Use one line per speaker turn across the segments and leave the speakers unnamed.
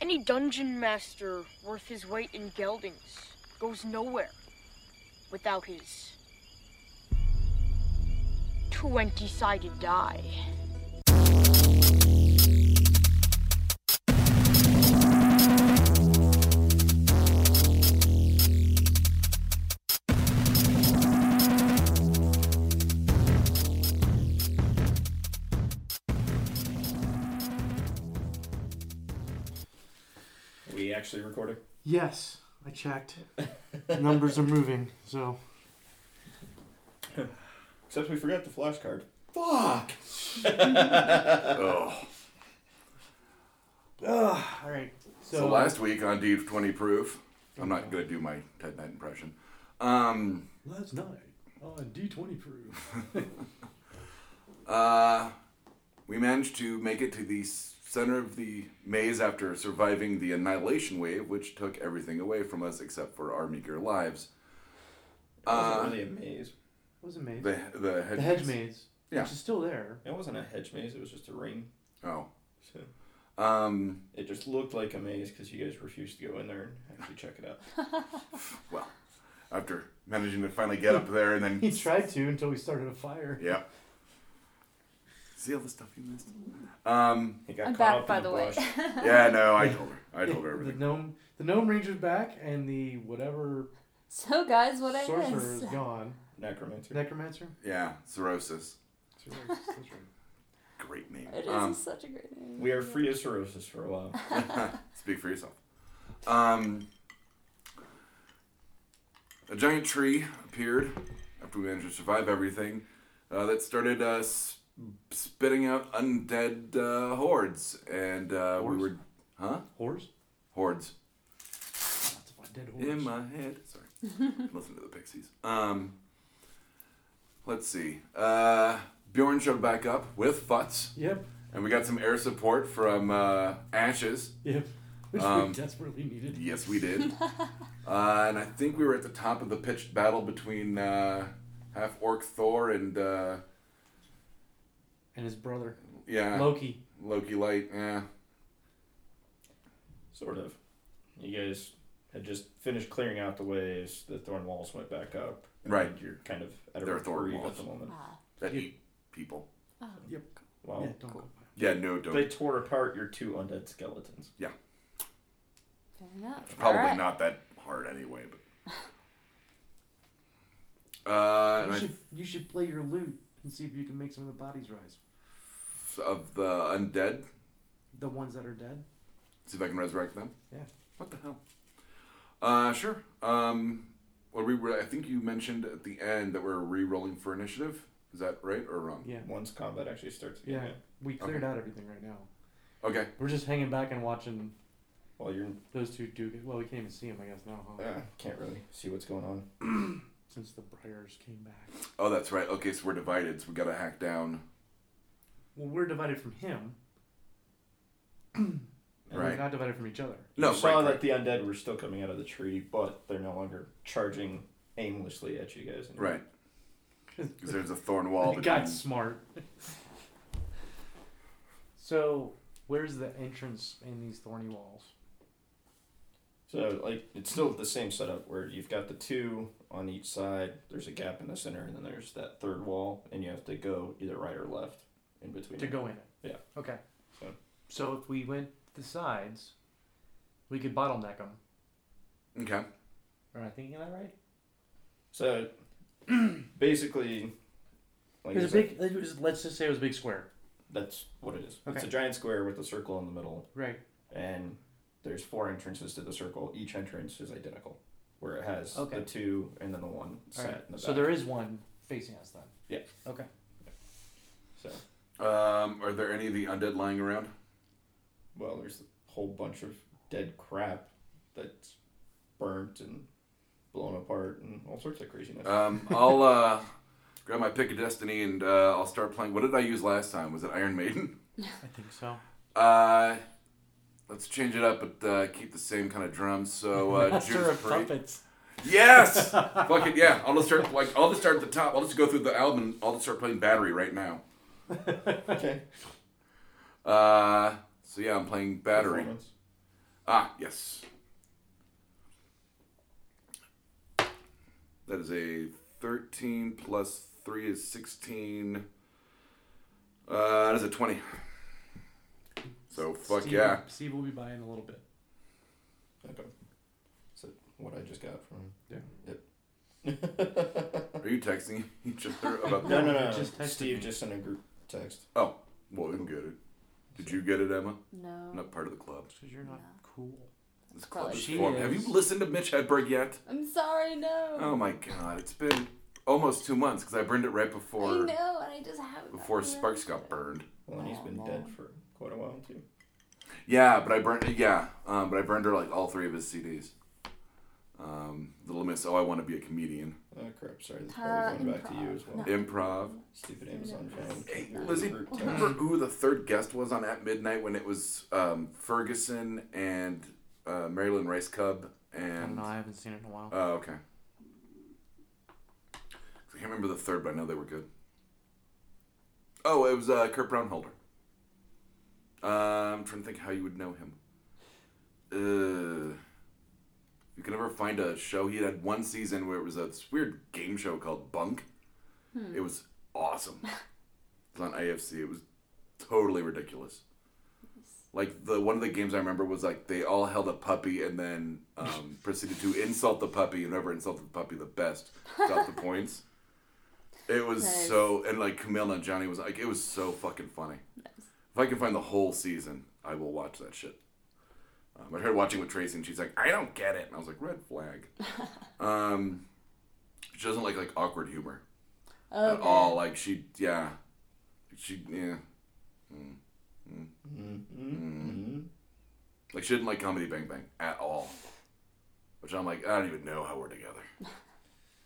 Any dungeon master worth his weight in geldings goes nowhere without his 20 sided die.
We actually recording?
Yes, I checked. The numbers are moving, so
Except we forgot the flashcard. Fuck!
all right.
So last week on D20 Proof, I'm not going to do my Ted Knight impression. Um,
Last night on D20 proof.
uh, we managed to make it to the s- center of the maze after surviving the annihilation wave, which took everything away from us except for our meager lives.
It wasn't
Uh,
really a maze.
It was a maze.
the, the, hedge,
The hedge maze,
Yeah.
which is still there.
It wasn't a hedge maze, it was just a ring.
Oh.
So
Um,
it just looked like a maze because you guys refused to go in there and actually check it out.
well, after managing to finally get up there and then
He tried to until we started a fire.
Yeah. See all the stuff you missed? Um,
It got
I'm
caught
back,
up
by
in the,
the way.
brush.
yeah, no, I told her. I told her
the
everything.
gnome, the gnome ranger's back, and the whatever
So guys, what I
sorcerer
missed.
is gone.
Necromancer.
Necromancer.
Yeah, cirrhosis.
That's right.
Great name.
It is
Um,
such a great name.
we are free of cirrhosis for a while.
speak for yourself. Um, a giant tree appeared after we managed to survive everything uh, that started uh, sp- spitting out undead uh, hordes. And uh, we
Hordes?
were. Huh?
Whores.
Hordes.
Lots of dead whores.
In my head. Sorry. Listen to the Pixies. Um, let's see. Uh, Bjorn showed back up with Futz,
Yep.
and we got some air support from uh, Ashes.
Yep. Which
Um,
we desperately needed.
Yes, we did. uh, and I think we were at the top of the pitched battle between uh, half orc Thor and uh,
And his brother
yeah
Loki.
Loki Light. Yeah,
sort of. You guys had just finished clearing out the ways. The thorn walls went back up. and
Right.
You're kind of at a
There are thorn
reprieve at
walls.
the moment.
Ah.
that
You-
eat people. Oh,
Wow.
yeah, don't go.
Yeah, no, don't.
They tore apart your two undead skeletons.
Fair enough.
Probably
All right.
not that hard anyway, but. Uh, and
You
I
should, you should play your lute and see if you can make some of the bodies rise.
of the undead.
The ones that are dead.
See if I can resurrect them.
Yeah.
What the hell? Uh, sure. Um, what we were, I think you mentioned at the end that we're re-rolling for initiative. Is that right or wrong?
Yeah.
Once combat actually starts again.
Yeah.
yeah.
We cleared out everything right now.
Okay.
We're just hanging back and watching
Well, you're
those two do. Well, we can't even see them, I guess now, huh?
uh, can't really see what's going on.
Since the Briars came back.
Oh, that's right. Okay, so we're divided. So we gotta hack down.
Well, we're divided from him, and
Right.
we're not divided from each other.
No,
you saw
right, right.
that the undead were still coming out of the tree, but they're no longer charging aimlessly at you guys. anymore.
Right.
'Cause
Because there's a thorn wall.
He
between-
got smart. so, where's the entrance in these thorny walls?
So like it's still the same setup where you've got the two on each side. There's a gap in the center, and then there's that third wall, and you have to go either right or left in between.
To
it.
go in it.
Yeah.
Okay.
So-
So if we went the sides, we could bottleneck them.
Okay.
Am I thinking of that right?
So basically, like I
There's a
said,
big. It was, let's just say it was a big square.
that's what it is. It's
Okay.
a giant square with a circle in the middle,
Right.
and there's four entrances to the circle. Each entrance is identical, where it has
Okay.
the two and then the one
All
set
right.
in the back.
So there is one facing us then.
Yeah.
Okay.
So,
Um, are there any of the undead lying around?
well, there's a whole bunch of dead crap that's burnt and blown apart and all sorts of craziness.
Um, I'll uh, grab my pick of destiny and uh, I'll start playing. What did I use last time? Was it Iron Maiden?
I think so.
Uh, let's change it up, but uh, keep the same kind of drums. So uh, Judas Priest.
puppets.
Yes. Fuck it. Yeah. I'll just start like I'll just start at the top. I'll just go through the album. And I'll just start playing Battery right now.
okay.
Uh, so yeah, I'm playing Battery.
Performance.
Ah, yes. That is a 13 plus 3 is 16. Uh, that is a 20. So, fuck
Steve,
yeah.
Steve will be buying a little bit.
Okay. So what I just got from
Yeah.
Yep.
Are you texting each other about
no,
that?
no, no.
Just texted
Steve
me.
just sent a group text.
Oh, well, we can get it. Did you get it, Emma?
No.
I'm not part of the club.
Because you're not
No.
cool.
This club is
She
formed. Have
is.
you listened to Mitch Hedberg yet?
I'm sorry, no.
Oh my god, it's been almost two months because I burned it right
I
before
know, and I just haven't.
before
gotten
Sparks got
around to it.
burned.
Well, and he's been
Oh,
dead
man.
for quite a while too.
Yeah, but I burned. Yeah, um, but I burned her like all three of his CDs. Um, Little Miss, oh, I want to be a comedian.
Oh crap! Sorry, that's probably
Uh,
going back to you as well.
improv.
Improv.
Stupid Amazon fan.
Hey,
Keep your
Lizzie,
group
do you
text.
remember who the third guest was on At Midnight when it was um, Ferguson and uh, Marilyn Rice Cub
I don't
and?
know. I haven't seen it in a while.
Oh, okay. I can't remember the third, but I know they were good. Oh, it was uh, Kurt Brownholder. Uh, I'm trying to think how you would know him. Uh, you can never find a show. He had one season where it was a this weird game show called Bunk. It was awesome. it was on AFC. It was totally ridiculous. Like the one of the games I remember was like they all held a puppy and then um, proceeded to insult the puppy. and Whoever insulted the puppy the best got the points. It was
Nice.
so and like Camille and Johnny was like it was so fucking funny. If I can find the whole season, I will watch that shit. Um, I heard watching with Tracy and she's like, I don't get it, and I was like, red flag. um, she doesn't like like awkward humor at
Okay.
all. Like she, yeah, she, yeah. Mm.
Mm-hmm.
Like she didn't like comedy Bang Bang at all, which I'm like, I don't even know how we're together,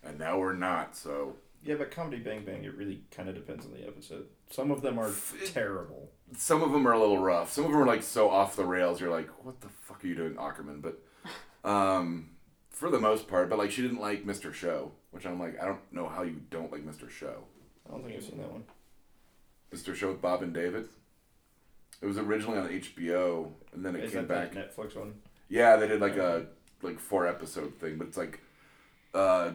and now we're not. So
Yeah, but comedy Bang Bang, it really kind of depends on the episode. Some of them are terrible.
some of them are a little rough. Some of them are like so off the rails. You're like, what the fuck are you doing, Ackerman? But um, for the most part, but like she didn't like Mr. Show, which I'm like, I don't know how you don't like Mr. Show.
I don't think I've seen that one.
Mr. Show with Bob and David. It was originally on HBO, and then it
Is
came
that
back.
that Netflix one?
Yeah, they did like a like four episode thing, but it's like uh,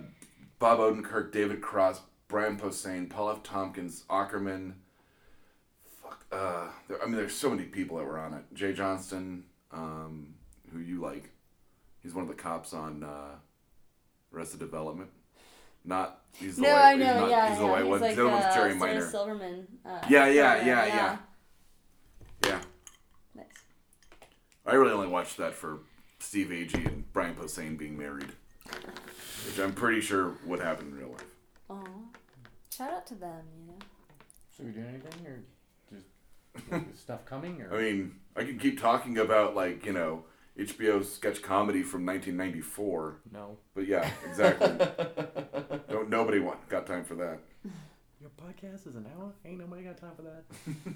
Bob Odenkirk, David Cross, Brian Posehn, Paul F. Tompkins, Ackerman. Fuck, uh, there, I mean, there's so many people that were on it. Jay Johnston, um, who you like, he's one of the cops on uh, Arrested Development. Not he's the
No,
white,
I know.
he's not,
yeah,
he's the
yeah.
white
he's
one.
Like,
the other
uh,
one's Jerry
Sarah
Minor.
Silverman. Uh,
Yeah, yeah,
program.
yeah, yeah. Yeah.
Nice.
I really only watched that for Steve Agee and Brian Posehn being married, which I'm pretty sure would happen in real life.
Aw. Shout out to them, you know.
Should we do anything or just is stuff coming or?
I mean, I could keep talking about like you know HBO sketch comedy from 1994,
no.
but yeah, exactly. no, nobody won. Got time for that?
Your podcast is an hour. Ain't nobody got time for that.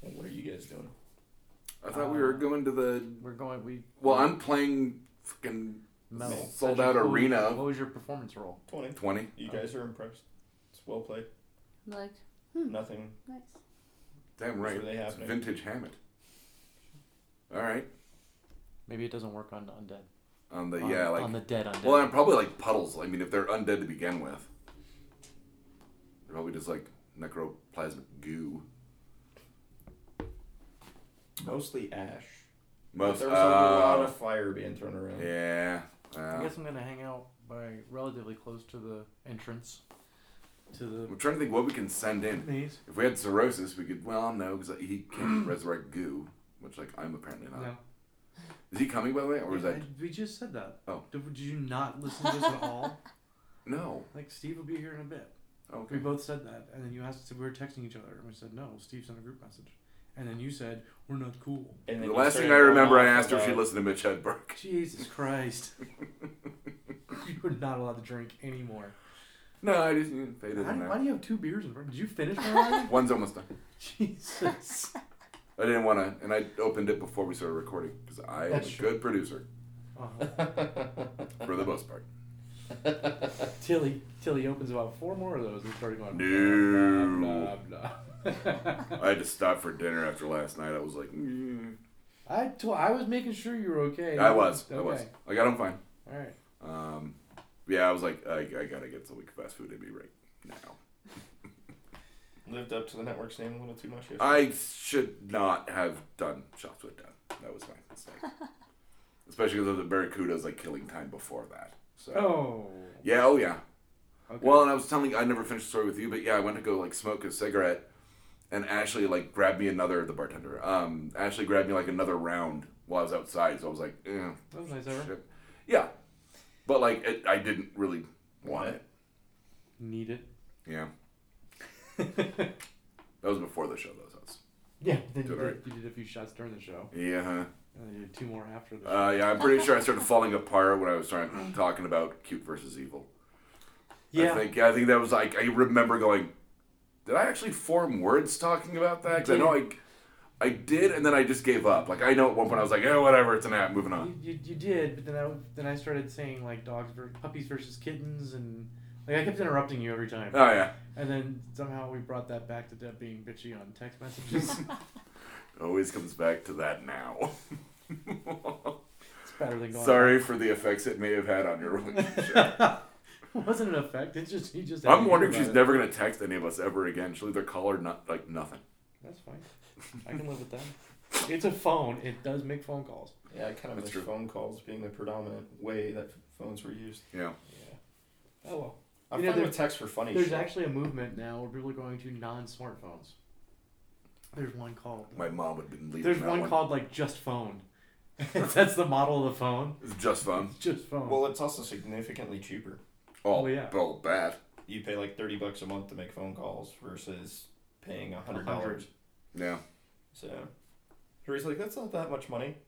Well, what are you guys doing?
I thought we were
Uh,
going to the.
We're going. We
Well, I'm playing fucking
Mel,
sold
Patrick,
out
what was-
arena.
What was your performance role?
20.
20.
You guys are impressed. It's well played.
I'm like,
Nothing.
nice.
Damn right.
It's really
It's
happening.
vintage Hammett. All right.
Maybe it doesn't work on undead.
On the
on,
yeah
on
like
the dead undead.
Well, and probably like puddles. I mean, if they're undead to begin with, they're probably just like necroplasmic goo.
Mostly ash. But
Most,
there was a lot
uh,
of fire being thrown around.
yeah.
I
Uh,
guess I'm gonna hang out by relatively close to the entrance to the
I'm trying to think what we can send in.
maze.
If we had cirrhosis, we could. Well, no, because he can't resurrect goo, which like I'm apparently not.
No,
Is he coming by the way, or is
Yeah,
that
I- we just said that.
Oh.
did, did you not listen to this at all?
no?
Like Steve will be here in a bit.
Oh,
Okay.
We both said that, and then you asked if we were texting each other, and we said no. Steve sent a group message, and then you said we're not cool.
And then
The
you
last thing
started
I remember, I
going
asked her if
off
she
about-
listened to Mitch Hedberg.
Jesus Christ! You're not allowed to drink anymore.
No, I just you faded
Why,
in
do- why
there.
do you have two beers in front? Did you finish one already?
One's almost done.
Jesus.
I didn't want to, and I opened it before we started recording because I am a
That's true.
good producer
Uh-huh.
for the most part.
Till he, till he opens about four more of those and started going.
No.
Blah, blah, blah.
I had to stop for dinner after last night. I was like, "Mm."
I told, I was making sure you were okay.
I was. I
Okay.
was. I got home fine.
All right.
Um, yeah, I was like, I, I gotta get some like fast food in me right now.
Lived up to the network's name a little too much. Here.
I should not have done shots with done. That was my mistake. Especially because of the barracudas like killing time before that. So
Oh.
yeah, oh yeah.
Okay.
Well, and I was telling I never finished the story with you, but yeah, I went to go like smoke a cigarette, and Ashley like grabbed me another the bartender. Um, Ashley grabbed me like another round while I was outside, so I was like, eh,
that was nice of her.
shit. yeah, but like it, I didn't really want it.
Need
Yeah,
it.
that was before the show though. So it's,
yeah. Then you
Doing
did,
alright.
you did a few shots during the show,
yeah. huh.
and then you did two more after the. show.
Uh, yeah, I'm pretty sure I started falling apart when I was starting talking about cute versus evil.
yeah.
I think I think that was like I remember going, did I actually form words talking about that? Because I know I, I did, and then I just gave up. Like I know at one point I was like, yeah, whatever, it's an app, moving on.
You, you, you did, but then I then I started saying like dogs ver- puppies versus kittens and like I kept interrupting you every time,
Oh yeah,
and then somehow we brought that back to Deb being bitchy on text messages.
always comes back to that now.
it's better than going.
Sorry for the effects it may have had on your relationship.
wasn't an effect. It's just he just. had to
I'm
hear
wondering if
about
she's
it.
never gonna text any of us ever again. She'll either call or not, like nothing.
That's fine. I can live with that. It's a phone. It does make phone calls.
Yeah, I kind of
That's
miss
true.
phone calls being the predominant way that phones were used.
Yeah.
Yeah.
Oh well.
I
You know,
find
there-
with texts for funny
There's
shit.
actually a movement now where people are going to non-smartphones. There's one called.
My mom would been leaving.
There's
that
one, called like just phone. That's the model of the phone.
It's just fun.
It's just phone.
well, it's also significantly cheaper.
Oh,
Oh, yeah.
Oh, bad.
You pay like thirty bucks a month to make phone calls versus paying a hundred
$100.
dollars.
Yeah.
So, Teresa, like that's not that much money.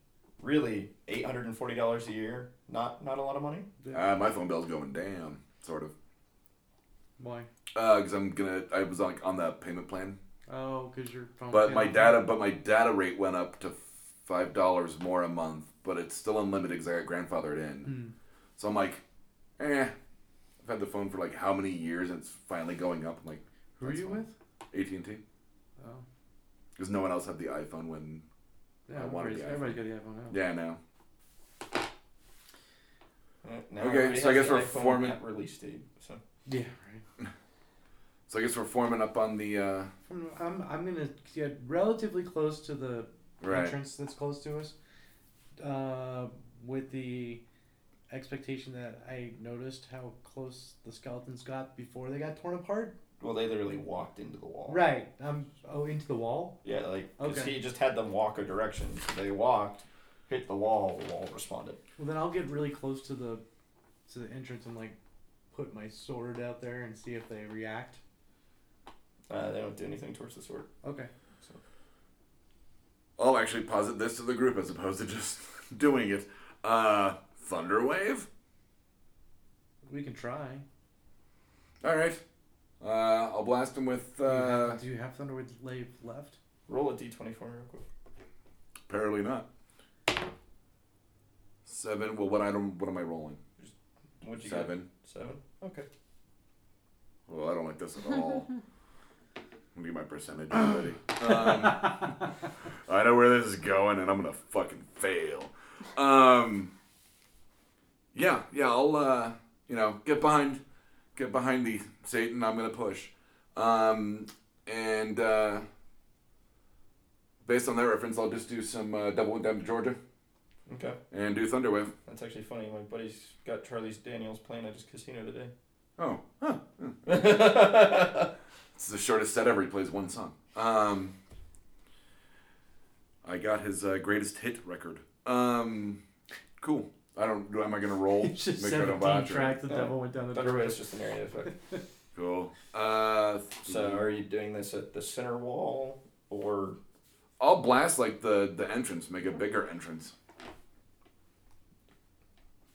Really, eight hundred and forty dollars a year. Not not a lot of money.
Uh, my phone bill's going down, sort of.
Why?
Because I'm gonna, I was like on the payment plan,
Oh, because your phone.
but my
can't-
data, but my data rate went up to five dollars more a month, but it's still unlimited because I got grandfathered in.
Hmm.
So I'm like, eh. I've had the phone for like how many years? And it's finally going up. I'm like,
Who are
That's
you
fine.
with?
AT and T,
Oh,
because no one else had the iPhone when.
yeah.
I
Everybody's,
wanted the iPhone.
everybody's got the iPhone now.
Yeah, no.
Uh, now
Okay,
everybody
so I
has
guess
the
we're
iPhone
forming-
at release date. So
Yeah. Right.
So I guess we're forming up on the uh,
I'm, I'm, I'm gonna get relatively close to the
right.
entrance that's close to us, uh, with the expectation that I noticed how close the skeletons got before they got torn apart.
well, they literally walked into the wall.
Right. Um. Oh, into the wall.
Yeah, like 'cause
Okay.
he just had them walk a direction. So they walked, hit the wall. The wall responded.
Well, then I'll get really close to the, to the entrance and like, put my sword out there and see if they react.
Uh, they don't do anything towards the sword.
Okay.
I'll oh, actually posit this to the group as opposed to just doing it. Uh, Thunderwave.
We can try.
All right. Uh, I'll blast him with.
Do you have-
Uh,
do you have Thunderwood Lave left?
Roll a d20 for me real quick.
apparently not. Seven. Well, what I don't. What am I rolling?
What'd you get?
Seven.
Seven. Okay.
Well, I don't like this at all. Give me my percentage already. Um, I know where this is going, and I'm gonna fucking fail. Um, yeah, yeah. I'll uh, you know get behind, get behind the Satan. I'm gonna push, um, and uh, based on that reference, I'll just do some uh, double down to Georgia
Okay.
and do Thunderwave.
That's actually funny. My buddy's got Charlie's Daniels playing at his casino today.
Oh, huh. it's the shortest set ever. He plays one song. Um, I got his uh, greatest hit record. Um, cool. I don't. Do, am I gonna roll?
It's just
Oh, Make sure I don't
seventeen
botch it.
tracks. The
Uh,
devil went down the
Thunder
drain.
is just an area effect.
Cool. Uh,
So are you doing this at the center wall or
I'll blast like the the entrance. Make a bigger entrance.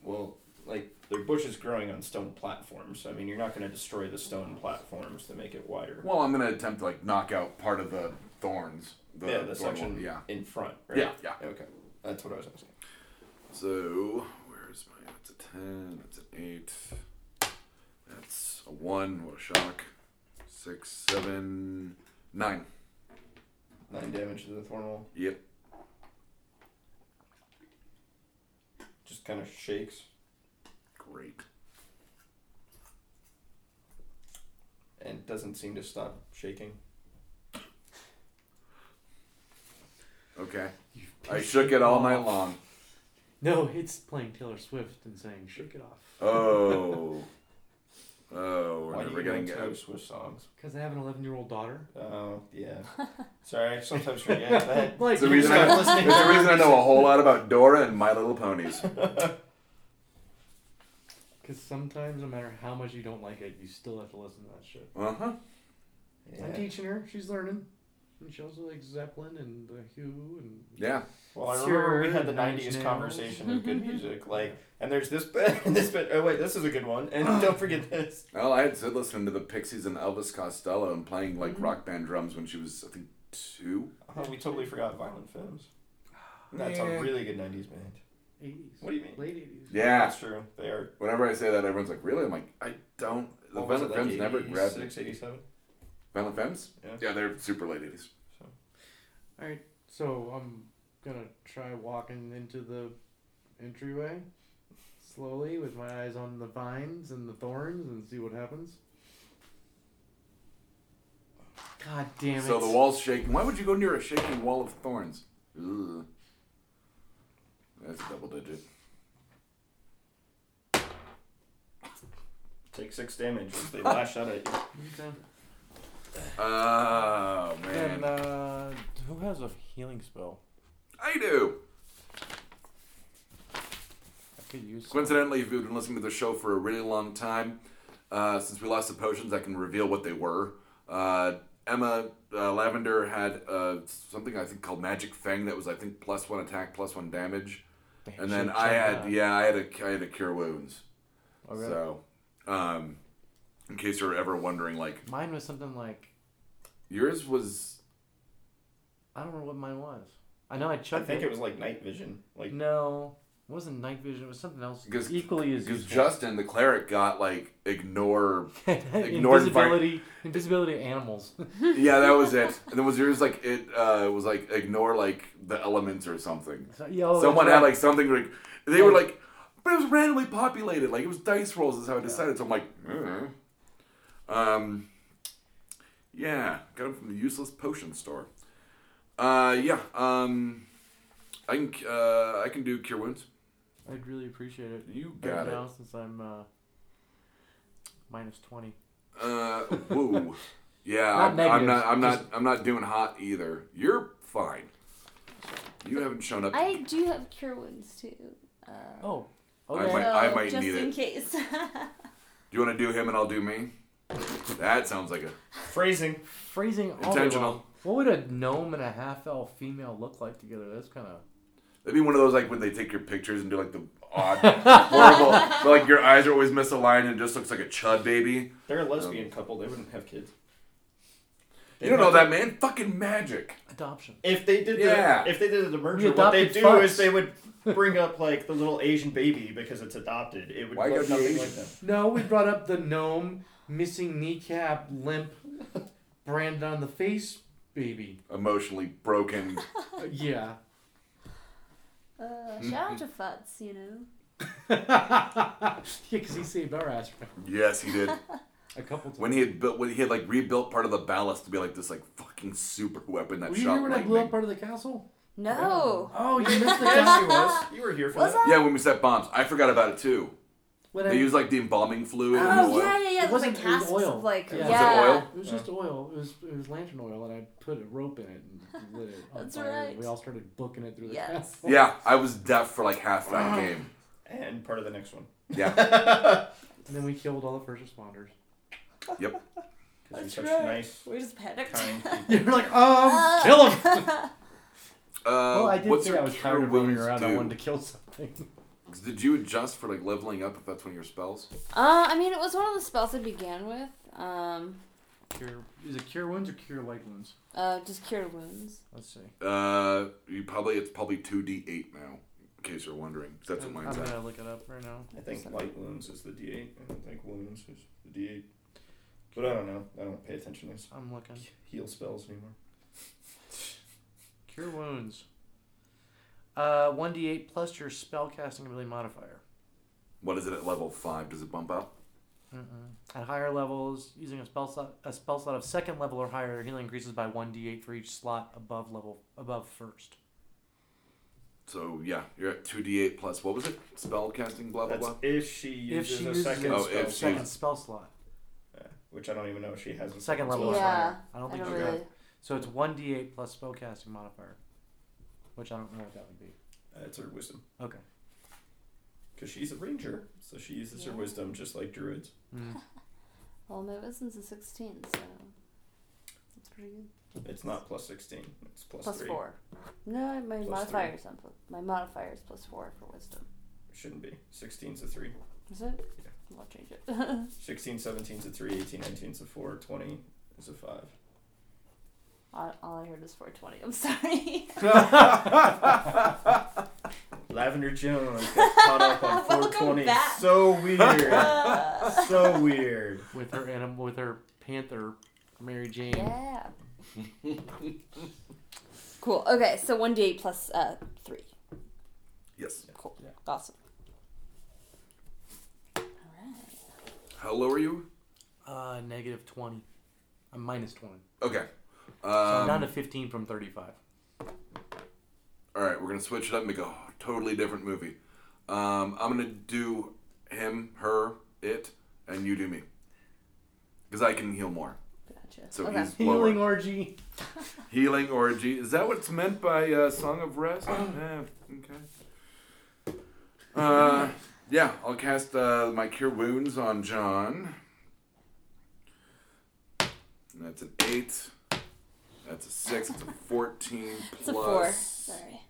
well like their bush is growing on stone platforms. I mean you're not gonna destroy the stone platforms to make it wider.
Well, I'm gonna attempt to like knock out part of the thorns. The
yeah, the
thorn
section
one. Yeah.
in front, right?
Yeah. Yeah.
Okay. That's what I was asking.
So, where's my. That's a 10, that's an 8, that's a 1, what a shock. Six, seven, nine.
Nine damage to the thorn wall.
Yep.
kind of shakes,
Great.
and doesn't seem to stop shaking.
Okay.
You've
I
pissed
shook
me
it all
off.
night long.
No, it's playing Taylor Swift and saying "Shook It Off"
Oh. Oh, we're
Why do
never
you know
getting
Taylor
it.
Swift songs?
because I have an 11 year old daughter.
Oh yeah. Sorry, I sometimes forget that.
Like
It's the
You
reason
start
I-
listening
It's the
to
reason I
her
know a whole lot about Dora and My Little Ponies.
Because sometimes, no matter how much you don't like it, you still have to listen to that shit.
Uh huh.
music.
I'm
Yeah.
teaching her; she's learning. And she also likes Zeppelin and the Who and
Yeah.
Well, I
Sure,
remember we had the
Nine Inch
'90s
Nails.
conversation of good music. Like, and there's this bit, and this bit. Oh wait, this is a good one. And don't forget this.
Well, I had said listening to the Pixies and Elvis Costello and playing
Mm-hmm.
like rock band drums when she was, I think, two.
Oh, we totally forgot Violent Femmes. That's
Yeah.
a really good '90s band.
80s.
What do you mean?
Late 80s.
Yeah.
that's true. They are.
Whenever I say that, everyone's like, "Really?" I'm like, "I don't." The
what was
Violent
it, like
Femmes never grabbed me.
86, 87?
Violent Femmes?
Yeah.
they're super late eighties.
All right, so I'm gonna try walking into the entryway slowly with my eyes on the vines and the thorns and see what happens. God damn it!
So the wall's shaking. Why would you go near a shaking wall of thorns? Ugh. That's a double digit.
Take six damage as they lash out at you.
Okay.
Oh man,
And uh, who has a healing spell?
I do.
I could use. some.
Coincidentally, if you've been listening to the show for a really long time, uh, since we lost the potions, I can reveal what they were. Uh, Emma uh, Lavender had uh, something I think called Magic Fang that was I think plus one attack, plus one damage, and then
Shit,
I
check
had
that. Oh,
yeah I had a I had a Cure Wounds.
Okay.
So, um, in case you're ever wondering, like
Mine was something like
yours was
I don't know what mine was. I know I
I
chucked
think it was like night vision. Like
No, it wasn't night vision. It was something else.
Because-
equally as
because
useful.
Justin the cleric got like ignore. Ignored
invisibility, invisibility of animals.
yeah, that was it. And then was yours like it uh, was like ignore like the elements or something.
So- yeah, oh, that's
Someone had
right.
like something like they were like, but it was randomly populated. Like it was dice rolls is how I decided. So I'm like, mm. um, yeah, got them from the useless potion store. Uh, yeah, um, I can uh, I can do cure wounds.
I'd really appreciate it.
You
right
got it.
now, since I'm uh, minus twenty.
Uh, woo. Yeah,
Not
I'm, I'm
negative,
not. I'm not. I'm not doing hot either. You're fine. You haven't shown up.
I do have cure wounds too. Uh,
Oh,
I
okay.
might- I
so
might
just
need
in
it.
case. Uh,
Do you want to do him and I'll do me? That sounds like a.
phrasing.
Phrasing all day
Intentional.
long. What would a gnome and a half elf female look like together? That's kind of
That'd be one of those like when they take your pictures and do like the odd, horrible. but, like your eyes are always misaligned and it just looks like a chud baby.
They're a lesbian couple. They wouldn't have kids.
You don't know that man. Fucking magic.
adoption.
If they did
Yeah.
the if they did the
We
merger, what they
adopted
do
fucks.
is they would bring up like the little Asian baby because it's adopted. It would
Why
look
gotta be
nothing
Asian?
like them.
No, we brought up the gnome missing kneecap, limp, brand on the face, baby.
Emotionally broken.
Uh, yeah.
uh, shout out to Futz, you know.
yeah, because he saved our ass
yes, he did.
a couple times.
When he had built, when he had like rebuilt part of the ballast to be like this like fucking super weapon that
Were you
shot
here when I blew up
lightning.
part of the castle?
No.
Oh, you missed the
yes,
castle.
you was. You were here for
Was
that.
I?
Yeah, when we set bombs, I forgot about it too.
When I-
They use like the embalming fluid and
Oh
oil.
yeah, yeah, yeah.
It wasn't
the
it was
casks
oil.
of like
Yeah.
yeah.
Was it
oil?
It was just oil. Oh. It was it was lantern oil, and I put a rope in it and lit it on
That's
fire. and
right.
We all started booking it through the
Yes.
castle.
Yeah, I was deaf for like half that
Uh-huh.
game.
And part of the next one.
Yeah,
And then we killed all the first responders.
yep.
Because you're
That's
such
right.
nice,
We just panicked.
kind people.
You're like, um, kill him.
Uh,
Well, I did
what's
say
your
I was tired of
cure
running
wounds
around. I
do?
wanted to kill something.
Did you adjust for like leveling up if that's one of your spells?
Uh, I mean, it was one of the spells I began with. Um,
Cure, is it cure wounds or cure light wounds?
uh, just cure wounds.
Let's see.
Uh, you probably it's probably two d eight now. In case you're wondering, that's
I'm
what
I'm
mine's at.
gonna look it up right now.
I think light wounds is the D8. I don't think wounds is the D8. But I don't know. I don't pay attention to s-
I'm looking.
heal spells anymore.
Cure wounds. Uh, 1d8 plus your spellcasting ability modifier.
What is it at level five? Does it bump up?
At higher levels, using a spell slot, a spell slot of second level or higher, their healing increases by 1d8 for each slot above level above first.
So yeah, you're at two d eight plus what was it? Spell casting, blah blah
That's
blah.
if she
If
uses
she
a
uses
second
a
Oh,
spell
if she-
slot,
Second spell slot.
which I don't even know if she has. a
Second level or
slot.
Yeah.
higher. I don't
I
think
don't
you
really.
have. So it's 1d8 plus spellcasting modifier, which I don't know what that would be.
Uh, it's her wisdom
Okay.
because she's a ranger, so she uses her
Yeah.
wisdom just like druids.
Mm,
Well, my wisdom's a 16, so. That's pretty good.
It's not plus sixteen. It's plus,
Plus
three.
4. No, my
Plus
modifier is on plus. My modifier is plus 4 for wisdom.
It shouldn't be. 16's a three.
Is it?
Yeah.
I'll change it.
16, 17's a three. 18, 19's a four. 20 is a five.
All, all I heard is 420. I'm sorry.
Lavender Jones got caught up on
Welcome
420.
back.
So weird.
Uh,
so weird.
With her animal, with her panther, Mary Jane.
yeah. cool. Okay, so 1d8 plus uh, 3.
Yes.
Cool.
Yeah.
Awesome. Alright.
How low are you?
Uh, negative 20. A minus 20.
Okay.
So I'm down to
Um,
15 from 35.
all right, we're gonna switch it up and make a totally different movie. Um, I'm gonna do him, her, it, and you do me, because I can heal more.
Gotcha.
So
okay.
he's lower.
Healing orgy.
Healing orgy. Is that what's meant by uh, Song of Rest? yeah, okay. Uh, yeah, I'll cast uh, my Cure Wounds on John. And that's an 8. That's a 6. It's a 14 plus.
It's a 4. Sorry.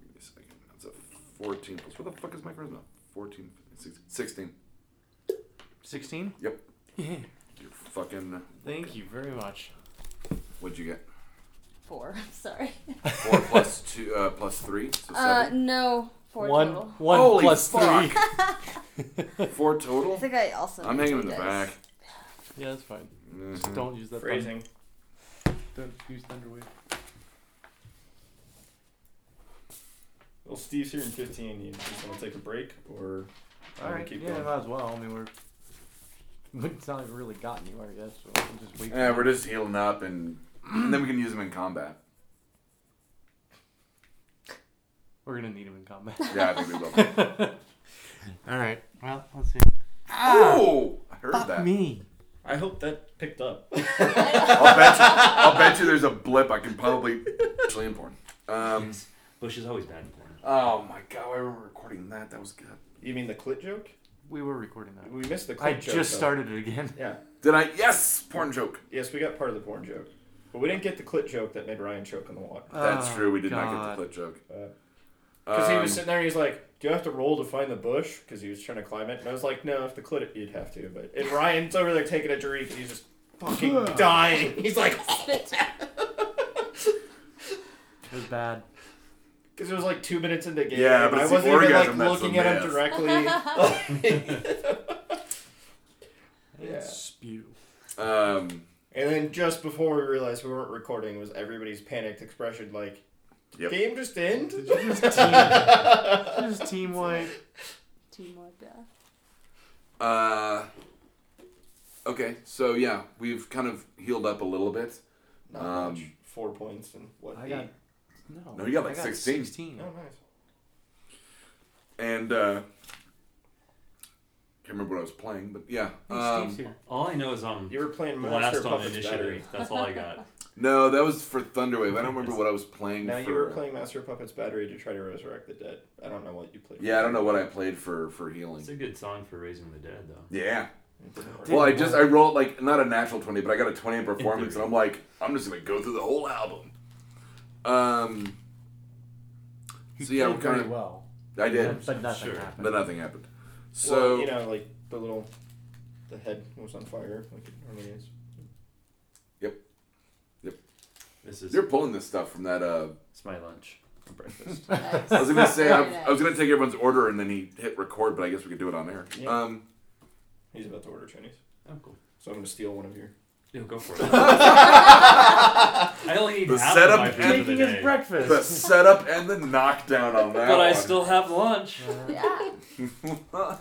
Give me a second. That's a 14 plus. What the fuck is my charisma? 14, 15, 16.
16?
Yep.
Yeah.
You're fucking.
Thank you very much.
What'd you get?
Four. Sorry.
4 plus 2, uh, plus 3. So 7.
Uh, no. Four
One,
total.
one
Holy
plus
fuck.
three.
4
I
total?
think I also.
I'm
need
hanging in
two
the
dice.
back.
Yeah, that's fine.
Mhm.
Just don't use that. thumb.
Phrasing.
Don't use Thunderwave.
Well, Steve's here in 15. You just want to take a break or I'm
All
gonna
right.
keep
yeah,
going?
might as well. I mean, we're. It's not like we really got anywhere yet, so we'll just wait.
Mm-hmm. Yeah, we're just healing up, and then we can use them in combat.
We're gonna need him in combat.
Yeah, I think we will.
All right. Well, let's see.
Ah.
oh, I heard
Fuck
that.
me.
I hope that picked up.
I'll bet you. I'll bet you there's a blip I can probably actually in porn. Um.
Bush is always bad in porn.
Oh my god, I remember recording that. That was good.
you mean the clit joke?
We were recording that.
We missed the clit
I
joke.
just
though.
started it again.
Yeah.
Did I? Yes, porn joke.
Yes, we got part of the porn joke. But we didn't get the clit joke that made Ryan choke on the water.
That's
Oh,
true. We did not get
God.
the clit joke.
Because Uh, he was
Um,
sitting there, he's like, "Do you have to roll to find the bush?" Because he was trying to climb it, and I was like, "No, if the clit, it, you'd have to." But and Ryan's over there taking a drink, and he's just fucking dying. He's like,
Spit.
It was bad.
because it was like two minutes into the game.
Yeah, but
I
it's the
wasn't even like
orgasm that's the
looking at him
myth.
directly. Yeah.
Spew.
Um.
and then just before we realized we weren't recording, was everybody's panicked expression like, "Did
Yep.
"Game just end."
Just team white.
Two more. Yeah.
Uh. Okay, so yeah, we've kind of healed up a little bit.
Not
Um,
much. Four points and what?
I
eight?
got. No.
No, you got like
I got
16.
16.
Oh, nice.
and uh can't remember what I was playing, but yeah.
Hey,
Um,
Steve's here.
All I know is um
You were playing Monster
last on
Puppets
initiative.
Battery.
That's all I got.
no, that was for Thunderwave. I don't remember what I was playing.
Now
for,
you were playing Master of Puppets Battery to try to resurrect the dead. I don't know what you played.
Yeah, I don't know what I played for for healing.
It's a good song for raising the dead though.
Yeah.
It didn't work.
Well, I just I rolled like not a natural twenty, but I got a twenty in performance, and I'm like, I'm just gonna go through the whole album. Um.
He
So yeah,
played
we're
very
kind of.
well.
I did,
but nothing
Sure.
happened.
but nothing happened. So
So you know, like the little, the head was on fire, like it normally is.
This is
you're pulling this stuff from that. Uh,
it's my lunch.
Breakfast.
Nice.
I was gonna say I,
Very
I was gonna take everyone's order, and then he hit record, but I guess we could do it on air.
Yeah.
Um.
He's about to order Chinese,
Oh cool.
so I'm gonna steal one of your
Yeah, go for it. I only need
The
half
setup
of my food
and-
for
Making
the
his
day.
breakfast.
The setup and the knockdown on that.
But I
one.
still have lunch.
Yeah.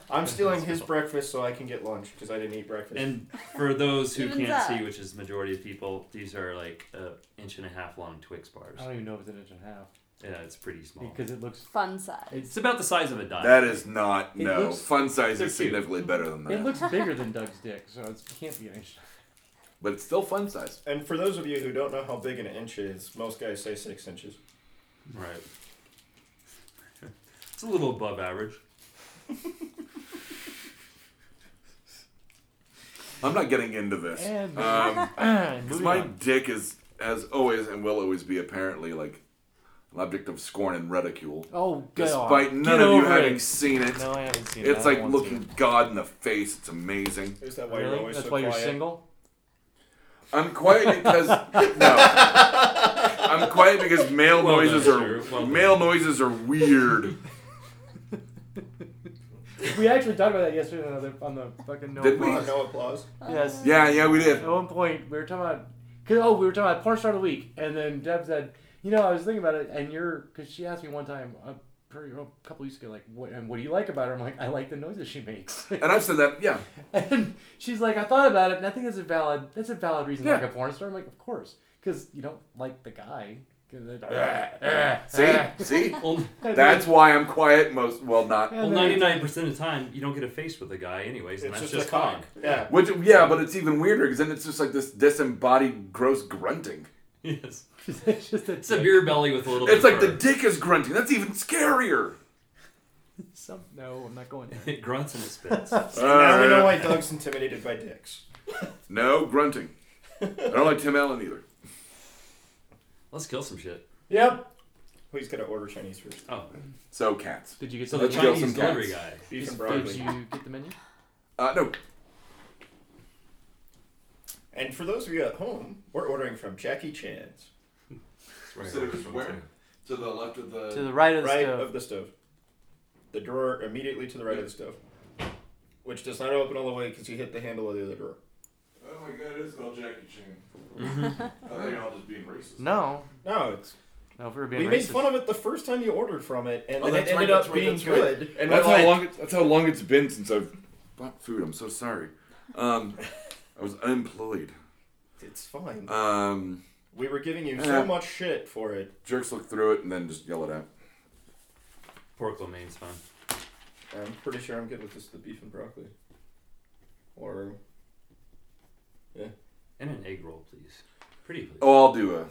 I'm stealing his breakfast so I can get lunch because I didn't eat breakfast.
And for those who
Evens
can't
up.
see, which is the majority of people, these are like an inch and a half long Twix bars.
I don't even know if it's an inch and a half
Yeah, it's pretty small.
Oh, because it looks
Fun size.
It's about the size of a dime.
That is not
It
no
looks-
fun size
they're
is
cute.
significantly better than
it
that,
looks bigger than Doug's dick, so it can't be an inch.
but it's still fun size.
And for those of you who don't know how big an inch is, most guys say six inches.
right. It's a little above average.
I'm not getting into this.
And-
Um,
Moving
Because my
on.
dick is, as always and will always be, apparently like an object of scorn and ridicule.
Oh god!
Despite none
Get
of you
over
having
it.
seen it,
No, I haven't seen it.
it's
I
like
don't want to.
looking God in the face. It's amazing.
Is that why you're
Really?
always
That's
so
why you're
quiet?
single.
I'm quiet because no. I'm quiet because male
Well done,
noises are
sir. Well done.
male noises are weird.
we actually talked about that yesterday on the on the fucking no.
Did we?
Uh, no applause.
Yes.
Yeah, yeah, we did.
At one point, we were talking about. Cause, oh, we were talking about porn star of the week, and then Deb said, "You know, I was thinking about it, and you're." Because she asked me one time, a, pretty, a couple weeks ago, like, "What and what do you like about her?" I'm like, "I like the noises she makes."
And I've said that, yeah.
and she's like, "I thought about it, and I think that's a valid that's a valid reason to like a porn star." I'm like, "Of course, because you don't like the guy." 'Cause it-
See,
Ah.
see,
Well,
that's why I'm quiet most. Well, not
And
well,
then-
99% of the time, you don't get a face with a guy, anyways, and
It's
that's
just,
just
a cock.
fine.
Yeah.
Which, yeah, but it's even weirder because then it's just like this disembodied, gross grunting.
Yes.
it's just a
It's a beer belly with a little
It's
bit
like the dick is grunting. That's even scarier.
some, no, I'm not going. There.
It grunts and it spits.
now we know why Doug's intimidated by dicks.
Uh, No grunting. I don't like Tim Allen either.
Let's kill some shit.
Yep.
Who's gonna order Chinese first?
Oh,
So cats.
Did you get
so
some?
the
Let's kill
Chinese
some
delivery
cats.
guy.
Beef and
did
broccoli.
you get the menu?
Uh, no.
And for those of you at home, we're ordering from Jackie Chan's,
So it was where? To the left of the.
To the right of the
right
stove.
of the stove. The drawer immediately to the right of the stove, which does not open all the way because you hit the handle of the other drawer.
oh my god, it's all Jackie Chan. I think I'll just being racist.
no,
No, it's
no, if we were being
we
racist.
made fun of it the first time you ordered from it, and
Oh,
then it
that's right,
ended
that's
up
right,
being
that's right.
good. And
that's
we're like,
how long. It, that's how long it's been since I've bought food. I'm so sorry. Um, I was unemployed.
It's fine.
Um,
We were giving you
Uh,
so much shit for it.
jerks look through it and then just yell it out.
Pork lo main's fine.
I'm pretty sure I'm good with just the beef and broccoli. Or
And an egg roll, please. Pretty please.
Oh, I'll do a.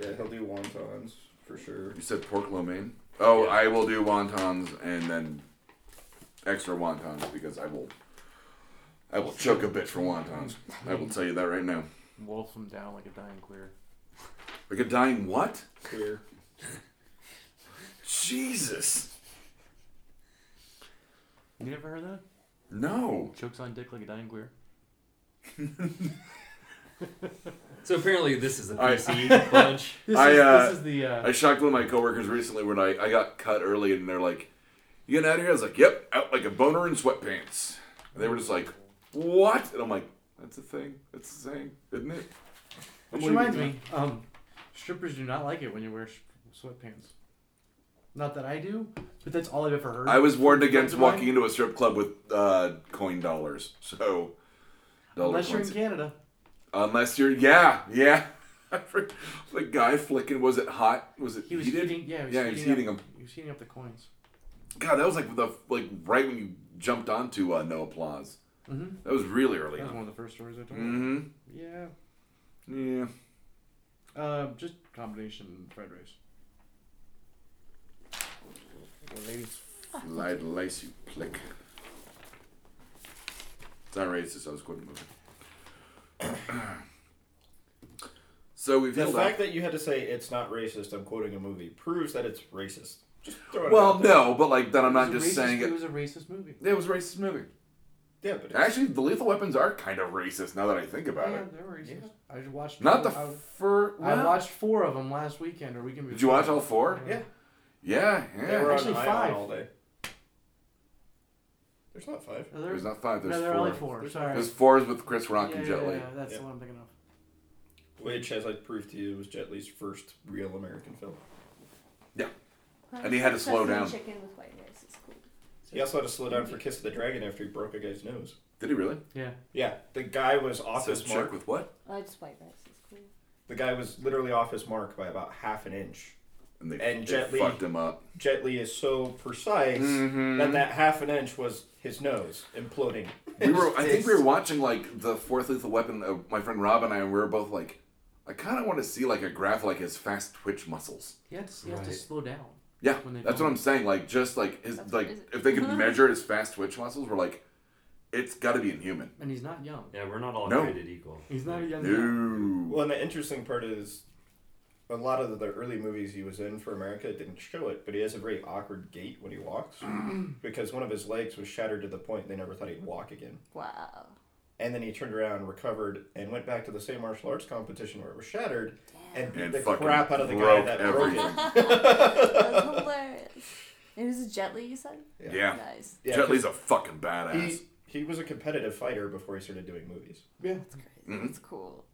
yeah, he'll do wontons for sure.
You said pork lo mein. Oh,
Yeah.
I will do wontons and then extra wontons because I will. I will choke a bitch for wontons. I will tell you that right now.
Wolf him down like a dying queer.
Like a dying what?
Clear.
Jesus.
You never heard that?
No.
Chokes on dick like a dying queer.
So apparently this is the
I-
PC bunch.
This,
I,
is,
uh,
this is the. Uh,
I shocked one of my coworkers recently when I, I got cut early and they're like, You getting out of here? I was like, Yep, out like a boner in sweatpants. And they were just like, What? And I'm like, That's a thing. That's a saying, isn't it?
Which
What do you
reminds
mean?
me, um, strippers do not like it when you wear sh- sweatpants. Not that I do, but that's all I've ever heard.
I was warned against
Friends of mine.
walking into a strip club with uh, coin dollars. So, dollar
Unless you're in
coins.
Canada.
unless you're, yeah, yeah. the guy flicking was it hot? Was it
He was
heated?
heating. Yeah, he was
yeah,
heating,
he's heating
up,
them.
He was heating up the coins.
God, that was like the like right when you jumped onto uh, No Applause.
Mhm.
That was really early
That was
on.
one of the first stories I told.
hmm
Yeah.
Yeah.
Uh, just combination fried rice. Ah,
Lied lice you plick. It's not racist. I was quoting a movie. so we've
The
held
fact
up.
that you had to say it's not racist, I'm quoting a movie, proves that it's racist. Just throw it
Well,
out there.
no, but like then I'm not
It was
just
a racist-
saying
It
it.
was a racist movie.
It was a racist movie.
Yeah, but it's,
Actually, the Lethal Weapons are kind of racist now that I think about
Yeah,
it.
they're racist. I just watched.
Not the
I,
first.
I watched four of them last weekend, or we can.
Did you watch all four?
Yeah.
Yeah,
they were
yeah.
on
Actually,
Ion
five.
all day. There's not five.
No, there-
There's not five. There's
no, there are
four.
only four. Sorry.
There's four is with Chris Rock
yeah,
and
yeah,
Jet Li.
yeah, that's
Yeah.
the one I'm thinking of.
Which, as I proved to you, was Jet Li's first real American film.
And he had to slow
Sesame
down.
Chicken with white rice is cool.
He also had to slow down for Kiss of the Dragon after he broke a guy's nose.
Did he really?
Yeah.
Yeah, the guy was off
Says
his mark.
check with what?
I Oh, just white rice is cool.
The guy was literally off his mark by about half an inch.
And they,
And
they
Jet Li.
fucked him up.
Jet Li is so precise
Mm-hmm.
that that half an inch was his nose imploding.
We were. I think we were watching like the fourth Lethal Weapon. Uh, my friend Rob and I, and we were both like, I kind of want to see like a graph like his fast twitch muscles.
He has, he has to
Right.
slow down.
Yeah,
When they
that's
don't-
what I'm saying. Like just like his
That's
like
crazy.
if they could measure his fast twitch muscles, we're like, it's got to be inhuman.
And he's not young.
Yeah, we're not all
No.
created equal.
He's not a young man.
No.
Well, and the interesting part is a lot of the early movies he was in for America didn't show it, but he has a very awkward gait when he walks because one of his legs was shattered to the point they never thought he'd walk again.
Wow.
And then he turned around, recovered, and went back to the same martial arts competition where it was shattered and beat
And
the
fucking
crap out of the guy
broke
that broke
everything.
That's hilarious. It was a Jet Li, you said?
Yeah.
Yeah.
Nice.
it. Yeah,
Jet Li's a fucking badass.
he, he was a competitive fighter before he started doing movies.
That's crazy.
Mm-hmm.
That's cool.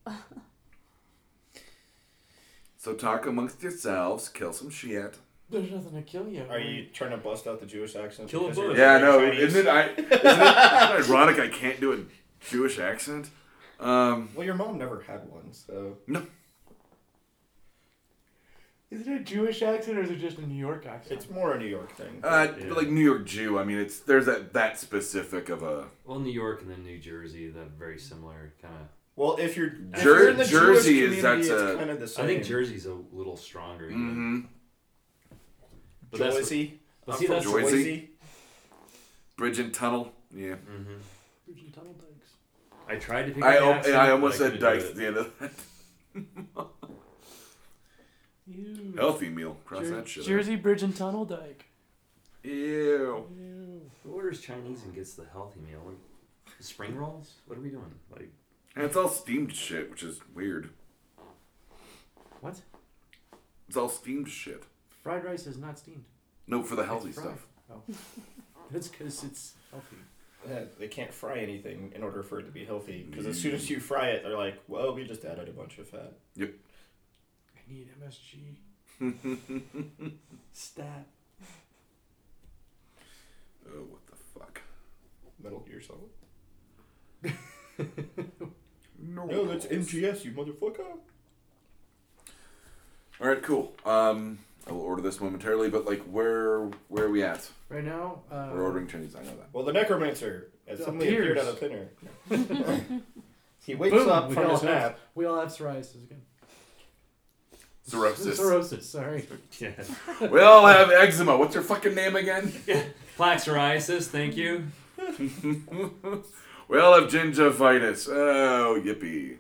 So talk amongst yourselves, kill some shit.
There's nothing to kill you.
Are you trying to bust out the Jewish accent?
Kill a
because you're
bush.
Yeah, no,
Chinese?
isn't it? I, isn't it ironic? I can't do a Jewish accent. Um,
Well, your mom never had one, so
Is it a Jewish accent or is it just a New York accent?
it's more a New York thing.
uh,
Yeah.
like New York Jew. I mean, it's there's that that specific of a
Well, New York and then New Jersey, that very similar kind of.
Well, if you're, if
Jer-
you're in the
Jersey
Jewish
is- uh, that's
community,
a-
it's kind of the same.
I think Jersey's a little stronger. even.
Mm-hmm.
mhm.
But that's what-
Jersey.
but
I'm
see,
from
that's
Jersey. bridge and tunnel. Yeah,
hmm
Bridge and tunnel dikes.
I tried to
Mm-hmm.
pick.
I
up the
al-
accent,
I almost
but I
said
couldn't
dikes
do
at
it.
the end of that.
Ew.
Healthy meal. Oh, Cross
Jer-
that shit. out.
Jersey Bridge and Tunnel Dyke.
Ew.
Who orders Chinese and gets the healthy meal? What- Spring rolls? What are we doing? Like
And it's all steamed shit, which is weird.
What?
It's all steamed shit.
Fried rice is not steamed.
No, for the healthy
It's fried.
stuff.
Oh. That's because it's healthy.
Yeah, they can't fry anything in order for it to be healthy. Because
Mm.
as soon as you fry it, they're like, "Well, we just added a bunch of fat."
I need MSG. Stat.
Oh, what the fuck?
Metal Gear Solid.
No,
No, that's MGS, you motherfucker.
All right, cool. Um, I will order this momentarily, but like, where where are we at?
Right now, uh,
We're ordering Chinese. I know that.
Well, the Necromancer has
It
suddenly appeared
appears.
out of thin air. he wakes
Boom,
up
we
from
all
his
have-
nap.
we all have psoriasis again.
Cirrhosis.
Cirrhosis, sorry.
yeah.
we all have eczema. What's your fucking name again?
plaque psoriasis. Thank you.
we all have gingivitis. Oh, yippee.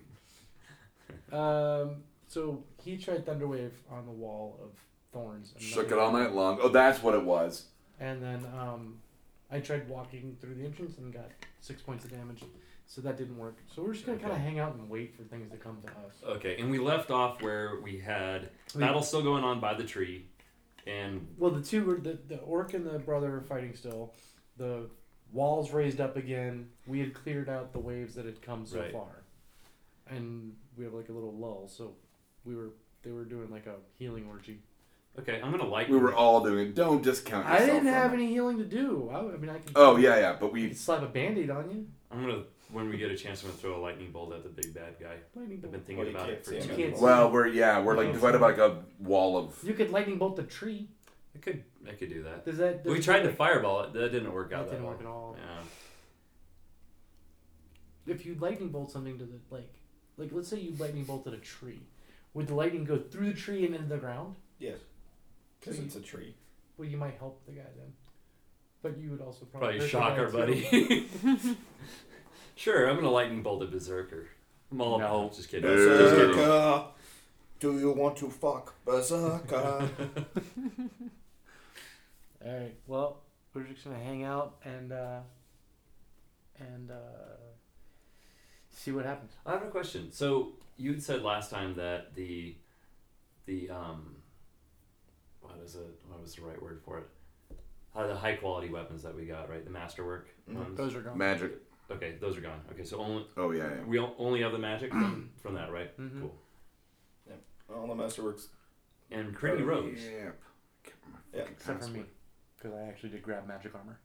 Um, so he tried Thunderwave on the wall of thorns. and
Shook it
nothing
all night long. Oh, that's what it was.
And then um, I tried walking through the entrance and got six points of damage. So that didn't work. So we're just gonna kind of
Okay.
hang out and wait for things to come to us.
Okay, and we left off where we had
We-
battle still going on by the tree, and
Well, the two were the the orc and the brother are fighting still. The walls raised up again. We had cleared out the waves that had come so
Right.
far, and we have like a little lull. So we were they were doing like a healing orgy.
okay, I'm gonna like.
We were all doing it. Don't discount
I
yourself.
didn't
from
have
it.
any healing to do. I, I mean, I can.
Oh, yeah, yeah, but
You
we.
can slap a band-aid on you.
I'm gonna when we get a chance, I'm gonna throw a lightning bolt at the big bad guy.
Lightning
I've been
bolt.
thinking
Well, you
about
can't
it for
see him
two.
anymore.
minutes.
Well, we're, yeah, we're like divided by like a wall of.
You could lightning bolt the tree.
I could, I could do that.
Does that?
We
does-
tried to fireball it. That didn't work out.
That didn't
well.
work at all.
Yeah.
If you lightning bolt something to the like, like let's say you lightning bolted a tree, would the lightning go through the tree and into the ground?
Yes, because
So you-
it's a tree.
Well, you might help the guy then, but you would also probably,
Probably
hurt the
shock
guy
our
too.
buddy. sure, I'm gonna lightning bolt a berserker. I'm all
No.
just kidding. Just kidding.
Berserker, "Uh, do you want to fuck Berserker?
All right. Well, we're just gonna hang out and uh, and uh, see what happens.
I have a question. So you had said last time that the the um what is it? What was the right word for it? Uh, the high quality weapons that we got, right? The masterwork ones.
Mm-hmm. Those are gone.
Magic.
Okay, those are gone. Okay, so only
Oh, yeah, yeah.
we o- only have the magic from, from that, right?
Mhm.
Cool.
all the masterworks.
and Critty
Oh,
Rose.
Oh, Yeah. Can't remember my
Yeah,
fucking
Except for me,
password.
because I actually did grab magic armor.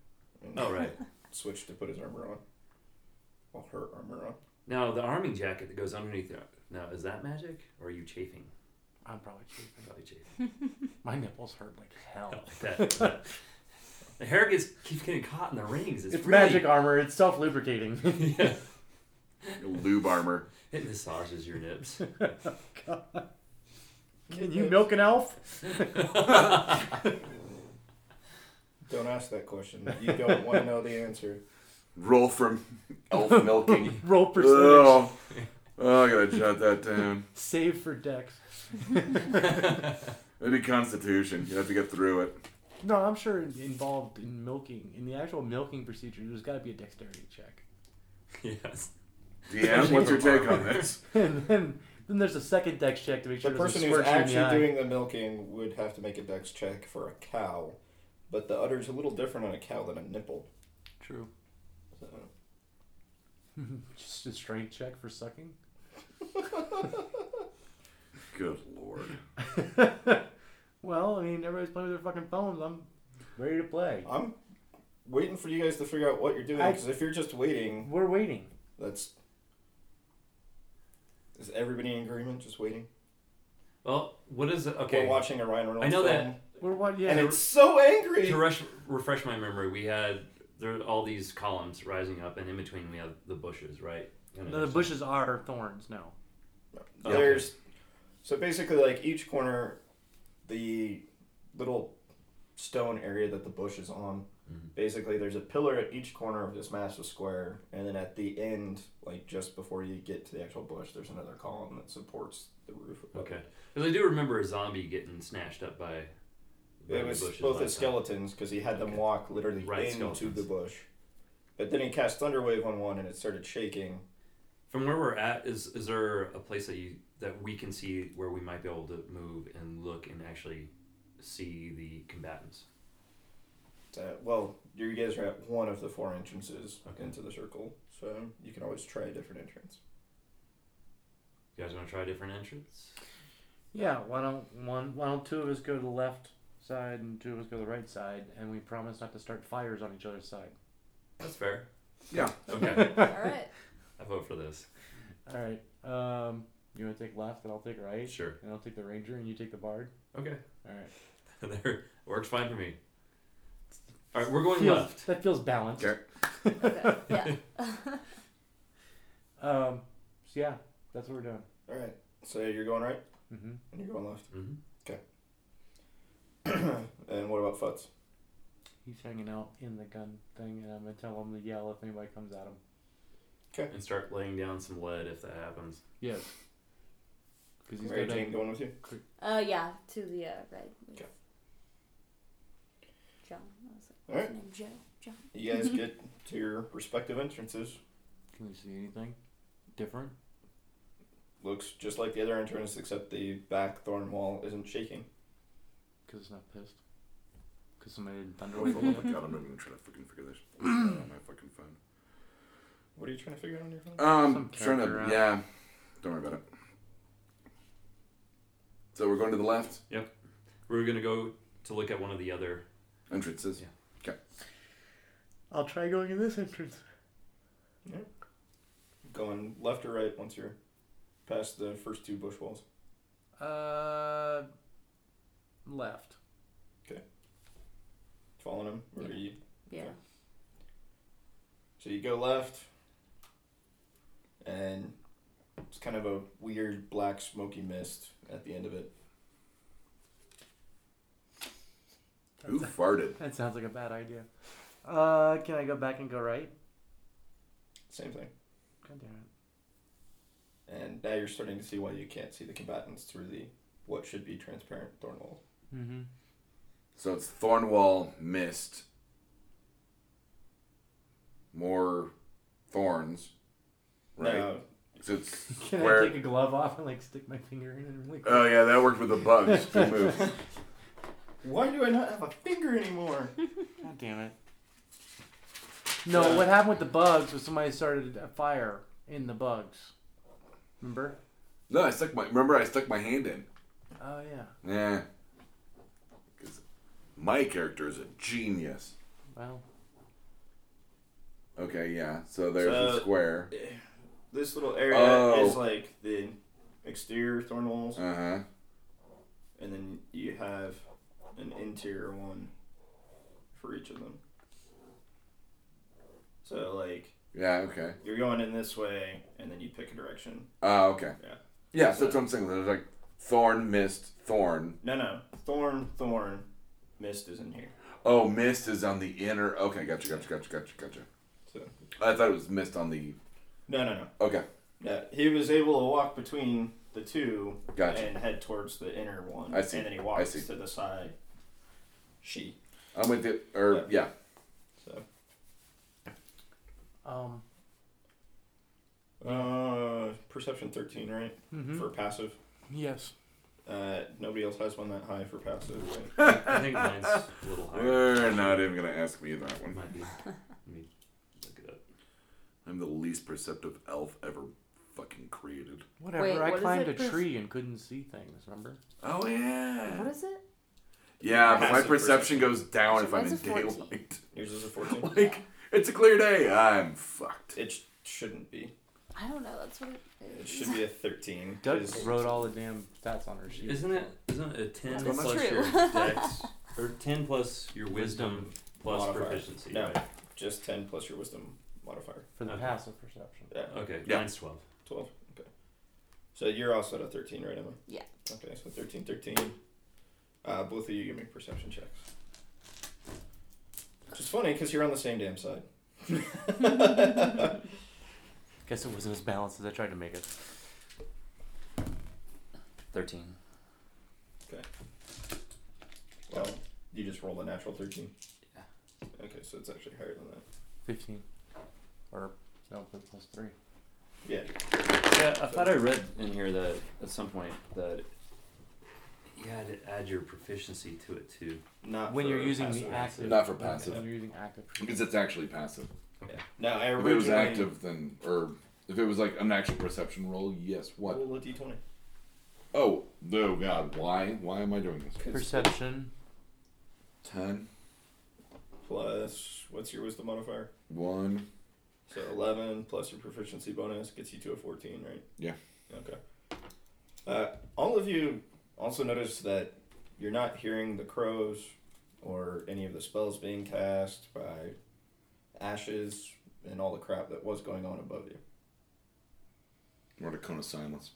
Oh right.
Switch to put his armor on. Well, her armor on.
Now the arming jacket that goes underneath it. Now is that magic or are you chafing?
I'm probably chafing.
Probably chafing.
My nipples hurt like hell.
That- that- the hair gets keeps getting caught in the rings. It's,
It's
really,
magic armor. It's self lubricating.
yeah,
Lube armor.
it massages your nips.
Can you milk an elf?
Don't ask that question. You don't want to know the answer.
Roll from elf milking.
Roll percentage.
oh, oh, I gotta jot that down.
Save for dex.
It'd be Constitution. You have to get through it.
No, I'm sure in- involved in milking, in the actual milking procedure, there's got to be a dexterity check.
yes.
DM, what's your take on this?
and then, then there's a second dex check to make
The
sure there's a
person who's
squirt in the eye.
actually doing the milking would have to make a dex check for a cow, but the udder's a little different on a cow than a nipple.
True.
So.
Just a strength check for sucking.
Good lord.
Well, I mean, everybody's playing with their fucking phones. I'm ready to play.
I'm waiting for you guys to figure out what you're doing
I-
because if you're just waiting,
We're waiting.
that's. Is everybody in agreement? Just waiting.
Well, what is it? Okay.
We're watching a Ryan Reynolds.
I know
film,
that-
We're what? Yeah.
and it's so angry.
To rush, refresh my memory, we had there are all these columns rising up, and in between we have the bushes, right? And
no, the bushes are thorns. No.
Okay.
There's so basically like each corner, the little stone area that the bush is on.
Mm-hmm.
Basically, there's a pillar at each corner of this massive square, and then at the end, like just before you get to the actual bush, there's another column that supports the roof. above
Okay.
it.
Because I do remember a zombie getting snatched up by. by
It
the
was
bushes
both
last
as skeletons because he had them
Okay.
walk literally
Right,
into
skeletons.
the bush. But then he cast Thunderwave on one, and it started shaking.
time. From where we're at, is is there a place that you that we can see where we might be able to move and look and actually see the combatants?
Uh, well, you guys are at one of the four entrances
Okay.
into the circle, so you can always try a different entrance.
You guys want to try a different entrance?
Yeah. Why don't one? Why don't two of us go to the left side and two of us go to the right side, and we promise not to start fires on each other's side.
That's fair.
Yeah.
Okay.
All right.
I vote for this.
All right. Um, you want to take left, and I'll take right,
Sure.
and I'll take the ranger, and you take the bard.
Okay.
All right.
there works fine for me. All right, we're going
Feels-
left.
That feels balanced.
Okay.
Okay. Yeah.
Um. So yeah, that's what we're doing.
All right, so you're going right
Mm-hmm.
and you're going left.
hmm
And what about Futz?
He's hanging out in the gun thing, and I'm gonna tell him to yell if anybody comes at him.
And start laying down some lead if that happens.
Yes. Because he's
Mary
got
Jane
a,
going with you?
Uh, yeah, to the uh, right.
Okay.
John. I was like,
All right.
what's his name? Joe. John.
You guys get to your respective entrances.
Can we see anything different?
Looks just like the other entrance, except the back thorn wall isn't shaking.
Because it's not pissed. Because somebody didn't
Oh
thunderwave.
my god, I'm not even trying to fucking figure this out on my fucking phone.
What are you trying to figure out on your phone?
Um,
Some
trying
character
to,
out.
yeah. Don't worry about it. So we're going to the left
We're gonna go to look at one of the other.
entrances.
Yeah.
I'll try going in this entrance.
Going left or right once you're past the first two bush walls.
Uh, left.
Following them, or
Yeah.
you
Yeah.
Okay. So you go left, and it's kind of a weird black smoky mist at the end of it.
Who farted?
That sounds like a bad idea. Uh, can I go back and go right?
Same thing.
God damn it.
And now you're starting to see why you can't see the combatants through the what should be transparent thorn wall.
Mm-hmm.
So it's Thornwall mist. More thorns. Right?
Now,
So it's
Can I
where.
take a glove off and like stick my finger in and really?
Oh yeah, that worked with the bugs. Good move.
why do I not have a finger anymore?
God damn it. Uh. No,
Yeah.
what happened with the bugs was somebody started a fire in the bugs. Remember?
No, I stuck my. Remember, I stuck my hand in.
Oh yeah.
Yeah. Because my character is a genius.
Well,
Okay, yeah. So there's the
So-
square.
This little area
Oh.
is like the exterior thorn walls,
Uh huh.
and then you have an interior one for each of them. So like
Yeah, okay.
you're going in this way, and then you pick a direction.
Oh, okay.
Yeah.
Yeah, so that's what I'm saying. There's like thorn, mist, thorn.
No, no, thorn, thorn, mist is in here.
Oh, mist is on the inner. Okay, gotcha, gotcha, gotcha, gotcha, gotcha.
So
I thought it was mist on the.
no, no, no.
Okay,
Yeah, he was able to walk between the two
Gotcha.
and head towards the inner one.
I see.
And then he
I
walks
see.
to the side. She.
I'm with you. Or yeah,
So.
um,
Uh, perception 13, right?
mhm.
Mm-hmm.
For passive.
yes.
Uh, nobody else has one that high for passive. Right?
I think mine's a little higher.
they're not even gonna ask me that one.
Might be. Let me look it up.
I'm the least perceptive elf ever fucking created.
Whatever.
Wait,
I
what is
climbed a
it for-
tree and couldn't see things. Remember?
Oh
What
yeah.
is it?
Yeah, but my
Passive
perception goes down
So
if I'm
mine's
in
a 14.
daylight.
Yours is a 14.
like it's a clear day. I'm fucked.
It sh- shouldn't be.
I don't know. That's what
It
it
should
is.
be a 13.
Doug
'cause-
wrote all the damn stats on her sheet.
Isn't it? Isn't it a ten
That's
plus
true.
your dex, or ten plus your wisdom plus
Modifier.
proficiency?
No,
right?
just 10 plus your wisdom modifier.
For the
Okay.
passive perception.
Yeah,
Okay.
Yeah.
Mine's twelve.
12. Okay. So you're also at a 13, right, Emma?
Yeah.
Okay, so 13, 13. Uh, both of you give me perception checks. Which is funny because you're on the same damn side.
Guess it wasn't as balanced as I tried to make it.
Thirteen.
Well, you just rolled a natural 13.
Yeah.
Okay, so it's actually higher than that.
Fifteen. Or no, but plus three.
Yeah.
Yeah, I thought I read in here that at some point that
You had to add your proficiency to it too.
Not
When
for
you're using the
passive.
active.
Not for passive.
When you're using active.
Because it's actually passive.
Yeah. No, I
If it
originally.
was active, then or if it was like an actual perception roll, yes. What?
Roll a d20.
Oh no, God! Why? Why am I doing this?
'Cause
Perception.
Ten.
Plus, what's your wisdom modifier?
One.
So 11 plus your proficiency bonus gets you to a 14, right?
Yeah.
Okay. Uh, all of you also notice that you're not hearing the crows or any of the spells being cast by ashes and all the crap that was going on above you.
What a cone of silence.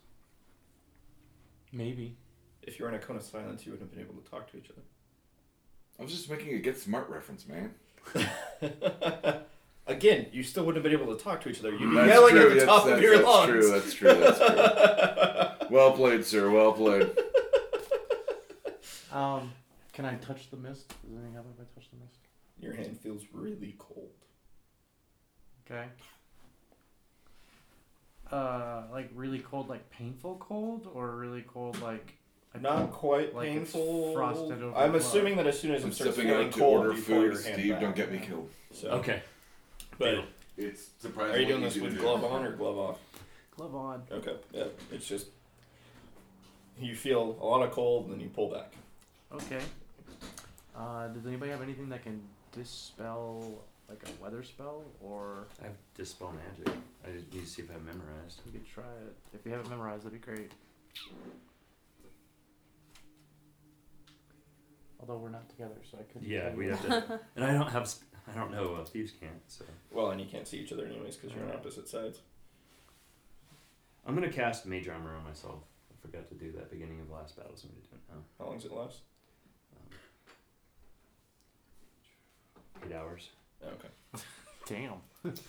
Maybe.
If you were in a cone of silence, you wouldn't have been able to talk to each
I was just making a get smart reference, man.
other. Again, you still wouldn't have been able to talk to each other. You'd be
That's
yelling
true,
at the
that's-
top of
that's-
your
that's
lungs.
True, that's true. That's true. well played, sir. Well played.
Um, can I touch the mist? Does anything happen if I touch the mist?
Your hand feels really cold.
Okay. Uh, like really cold, like painful cold, or really cold, like I
Not
don't-
quite
Like it's
painful.
frosted over
I'm
blood.
assuming that as soon as
I'm
it starts
stepping
feeling
out to
cold,
order
you pull your
food.
hand
Steve,
back.
don't get me killed.
So,
Okay.
But
It's surprising.
are you doing this with glove on or glove off?
glove on.
Okay. Yeah. It's just you feel a lot of cold, and then you pull back.
Okay. Uh, does anybody have anything that can dispel like a weather spell, or
I have dispel magic. I just need to see if I memorized.
we could try it if you haven't memorized? That'd be great. Although we're not together, so I couldn't.
Yeah,
tell
we
you.
have to. And I don't have. sp- I don't know. Uh, thieves can't. So
Well, and you can't see each other anyways because you're on opposite sides.
I'm gonna cast mage armor on myself. I forgot to do that beginning of last battle, so I'm gonna do it now.
How long does it last?
Um, Eight hours.
Okay.
Damn.
It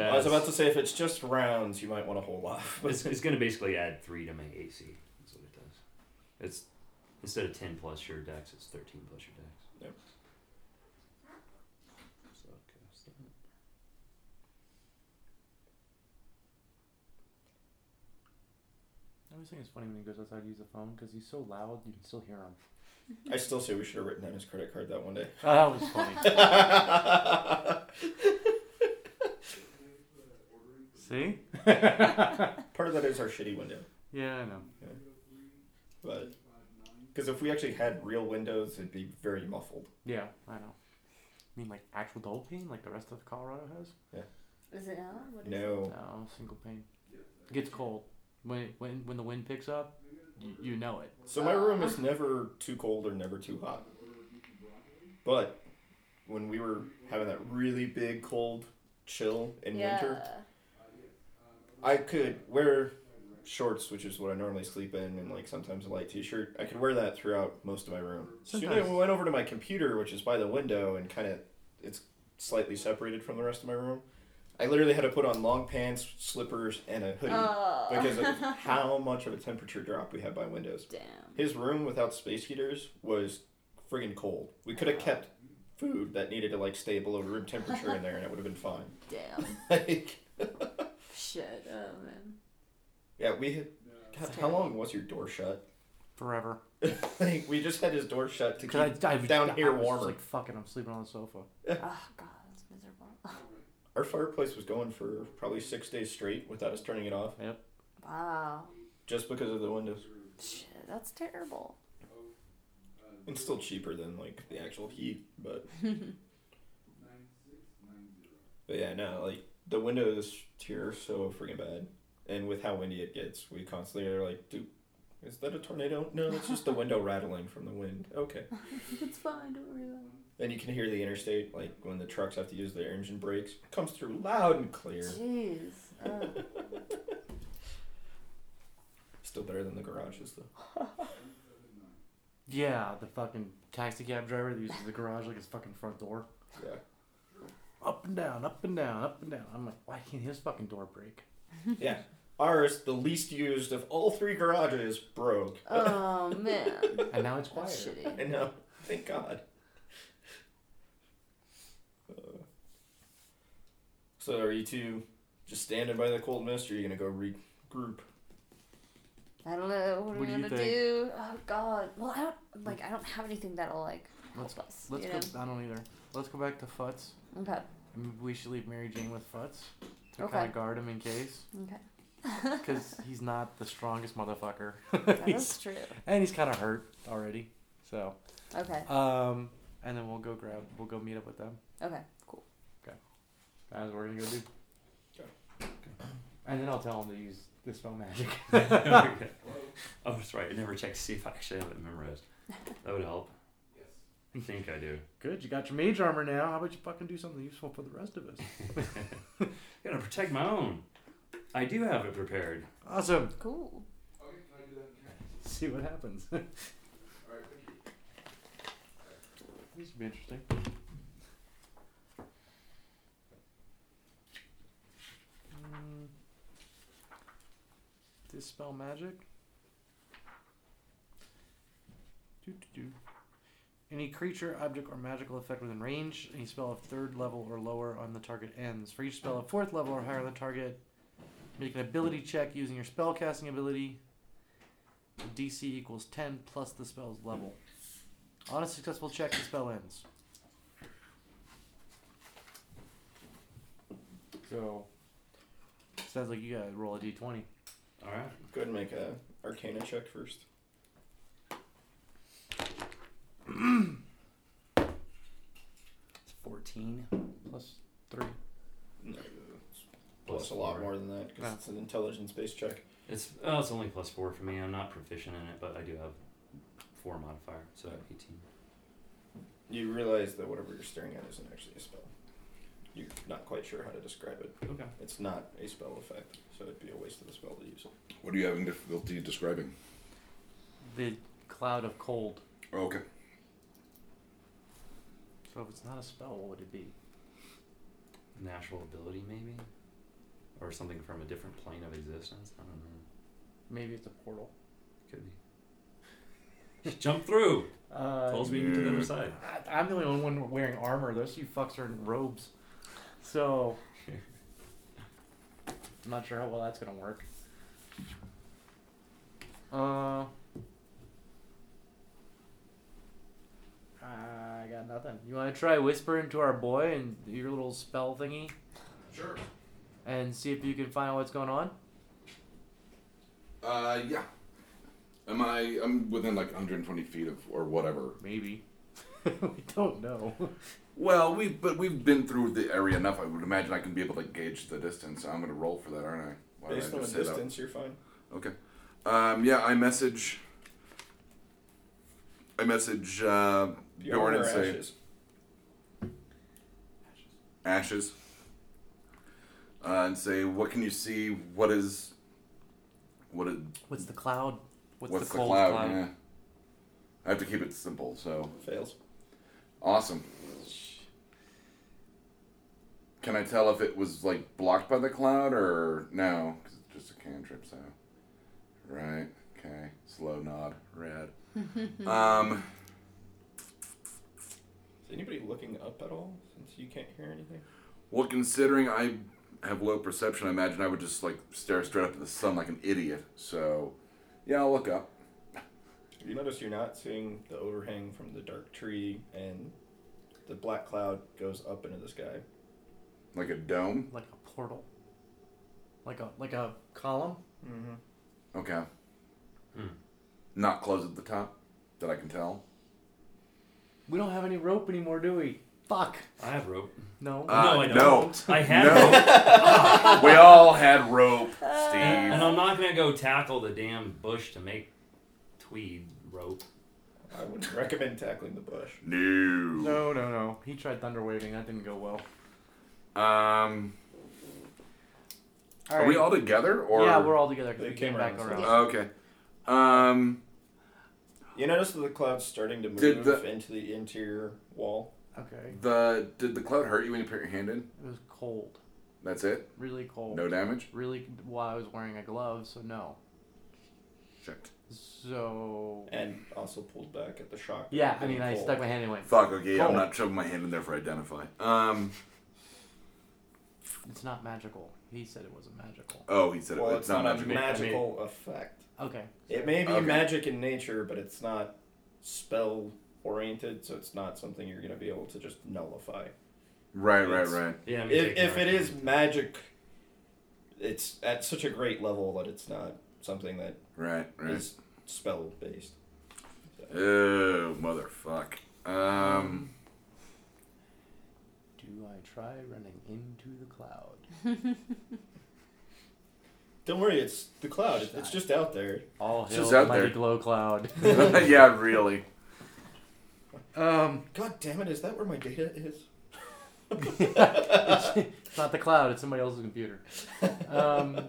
I was
adds-
about to say if it's just rounds, you might want to hold off.
It's, it's going to basically add three to my AC. That's what it does. It's instead of ten plus your dex, it's thirteen plus your dex.
Yep.
So I'll cast that.
I always think it's funny when he goes outside to use the phone because he's so loud you can still hear him.
I still say we should have written down his credit card that one day.
Oh, that was funny. See?
Part of that is our shitty window.
Yeah, I know.
but because if we actually had real windows, it'd be very muffled.
Yeah, I know. I mean, like actual double pane, like the rest of Colorado has.
Is it out? What is it?
No,
No, single pane. It gets cold when when when the wind picks up. You, you know it.
so my room is never too cold or never too hot. But when we were having that really big cold chill in
yeah.
winter, I could wear shorts, which is what I normally sleep in, and like sometimes a light t-shirt. I could wear that throughout most of my room. So then
Sometimes.
we went over to my computer, which is by the window, and kind of it's slightly separated from the rest of my room. I literally had to put on long pants, slippers, and a hoodie
Oh.
because of how much of a temperature drop we had by windows.
Damn.
His room without space heaters was friggin' cold. We could have kept food that needed to like stay below room temperature in there, and it would have been fine.
Damn.
Like.
Shit. Oh man.
Yeah, we had. God, how long was your door shut?
Forever.
like, we just had his door shut to keep
'Cause I- I-
down
I
here
was just
warmer.
Like fucking, I'm sleeping on the sofa.
Oh god, that's miserable.
Our fireplace was going for probably six days straight without us turning it off,
Wow.
just because of the windows.
Shit, that's terrible.
It's still cheaper than like the actual heat, but. but yeah, no, like the windows here are so freaking bad, and with how windy it gets, we constantly are like, dude. Is that a tornado? No, it's just the window rattling from the wind. Okay.
It's fine. Don't worry about it.
And you can hear the interstate, like when the trucks have to use their engine brakes, It comes through loud and clear.
Jeez. Uh, Ugh.
Still better than the garages, though.
Yeah, the fucking taxi cab driver that uses the garage like his fucking front door.
Yeah.
Up and down, up and down, up and down. I'm like, why can't his fucking door break?
Yeah. Ours, the least used of all three garages, broke.
Oh man.
And now it's
That's
quieter.
shitty.
I know. Thank God. Uh, so, are you two just standing by the cold mist, or are you going to go regroup?
I don't know. What are
What
we
do you
gonna do?
think?
Oh god. Well, I don't like. I don't have anything that'll like help
Let's-
us.
Let's
you
go. I don't either. Let's go back to Futz.
know? Okay.
And We should leave Mary Jane with Futz to
Okay.
kind of guard him in case,
Okay.
because he's not the strongest motherfucker,
that
He's-
is true.
and he's kind of hurt already. So,
Okay.
um, and then we'll go grab. We'll go meet up with them.
Okay. Cool.
That's what we're gonna go do.
Okay.
And then I'll tell him to use the spell magic.
okay. Oh, that's right. I never checked to see if I actually have it memorized. That would help. Yes. I think I do.
Good, you got your mage armor now. How about you fucking do something useful for the rest of us?
I gotta protect my own. I do have it prepared.
Awesome.
Cool.
See what happens. This would be interesting. Mm. Dispel magic. Doo-doo-doo. Any creature, object, or magical effect within range. Any spell of third level or lower on the target ends. For each spell of fourth level or higher on the target, make an ability check using your spell casting ability. DC equals 10 plus the spell's level. On a successful check, the spell ends. So, sounds like you gotta roll a d20.
All right.
Go ahead and make a arcana check first.
It's 14 plus 3.
No. it's Plus a lot
four.
more than that, because
Yeah.
it's an intelligence based check.
It's oh, it's only plus four for me. I'm not proficient in it, but I do have four modifier, so
Okay.
eighteen.
You realize that whatever you're staring at isn't actually a spell. You're not quite sure how to describe it.
Okay.
It's not a spell effect, so it'd be a waste of the spell to use.
What are you having difficulty describing?
The cloud of cold.
Oh, okay.
So, if it's not a spell, what would it be?
Natural ability, maybe, or something from a different plane of existence. I don't know.
Maybe it's a portal.
Could be. Just jump through.
Uh,
Pulls me to the
yeah.
other side.
I- I'm the only one wearing armor. The rest of you fucks are in robes. So, I'm not sure how well that's gonna work. Uh, I got nothing. You want to try whispering to our boy and your little spell thingy,
Sure.
and see if you can find out what's going on?
Uh, yeah. Am I? I'm within like 120 feet of or whatever.
Maybe. we don't know.
Well, we but we've been through the area enough. I would imagine I can be able to gauge the distance. I'm gonna roll for that, aren't I? Why did I
Based on the
just say that?
distance, you're fine.
Okay. Um, yeah, I message. I message uh, Bjorn
Bjorn
and
or
say
Ashes?
ashes uh, and say what can you see what is what is,
What's the cloud? What's,
what's,
the cold
cloud,
cloud?
Yeah. i have to keep it simple so
Fails.
awesome can i tell if it was like blocked by the cloud or no 'Cause it's just a cantrip so right okay slow nod red um
Is anybody looking up at all since you can't hear anything?
well considering i have low perception i imagine i would just like stare straight up at the sun like an idiot so yeah i'll look up
You notice you're not seeing the overhang from the dark tree, and the black cloud goes up into the sky.
Like a dome?
Like a portal. Like a like a column.
Mm-hmm.
Okay.
Hmm.
Not closed at the top, that I can tell.
We don't have any rope anymore, do we?
Fuck.
I have rope.
No.
Uh,
no, I don't.
no.
I have rope,
No. we all had rope,
and, and
Steve.
I'm not gonna go tackle the damn bush to make tweed rope.
I would recommend tackling the bush.
No.
No, no, no. He tried thunder waving. That didn't go well.
Um,
All
are we all together? Or?
yeah, we're all together because
They
we
came
came back
around,
around.
so-
Okay. Um,
You notice that the cloud's starting to move
Did the-
into the interior wall.
Okay.
the did the cloud hurt you when you put your hand in?
It was cold.
That's it.
Really cold.
No damage.
Really while I was wearing a glove, so no.
Shit.
So
And also pulled back at the shock. of
Yeah, I
being
mean I
cold.
stuck my hand in it. went,
Fuck. Okay, yeah, I'm
Oh.
not shoving my hand in there for identify. Um.
It's not magical. He said it wasn't magical.
Oh, he said it.
Well,
It's, not,
a
magical.
magical effect.
Okay.
It may be
Okay.
magic in nature, but it's not spell oriented, so it's not something you're going to be able to just nullify.
Right. Right.
It's-
Right.
Yeah, I'm
If,
taking
if it
rope.
is magic, it's at such a great level that it's not something that
Right. Right.
is spell based.
Oh, motherfuck. Um,
Do I try running into the cloud?
Don't worry, it's the cloud. It- It's just out there.
All
It's
hail
just
the
out
mighty
there.
glow cloud.
yeah, really.
Um,
God damn it! Is that where my data is?
it's not the cloud. It's somebody else's computer. Um,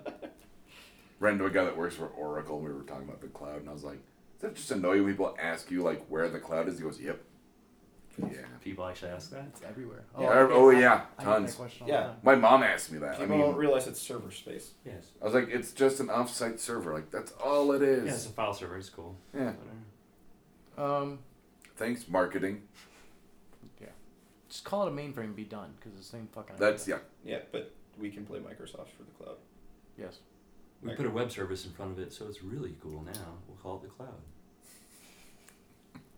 Ran into a guy that works for Oracle. and We were talking about the cloud, and I was like, "Does that just annoy you when people ask you like where the cloud is?" He goes, "Yep." Yeah.
People actually ask that.
it's everywhere.
Oh, oh yeah,
I get that
tons.
question all
Yeah.
the time.
My mom asked me that.
People
I mean,
don't realize it's server space.
Yes.
I was like, "It's just an offsite server. Like that's all it is."
Yeah, it's a file server. It's cool.
Yeah.
Whatever.
Um,
Thanks, marketing.
just call it a mainframe and be done, because it's the same fucking.
That's
idea.
yeah.
Yeah, but we can play Microsoft for the cloud.
Yes.
We put a web service in front of it, so it's really cool now. We'll call it the cloud.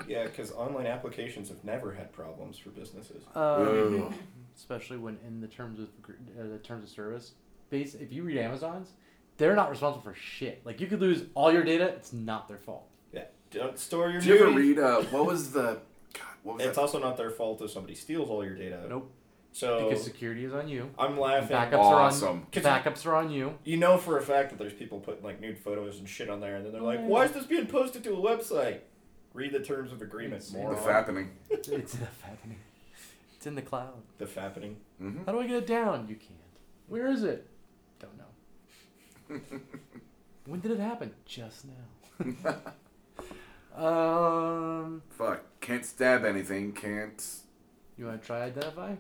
Yeah, because online applications have never had problems for businesses.
Um,
Ugh.
especially when in the terms of agr- uh, the terms of service, base. If you read Amazon's, they're not responsible for shit. Like you could lose all your data. It's not their fault.
Yeah, don't store your.
Did you ever
nudity.
read? Uh, what was the? God, what was
It's
that?
also not their fault if somebody steals all your data.
Nope.
So
Because security is on you.
I'm laughing.
Backups are on.
Awesome.
Could you-
Backups are on you.
You know for a fact that there's people putting like nude photos and shit on there, and then they're like, "Why is this being posted to a website?" Read the terms of agreement.
It's-
The
moron.
fappening.
It's it's happening. It's in the cloud.
The fapping.
hmm
How do I get it down? You can't. Where is it? Don't know. when did it happen? Just now. um,
Fuck. Can't stab anything. Can't.
you want to try identify?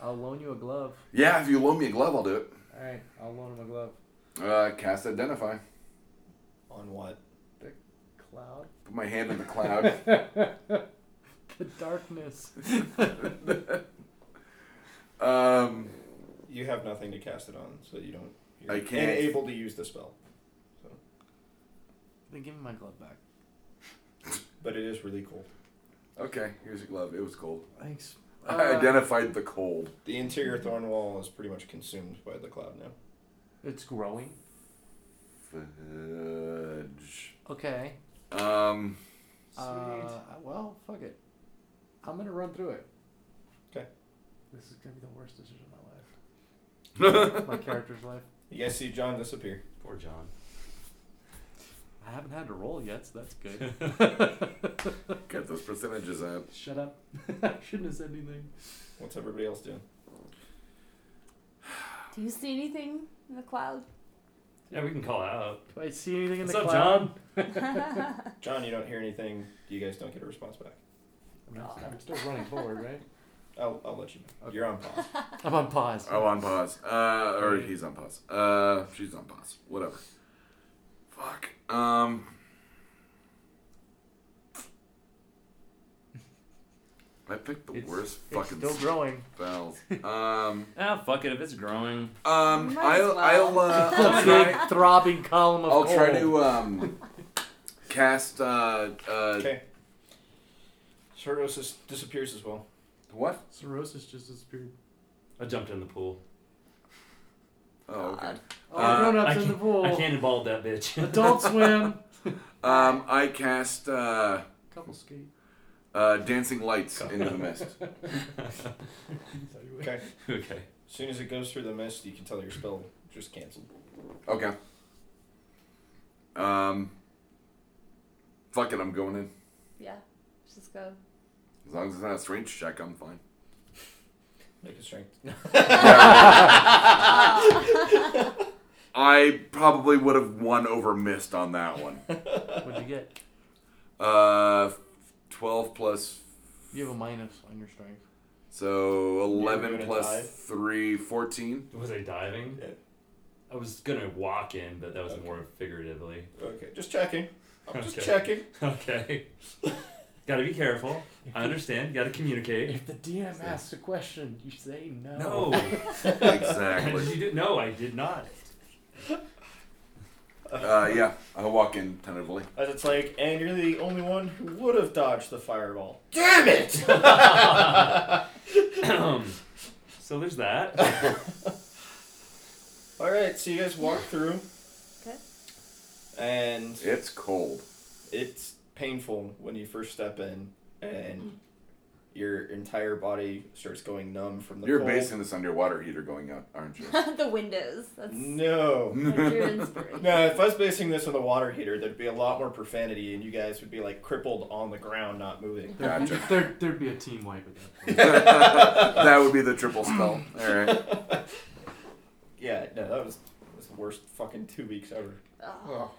I'll loan you a glove.
Yeah, if you loan me a glove, I'll do it.
all right. I'll loan him a glove.
Uh, cast identify.
On what?
Cloud,
Put my hand in the cloud.
the darkness.
Um,
You have nothing to cast it on, so you don't. You're
I can't.
Unable to use the spell,
Then give me my glove back.
but it is really cool.
okay, here's your glove. It was cold.
Thanks.
I
Uh,
identified the cold.
The interior thorn wall is pretty much consumed by the cloud now.
It's growing.
Fud. damage.
Okay.
Um,
Uh, well, fuck it. I'm gonna run through it.
'Kay.
This is gonna be the worst decision of my
I
life. My character's life.
You guys see John disappear.
Poor John.
I haven't had to roll yet, so that's good.
got those percentages up.
Shut up. I shouldn't have said anything.
What's everybody else doing?
Do you see anything in the cloud?
Yeah, we can call out.
Do I see anything in
What's
the
up,
cloud?
John?
John, you don't hear anything. You guys don't get a response back.
I'm,
Oh,
I'm still running forward, right?
I'll, I'll let you. You're on pause.
I'm on pause.
Oh, on pause. Uh, or he's on pause. Uh, she's on pause. Whatever. Fuck. Um. I picked the
It's-
worst
It's
fucking
still growing.
spells. Um,
Ah, fuck it. If it's growing,
um,
Might as
I'll,
well.
I'll, uh, I'll
A
try.
big throbbing column of
I'll
coal.
try to um, cast uh, uh,
Okay. Sardosis disappears as well.
what?
Cirrhosis just disappeared.
I jumped in the pool.
Oh, okay.
Oh,
Uh,
grown
I
ups in
can-
the pool.
I cannonballed that bitch.
Adult swim.
Um, I cast uh,
Couple skate.
uh, dancing lights into the mist.
Okay.
okay.
As soon as it goes through the mist, you can tell your spell just canceled.
Okay. Um. Fuck it, I'm going in.
Yeah. Let's just go.
As long as it's not a strength check, I'm fine.
Make a strength.
I probably would have won over missed on that one.
What'd you get?
Uh, twelve plus,
You have a minus on your strength.
so eleven
gonna
plus
dive.
three, 14.
Was I diving?
Yeah.
I was gonna walk in, but that was
Okay.
more figuratively.
Okay. Just checking. I'm just
Okay.
checking.
Okay. Gotta be careful. I understand. Gotta communicate.
If the DM asks a question, you say no.
No. Did
Exactly.
you do? No, I did not.
Uh, yeah, I'll walk in tentatively.
As it's like, and you're the only one who would have dodged the fireball. Damn it!
Um.
so there's that.
All right, so you guys walk through,
Okay.
and
It's cold.
it's painful when you first step in,
Mm.
and your entire body starts going numb from the
You're
cold.
basing this on your water heater going out, aren't you?
the windows. That's,
No.
that's your inspiration.
No, if I was basing this on the water heater, there'd be a lot more profanity, and you guys would be like crippled on the ground, not moving.
Gotcha.
There, there'd be a team wipe at that point.
that would be the triple spell. All right.
Yeah, no, that was, that was the worst fucking two weeks ever.
Oh,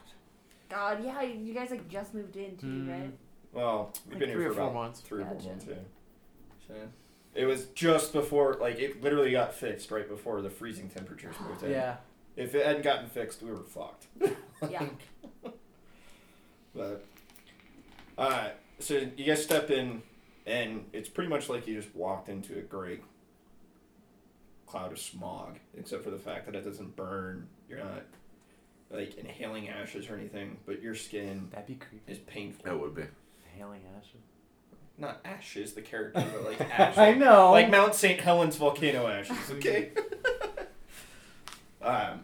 God, yeah, you guys like just moved in too, right?
Well, we've
Like
been here
three
for
or four
about
months.
three or four
Gotcha.
months. Yeah. So it was just before, like it literally got fixed right before the freezing temperatures moved in.
Yeah.
If it hadn't gotten fixed, we were fucked.
Yeah.
But all right, so you guys step in, and it's pretty much like you just walked into a great cloud of smog, except for the fact that it doesn't burn. You're not like inhaling ashes or anything, but your skin
That'd be creepy.
is painful.
That would be.
Hailing ashes.
Not ashes, the character, but like ashes.
I know.
like Mount St. Helens volcano ashes. Okay. um,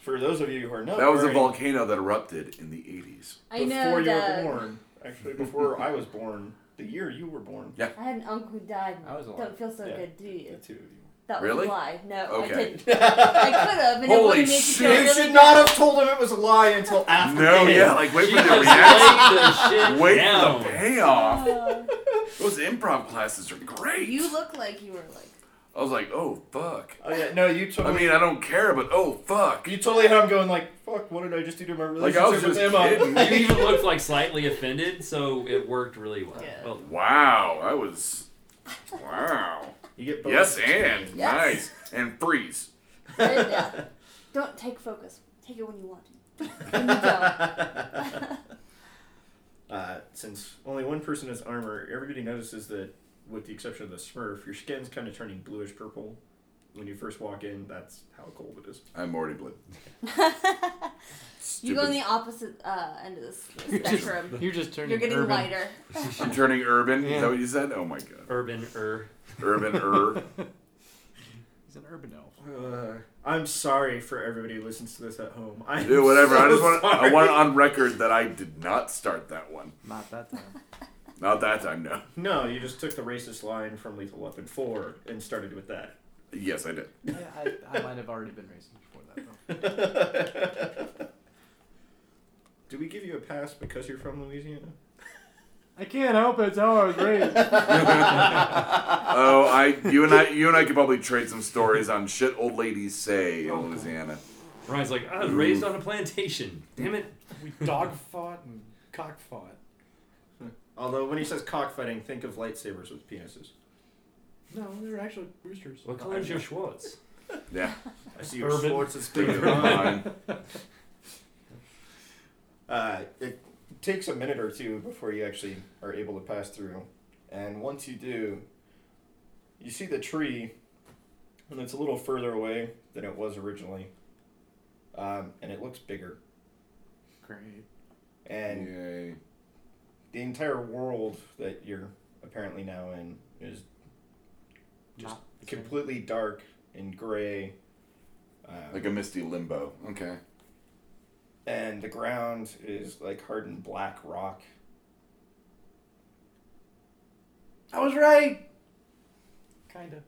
for those of you who are not,
That was a
wearing-
volcano that erupted in the 80s.
I know.
Before you were
Doug.
born, actually, before I was born, the year you were born,
I had an uncle who died.
I was alive.
Don't feel so
Yeah.
good, do
the
you?
two of you.
That was
Really?
a lie. No,
Okay.
I didn't. I could have, and it
Holy
would have made you
shit.
feel
You
really
should not have told him it was a lie until after.
No,
the-
yeah, like wait for the
Jesus,
reaction.
lay the shit
Wait for
down.
the payoff.
bad. Uh,
Those improv classes are great.
you look like you were like.
I was like, oh fuck.
Oh yeah, no, you
I
totally.
mean, I don't care, but oh fuck.
you totally had him going like, "Fuck, what did I just do to my
Like,
relationship
I was
with
just
Emma?"
You
kidding.
even looked like slightly offended, so it worked really well.
Yeah.
Well,
Wow, I was. Wow.
You get both.
Yes, and
Yes.
nice and freeze.
yeah. Don't take focus. Take it when you want to. When you don't.
Uh, since only one person has armor, everybody notices that, with the exception of the Smurf, your skin's kind of turning bluish purple. When you first walk in, that's how cold it is.
I'm already blue.
You go on
Stupid.
the opposite uh, end of this this spectrum.
You're just turning
You're getting
urban.
lighter.
I'm
er.
turning urban. Is that what you said? Oh my god.
urban er.
Urban er.
He's an urban elf.
Uh, I'm sorry for everybody who listens to this at home. I
Do whatever. I just want. I
sorry.
want it on record that I did not start that one.
Not that time.
Not that time. No.
No, you just took the racist line from Lethal Weapon 4 and started with that.
Yes, I did.
yeah, I, I might have already been racing before that though.
Do we give you a pass because you're from Louisiana?
I can't help it. It's how I was raised.
Oh, I. You and I. You and I could probably trade some stories on shit old ladies say
Oh,
in Louisiana.
Ryan's like,
Mm.
I was raised on a plantation. Damn it.
we dog fought and cock fought.
Although, when he says cockfighting, think of lightsabers with penises.
No, they were actually roosters.
What color is your Schwartz?
Yeah.
I see your
Urban.
Schwartz is
Bring
bigger
it
than mine.
on.
Uh, it takes a minute or two before you actually are able to pass through. And once you do, you see the tree, and it's a little further away than it was originally. Um, and it looks bigger.
Great.
And
Yay.
the entire world that you're apparently now in is just
Not the same.
completely dark and gray. Uh,
Like a misty limbo. Okay.
and the ground is like hardened black rock.
I was right. Kinda.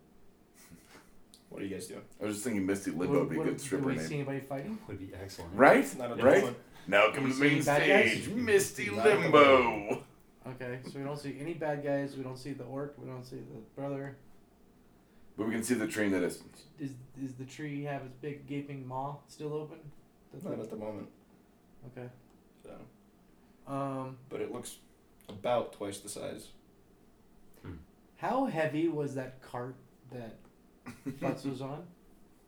What are you guys doing?
I was just thinking Misty Limbo would be a good stripper
we see
name.
anybody fighting?
Would be excellent.
Right?
It's not a
Right?
one.
Now come to the main
See bad guys?
stage. Misty
Not a
Limbo.
Okay, so we don't see any bad guys. We don't see the orc. We don't see the brother.
But we can see the tree in the distance.
Is is the tree have its big gaping maw still open? Does
Not
it-
at the moment.
Okay.
So.
Um,
but it looks about twice the size.
how heavy was that cart that Butts was on?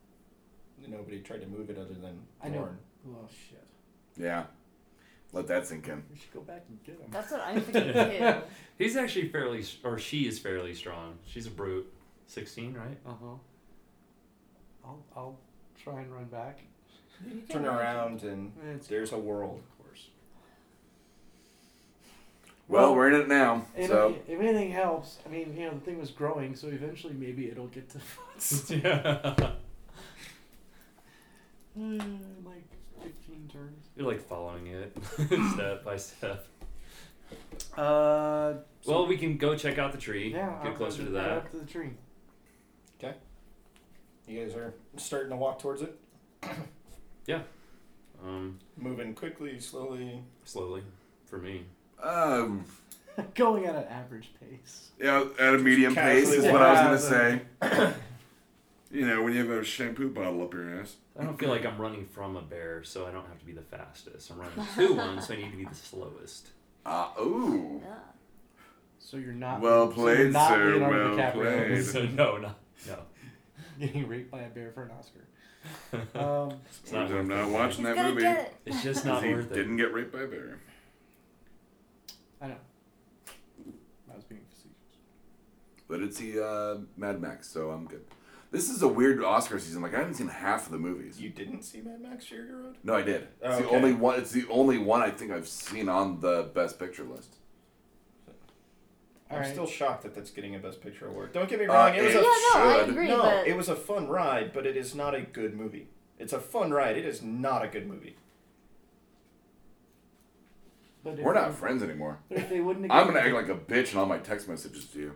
Nobody tried to move it other than
I know.
Lauren.
Oh shit!
Yeah. Let that sink in.
We should go back and get him.
That's what I'm thinking too.
He's actually fairly, s- or she is fairly strong. She's a brute. 16, right?
Uh huh. I'll I'll try and run back.
Turn around and
It's-
there's a world, of course.
Well,
Well,
we're in it now.
And
So
if, if anything helps, I mean, you know, the thing was growing, so eventually maybe it'll get to Butts.
yeah.
Uh, like fifteen turns.
You're like following it step by step.
Uh.
Well, we can go check out the tree.
Yeah.
Get
I'll
closer
go
to
right
that.
Up to the tree.
You guys are starting to walk towards it,
Um,
moving quickly, slowly.
slowly, for me.
um
Going at an average pace.
yeah, at a medium pace
Casually
is what I was
walk.
gonna say. you know, when you have a shampoo bottle up your ass.
I don't feel like I'm running from a bear, so I don't have to be the fastest. I'm running to one, so I need to be the slowest.
Ah, ooh.
Yeah.
So you're not.
Well
so you're
played,
not
sir,
Leonardo
well
DiCaprio
played.
so no, no, no.
Getting raped by a bear for an Oscar. Um,
It's not
I'm
worth
not
it.
He's
watching that
gonna
movie.
get it.
It's just
'cause
not
he
worth it.
didn't get raped by a bear.
I know. I was being facetious.
But it's the uh, Mad Max, so I'm good. This is a weird Oscar season. Like I haven't seen half of the movies.
You didn't see Mad Max Fury Road?
No, I did. It's
Oh,
the
okay.
only one. It's the only one I think I've seen on the Best Picture list.
All
I'm
right.
still shocked that that's getting a Best Picture award. Don't get me
Uh,
wrong. it was
it
Yeah,
a
no, I
should.
agree,
no.
but
It was a fun ride, but it is not a good movie. It's a fun ride. It is not a good movie.
But if
We're not
they-
friends anymore.
but if they wouldn't. have
I'm
given
gonna act
it-
like a bitch in all my text messages to you.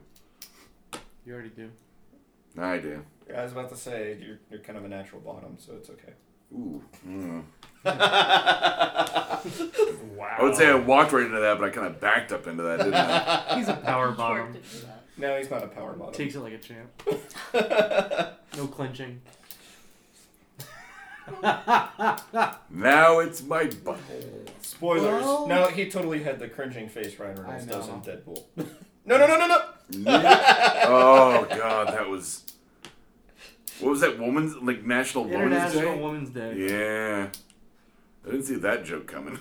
You already do.
I do.
I was about to say you're, you're kind of a natural bottom, so it's okay.
Ooh. Mm.
Wow.
I would say I walked right into that, but I kind of backed up into that, didn't I?
He's a power
Torque
bomb.
um,
to do that.
No, he's not a power bottom.
Takes it like a champ. no clinching.
now it's my butthole.
Spoilers.
Well-
no, he totally had the cringing face Ryan Reynolds
I know.
does in Deadpool. no, no, no, no, no.
oh god, that was. What was that woman's like National Women's
International
Day?
Women's Day.
Yeah. I didn't see that joke coming.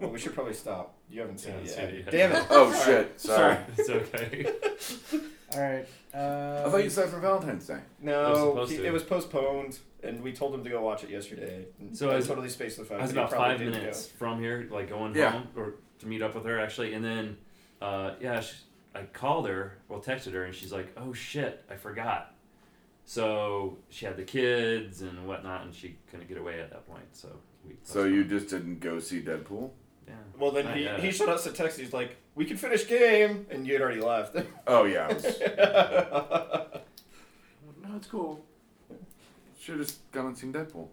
Well, we should probably stop. You haven't seen it
Yeah, I
yet.
haven't seen it yet.
Damn it.
Oh shit! Sorry.
Sorry.
It's okay.
All right. Uh,
I thought you said for Valentine's Day.
It was
No,
supposed
he-
to.
it was postponed, and we told him to go watch it yesterday.
So
So I
as-
totally spaced the fact.
I was
that he
about
Uh, probably
five
did
minutes from here, like going
Yeah.
home or to meet up with her actually, and then uh, yeah, she, I called her, well, texted her, and she's like, "Oh shit, I forgot." So she had the kids and whatnot, and she couldn't get away at that point. So we.
So you just didn't go see Deadpool?
Yeah.
Well, then
Not
he,
yet.
he shot us a text. He's like, "We can finish game," and you had already left.
Oh yeah, I was,
No, it's cool.
should have just gone and seen Deadpool.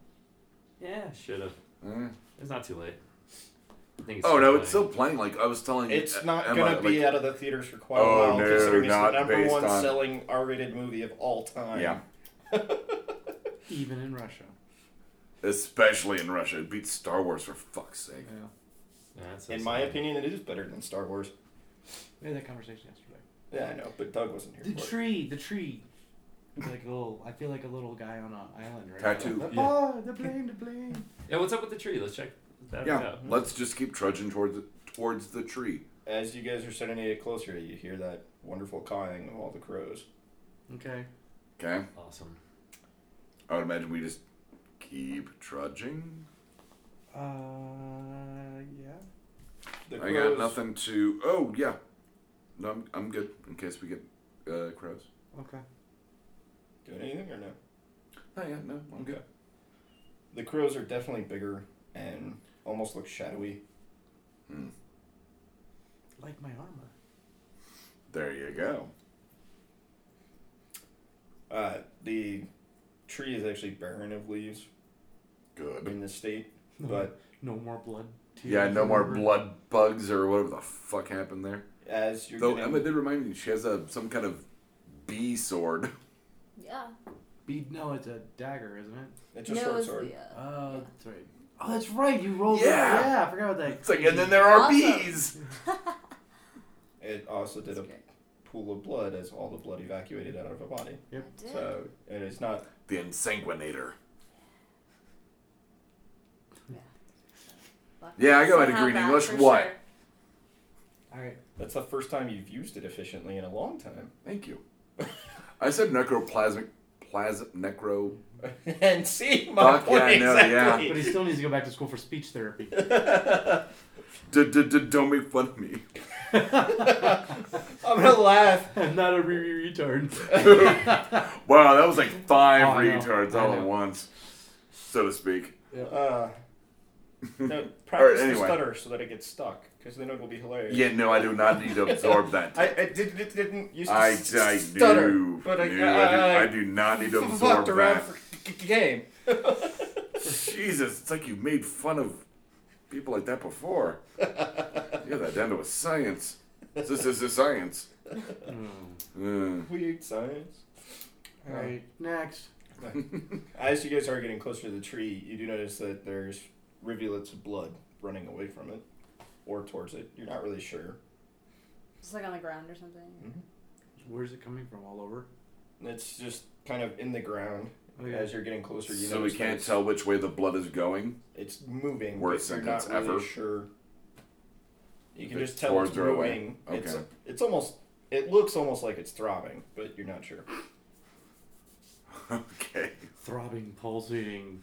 Yeah, should have.
Eh.
It's not too late. I think
Oh no,
late.
it's still playing. Like I was telling
it's
uh,
not
Emma,
gonna be
like-
out of the theaters for quite
Oh,
a while,
no,
considering it's the
not
number
based
one
on-
selling R-rated movie of all time.
Yeah,
Even in Russia.
especially in Russia. It beats Star Wars for fuck's sake.
Yeah.
Yeah, that's so
In my
sad.
opinion, it is better than Star Wars.
We had that conversation yesterday.
Yeah, I know, but Doug wasn't here.
The
for it.
tree, the tree. It's like a little. I feel like a little guy on an island right
Tattoo.
now.
Yeah.
Oh, the blame, the blame.
Yeah, what's up with the tree? Let's check that
Yeah,
out.
let's just keep trudging towards towards the tree.
As you guys are sitting it closer, you hear that wonderful cawing of all the crows.
Okay.
Okay,
Awesome.
I would imagine we just keep trudging.
Uh, yeah.
The
I got nothing to. Oh yeah, no, I'm, I'm good. In case we get uh, crows.
Okay.
Doing anything or no?
Oh yeah, no, I'm good.
The crows are definitely bigger and almost look shadowy.
Like my armor.
There you go.
Uh, the tree is actually barren of leaves
Good.
in this state, but
No more blood.
Yeah, no more blood bugs or whatever the fuck happened there.
as you're
Though
getting-
Emma did remind me she has a some kind of bee sword.
Yeah.
Be, no, it's a dagger, isn't it?
it's a
No,
short
it's
sword.
the, uh,
Oh, that's right. Oh, that's right. You rolled.
Yeah.
It. Yeah, I forgot about that.
It's like, and then there are
Awesome.
bees.
It also did
that's
a
great.
pool of blood as all the blood evacuated out of her body.
Yep.
I did.
So it is not.
The ensanguinator.
Lucky
Yeah, I go
to
into
have
Green
that
English.
for
What?
sure.
All right.
That's the first time you've used it efficiently in a long time.
Thank you. I said necroplasmic plasm necro.
and see my
Fuck,
point
yeah, I know,
exactly.
But he still needs to go back to school for speech therapy.
D- d- d- Don't make fun of me.
I'm gonna laugh.
I'm not a re retard.
Wow, that was like five
Oh, I know,
retards
I
all at
know.
once, so to speak.
Uh, no, practice the
anyway.
stutter so that it gets stuck, because then it will be hilarious.
Yeah, no, I do not need to absorb that.
I, I did, did, didn't use to
I,
s-
I
stutter,
do.
but I,
do, I, do,
I,
I do not need to absorb
fucked around
that.
for g- g- game.
Jesus, it's like you made fun of people like that before. You're that down to a science. This is a science.
Oh,
Mm.
Weird science.
All right. Next.
As you guys are getting closer to the tree, you do notice that there's rivulets of blood running away from it, or towards it. You're not really sure.
Just like on the ground or something.
Where's it coming from? All over.
It's just kind of in the ground.
Okay.
As you're getting closer, you
So we
notice that
can't
it's-
tell which way the blood is going.
It's moving.
Worst
but you're
sentence
not really
ever.
sure. You can
If
just
it's
tell it's
towards or away.
moving. It's
Okay.
it's almost it looks almost like it's throbbing, but you're not sure.
Okay.
Throbbing, pulsating.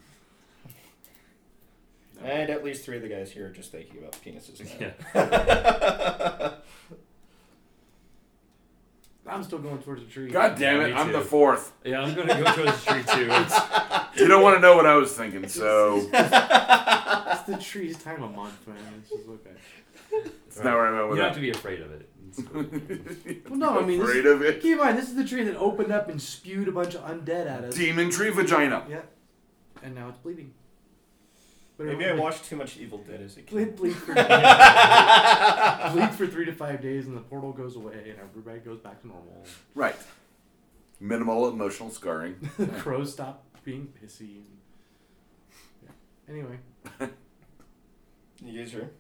And at least three of the guys here are just thinking about penises. Now.
Yeah.
I'm still going towards the tree.
God damn
Yeah,
it,
me
I'm the
too.
fourth.
Yeah, I'm gonna go towards the tree too. It's-
You don't want to know what I was thinking, so
It's the tree's time of month, man. It's just okay.
it's not where I'm at
you
with
don't
that.
have to be afraid of it. It's cool.
Well, no, I mean, this,
Afraid of it.
keep in mind, this is the tree that opened up and spewed a bunch of undead at us.
Demon tree vagina.
Yeah. And now it's bleeding. But
Maybe I
everyone-
watched too much Evil Dead as a
Bleed,
kid.
bleed, for, bleed for three to five days, and the portal goes away, and everybody goes back to normal.
Right. Minimal emotional scarring.
The crows stop being pissy. And, yeah. Anyway,
You guys are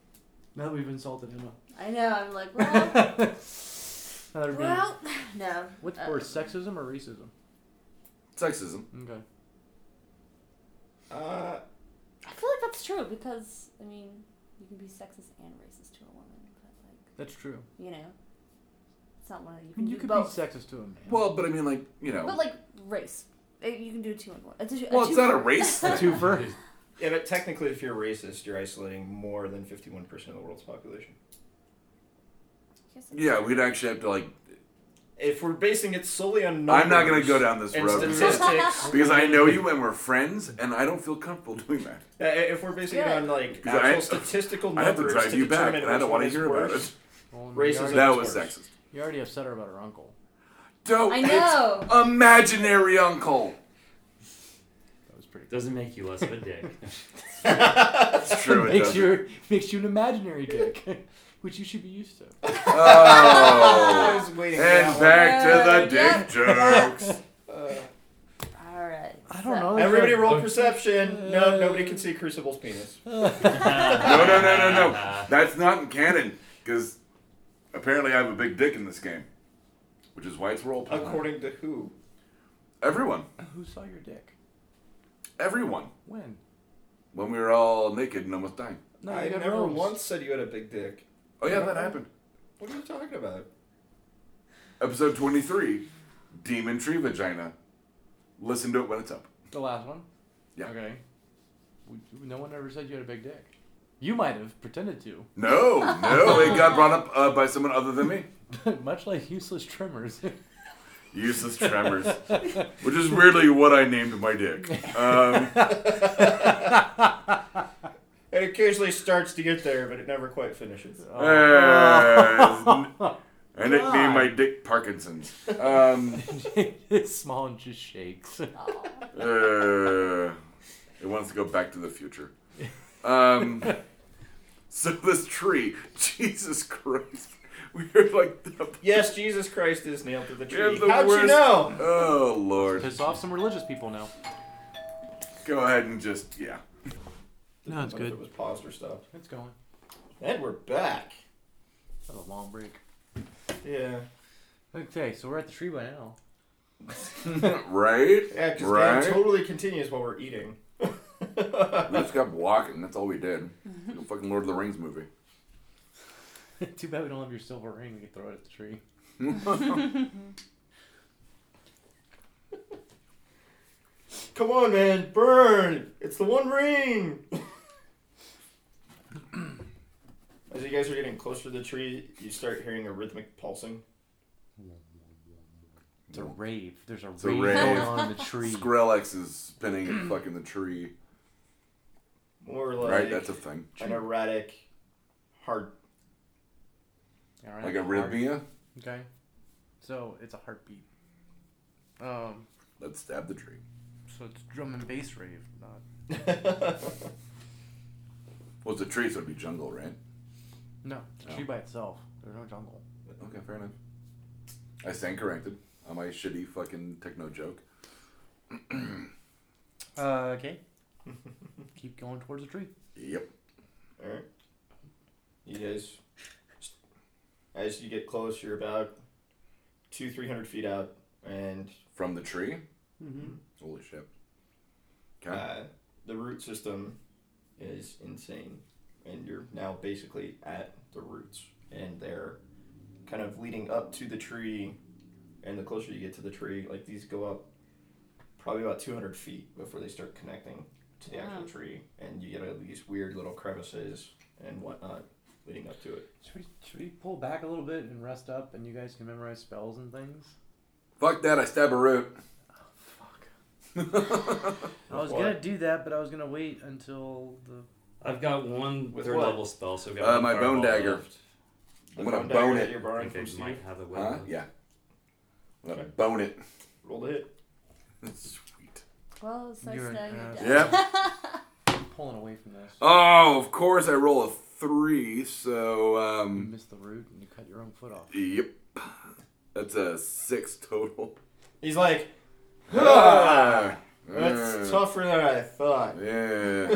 now that we've insulted Emma,
I know. I'm like, well,
Now they're being-
well, no.
What's
Uh,
worse, sexism or racism?
Sexism.
Okay.
uh,
I feel like that's true because I mean, you can be sexist and racist to a woman, but like,
That's true.
you know, it's not one of the, you.
I mean, you
do
could be
both.
sexist to a man.
Well, but I mean, like, you know.
But like race, Uh, you can do two and one. It's a,
well,
two
it's not a race
A
thing.
twofer.
yeah, but technically, if you're racist, you're isolating more than fifty-one percent of the world's population.
Yes, it's-
Yeah, we'd actually have to, like,
if we're basing it solely on numbers,
I'm not going to go down this
and
road with you.
statistics,
because I know you and we're friends, and I don't feel comfortable doing that.
uh, if we're basing it on like
Because I-
actual statistical
I have to
numbers
drive you back,
determine
and I
which
don't
one
want to
is
hear about
worse,
it.
racism
That
is worse.
was sexist.
You already upset her about her uncle.
Don't.
I know.
it's Imaginary uncle.
Doesn't make you less of a dick.
It's true. It
Makes
doesn't.
you makes you an imaginary dick, which you should be used to.
Oh.
I was waiting for that
And
one.
back to the
Uh,
dick jokes.
All right.
I don't know.
Everybody roll perception. No, nobody can see Crucible's penis.
No, no, no, no, no. That's not in canon because apparently I have a big dick in this game, which is why it's role play.
According to who?
Everyone,
Who saw your dick?
everyone.
When?
When we were all naked and almost dying.
No,
I
you got
never
robes.
once said you had a big dick.
Oh yeah, that happened.
What are you talking about?
Episode twenty-three, demon tree vagina. Listen to it when it's up.
The last one.
Yeah.
Okay. We- No one ever said you had a big dick. You might have pretended to,
No, no, it got brought up uh, by someone other than me.
but much like useless trimmers.
Useless tremors, which is weirdly what I named my dick. Um,
It occasionally starts to get there, but it never quite finishes.
Uh, I nicknamed my dick Parkinson's. Um,
it's small and just shakes.
uh, it wants to go back to the future. Um, so this tree, Jesus Christ, we are like the,
Yes, Jesus Christ is nailed to the
we have
tree.
the
How'd
worst.
you know?
Oh Lord,
Piss off some religious people now.
go ahead and just yeah.
No, it's
I don't know if It
good.
was paused or stopped.
It's going.
And we're back.
That was a long break.
Yeah.
Okay, so we're at the tree by now.
Right?
Yeah, because
right?
totally continues while we're eating.
We just kept walking. That's all we did. The fucking Lord of the Rings movie.
Too bad we don't have your silver ring. We could throw it at the tree.
Come on, man, burn! It's the One Ring. As you guys are getting closer to the tree, you start hearing a rhythmic pulsing.
It's a rave. There's a
a
rave,
rave.
going on in the tree.
Skrillex is spinning and fucking the tree.
More like
Right? That's a thing.
an erratic, hard.
All right.
Like a rhythmia.
Okay. So it's a heartbeat. Um.
Let's stab the tree.
So it's drum and bass rave, not.
Well, it's a tree, so it'd be jungle, right?
No, it's a tree by itself. There's no jungle.
Okay, fair enough. I stand corrected on my shitty fucking techno joke.
Uh, okay. Keep going towards the tree.
Yep.
All right. You guys, as you get close, you're about two, three hundred feet out, and
From the tree? Mm-hmm. Holy shit. Okay.
uh, the root system is insane, and you're now basically at the roots, and they're kind of leading up to the tree, and the closer you get to the tree, like these go up probably about 200 feet before they start connecting to the actual
Wow.
tree, and you get all these weird little crevices and whatnot leading up to it.
Should we, should we pull back a little bit and rest up, and you guys can memorize spells and things?
Fuck that, I stab a root.
I
What?
was gonna do that, but I was gonna wait until the.
I've got one
With
third
what?
level spell, so I've got
Uh,
one
my bone
fireball
dagger.
left.
I'm gonna
bone dagger
bone
that
it.
You're
I
borrowing
think
from
I might
Steve.
have a weapon.
Huh? Yeah. I'm gonna
Okay.
bone it.
Roll the hit.
Sweet.
Well, so
You're an
now you
ass.
die.
Yep.
Pulling away from this.
Oh, of course I roll a three, so,
You
um,
missed the root and you cut your own foot off.
yep. That's a six total.
He's like,
Ah,
that's
Ah.
tougher than I thought.
Yeah.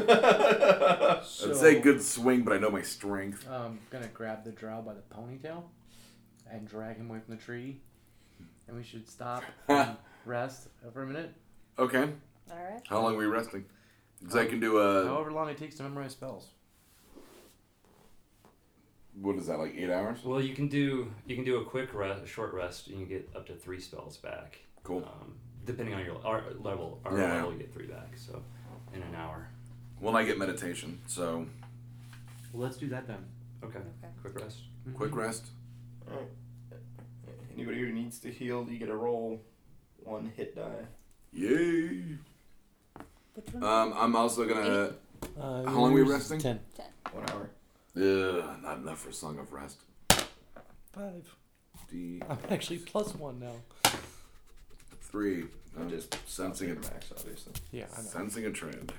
I'd say good swing, but I know my strength.
I'm um, gonna grab the drow by the ponytail and drag him away from the tree. And we should stop and rest for a minute.
Okay.
All right.
How long were you resting? Because
Uh,
I can do a.
However long it takes to memorize spells.
What is that, like eight hours?
Well, you can do you can do a quick rest, a short rest, and you get up to three spells back.
Cool.
Um, depending on your our level, our
Yeah.
level, you get three back. So, in an hour.
Well, I get meditation, so
Well, let's do that then.
Okay.
Okay.
Mm-hmm.
Quick rest.
quick rest.
Anybody who needs needs to heal, you get a roll one hit die.
Yay!
Which one?
Um, I'm also gonna.
Uh,
How long are we
yours is
resting?
Ten.
One hour.
Ugh, not enough for Song of Rest.
Five.
D
I'm actually plus one now.
three.
I'm
I'm
just
sensing
your
a
max, obviously.
Yeah, I know.
sensing a trend.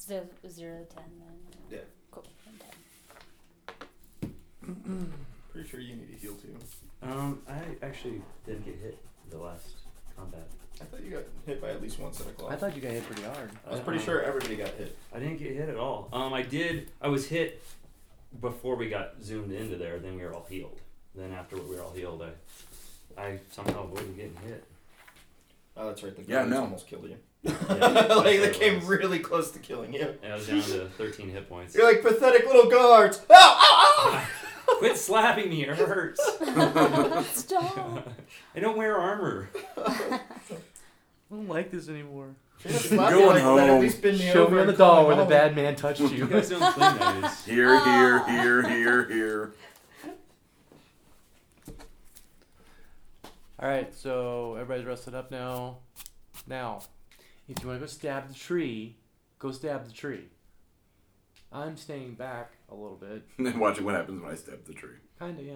Zero, zero to ten then.
Yeah.
Cool. I'm ten.
Pretty sure you need to heal too.
Um, I actually didn't get hit the last combat.
I thought you got hit by at least one set of claws.
I thought you got hit pretty hard.
I was pretty
Um,
sure everybody got hit.
I didn't get hit at all. Um, I did. I was hit before we got zoomed into there. Then we were all healed. Then after we were all healed, I, I somehow avoided getting hit.
Oh, that's right. The
Yeah,
guards
no.
almost killed you.
that's what
like they
it
came
was.
really close to killing you.
And I was down to 13 hit points.
You're like pathetic little guards. Ow! Ow!
Quit slapping me. It hurts.
Stop.
I don't wear armor.
I don't like this anymore.
Ow! Just
Going
slap you, like, let
home.
At least bend me
Show
over
me
and
on the
call
doll
my
where the
mom.
bad man touched you.
You guys don't clean those.
Here, here, here, here, here.
All right, so everybody's rested up now. Now, if you want to go stab the tree, go stab the tree. I'm staying back a little bit,
And then watching what happens when I stab the tree.
kind of. Yeah.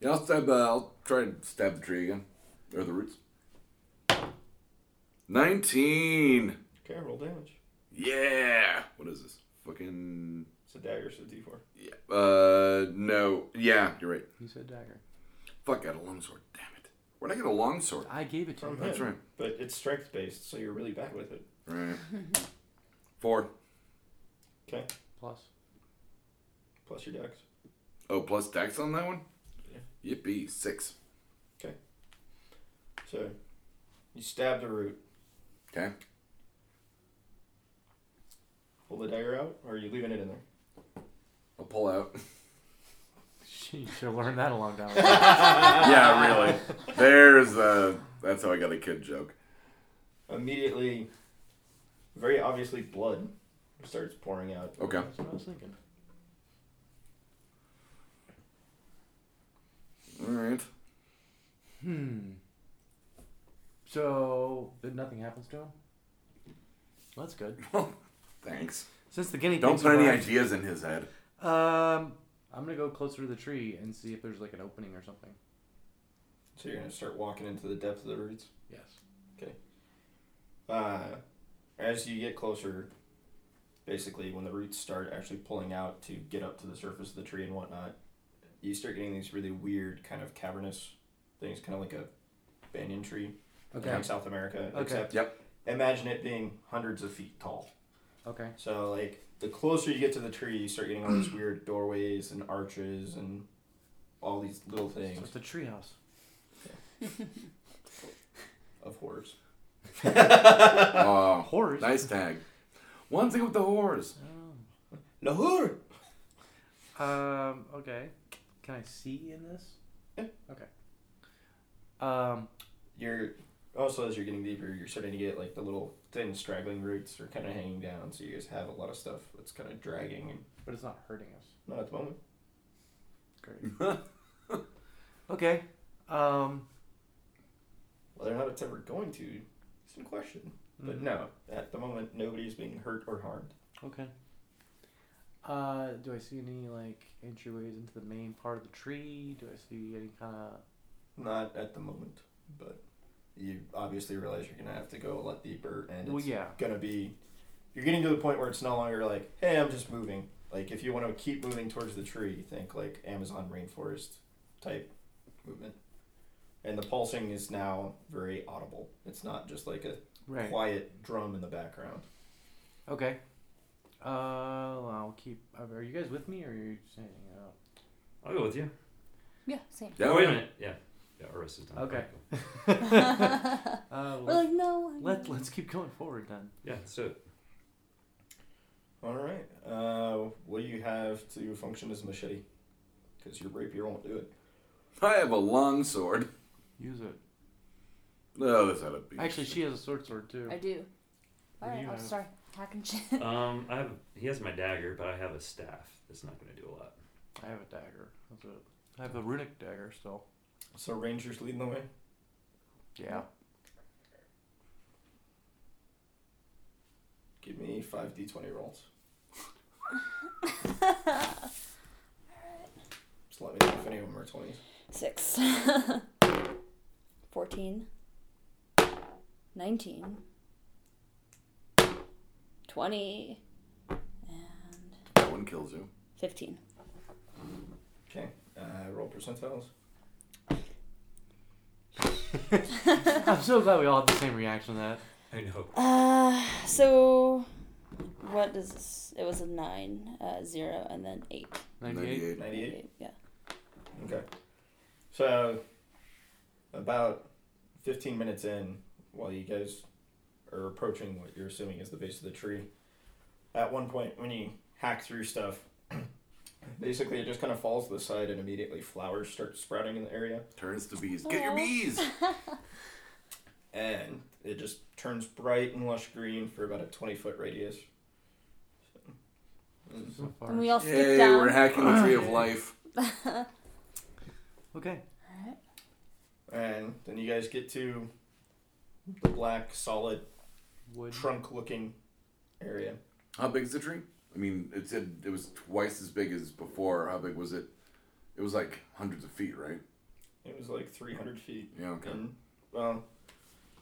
Yeah, I'll stab. Uh, I'll try and stab the tree again, or the roots. Nineteen.
Okay, roll damage.
Yeah. What is this? Fucking.
It's a dagger, so d4.
Yeah. Uh, no. Yeah, you're right.
You said dagger.
Fuck, I had a longsword. Damn it. Where'd I get a longsword?
I gave it to
From
you.
him.
That's right.
But it's strength based, so you're really bad with it.
Right. Four.
Okay.
Plus.
Plus your dex.
Oh, plus tax on that one? Yippee. Six.
So you stab the root.
Okay.
Pull the dagger out, or are you leaving it in there?
I'll pull out.
She should have learned that a long time ago.
yeah, really. There's uh that's how I got a kid joke.
Immediately, very obviously, blood starts pouring out.
Okay.
That's what I was thinking.
Alright.
Hmm. So then nothing happens to him. Well, that's good.
Thanks.
Since the guinea
Don't
pigs
put any
arrived-
ideas in his head.
Um, I'm gonna go closer to the tree and see if there's like an opening or something.
So you're gonna start walking into the depth of the roots.
Yes.
Uh, as you get closer, basically when the roots start actually pulling out to get up to the surface of the tree and whatnot, you start getting these really weird kind of cavernous things, kind of like a banyan tree
Okay.
in South America.
Okay.
Except
Yep.
imagine it being hundreds of feet tall.
Okay.
So like the closer you get to the tree, you start getting all these weird doorways and arches and all these little
So
things
it's a treehouse.
of horrors.
Oh.
Horrors.
Nice tag. One thing with the whores.
Lahore.
Um. Okay. Can I see in this?
Yeah.
Okay. Um.
you're also as you're getting deeper, you're starting to get like the little thin straggling roots are kind of hanging down, so you guys have a lot of stuff that's kind of dragging. And
But it's not hurting us.
not at the moment.
Great. okay. Um.
Whether or not it's ever going to is in question. But
Mhm.
no, at the moment, nobody's being hurt or harmed.
Okay. Uh, do I see any like entryways into the main part of the tree? Do I see any kind of?
Not at the moment, but you obviously realize you're gonna have to go a lot deeper, and it's
Well, yeah.
gonna be. You're getting to the point where it's no longer like, hey, I'm just moving. Like, if you want to keep moving towards the tree, think like Amazon rainforest type movement. And the pulsing is now very audible. It's not just like a
Right.
quiet drum in the background.
Okay. Uh, well, I'll keep. uh, Are you guys with me, or are you just hanging out?
I'll go with you.
Yeah, same.
Yeah,
oh, wait
yeah.
a minute. Yeah. Yeah, Oris is done.
Okay. Uh,
We're
well,
like, no. I'm
let
not."
let's keep going forward then.
Yeah, so
All right. Uh, what do you have to function as a machete? Because your rapier won't do it.
I have a long sword.
Use it.
No, that's not a beat.
Actually, she has a sword sword too.
I do.
What do
Alright, oh,
you
I'll
have?
start hacking shit.
Um, I have. He has my dagger, but I have a staff. That's not going to do a lot.
I have a dagger. That's it. I have a runic dagger still.
So Ranger's leading the way.
Yeah.
Give me five d20 rolls. Just let me know if any of them are 20s.
Six. 14. 19. 20. And
That one kills you.
15.
Okay. Uh, roll percentiles.
I'm so glad we all had the same reaction to that.
I know.
Uh, so what does this? It was a nine, uh, zero, and then eight.
98.
98.
Yeah.
Okay. So, about 15 minutes in, while you guys are approaching what you're assuming is the base of the tree, at one point when you hack through stuff, basically it just kind of falls to the side and immediately flowers start sprouting in the area.
Turns to bees. Get your
Aw.
bees!
And it just turns bright and lush green for about a 20 foot radius.
So far.
And we all
Yay,
sneak down.
we're hacking the tree of life.
Okay.
And then you guys get to the black, solid,
Wood.
trunk looking area.
How big is the tree? I mean, it said it was twice as big as before. How big was it? It was like hundreds of feet, right?
It was like 300 feet.
Yeah, okay.
And, well,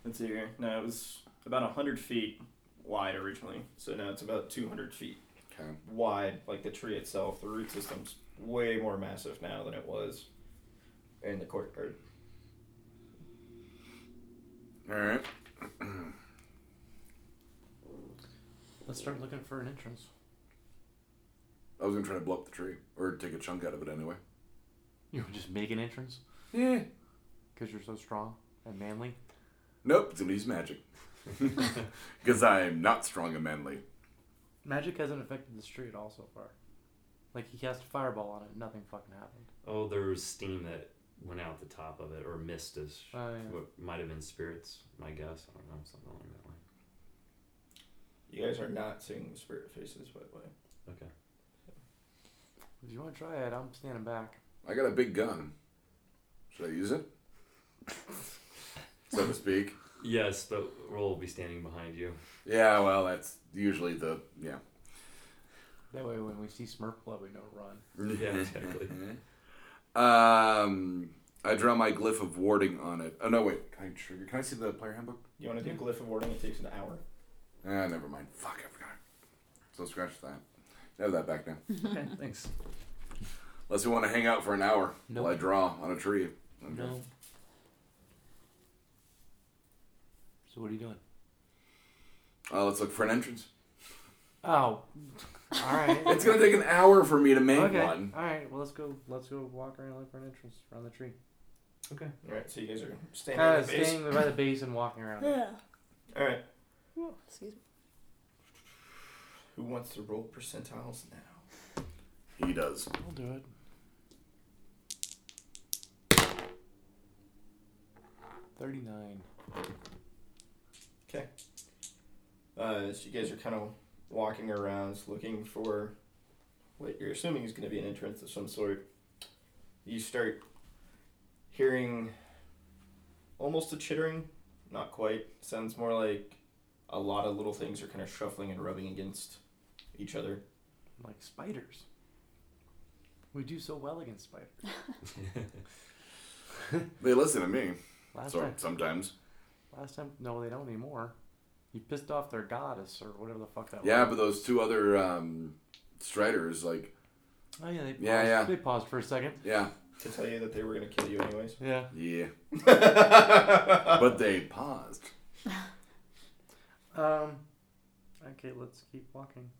let's see here. No, it was about 100 feet wide originally. So now it's about 200 feet
Okay.
wide, like the tree itself. The root system's way more massive now than it was in the courtyard.
All right.
Let's start looking for an entrance.
I was gonna try to blow up the tree or take a chunk out of it anyway.
You wanna just make an entrance?
Yeah.
Because you're so strong and manly.
Nope, it's gonna use magic. Because I'm not strong and manly.
Magic hasn't affected this tree at all so far. Like, he cast a fireball on it, nothing fucking happened.
Oh, there was steam that went out the top of it, or mist is
Oh, yeah.
what might have been spirits. My guess. I don't know something along that line.
You guys are not seeing the spirit faces, by the way.
Okay.
If you want to try it, I'm standing back.
I got a big gun. Should I use it? so to speak.
Yes, but we'll be standing behind you.
Yeah, well, that's usually the yeah.
That way, when we see Smurf blood, we don't run.
Yeah, exactly.
Mm-hmm. Um, I draw my glyph of warding on it. Oh no, wait. Can I trigger? Can I see the player handbook?
You want to do glyph of warding? It takes an hour.
Ah, never mind. Fuck, I forgot. So scratch that. Have that back now.
okay, thanks.
Unless we want to hang out for an hour while I
Nope.
draw on a tree. Okay.
No. So what are you doing?
Uh, let's look for an entrance.
Oh, all right.
It's gonna take an hour for me to make
okay.
one.
All right. Well, let's go. Let's go walk around and look for an entrance around the tree.
All right, so you guys are standing
Kind
at
of
the base.
staying by the base and walking around. it.
Ugh.
All right.
Excuse me.
Who wants to roll percentiles now?
He does.
I'll do it. Thirty-nine.
Uh, so you guys are kind of walking around looking for what you're assuming is going to be an entrance of some sort. You start hearing almost a chittering, not quite. Sounds more like a lot of little things are kind of shuffling and rubbing against each other.
Like spiders. We do so well against spiders.
They listen to me.
Last
So
time,
sometimes.
last time, no, they don't anymore. You pissed off their goddess or whatever the fuck that was.
Yeah, but those two other um, striders, like,
Oh yeah, they paused,
Yeah, yeah.
They paused for a second.
yeah,
To tell you that they were going to kill you anyways.
Yeah.
yeah. but they paused.
Um. Okay, let's keep walking.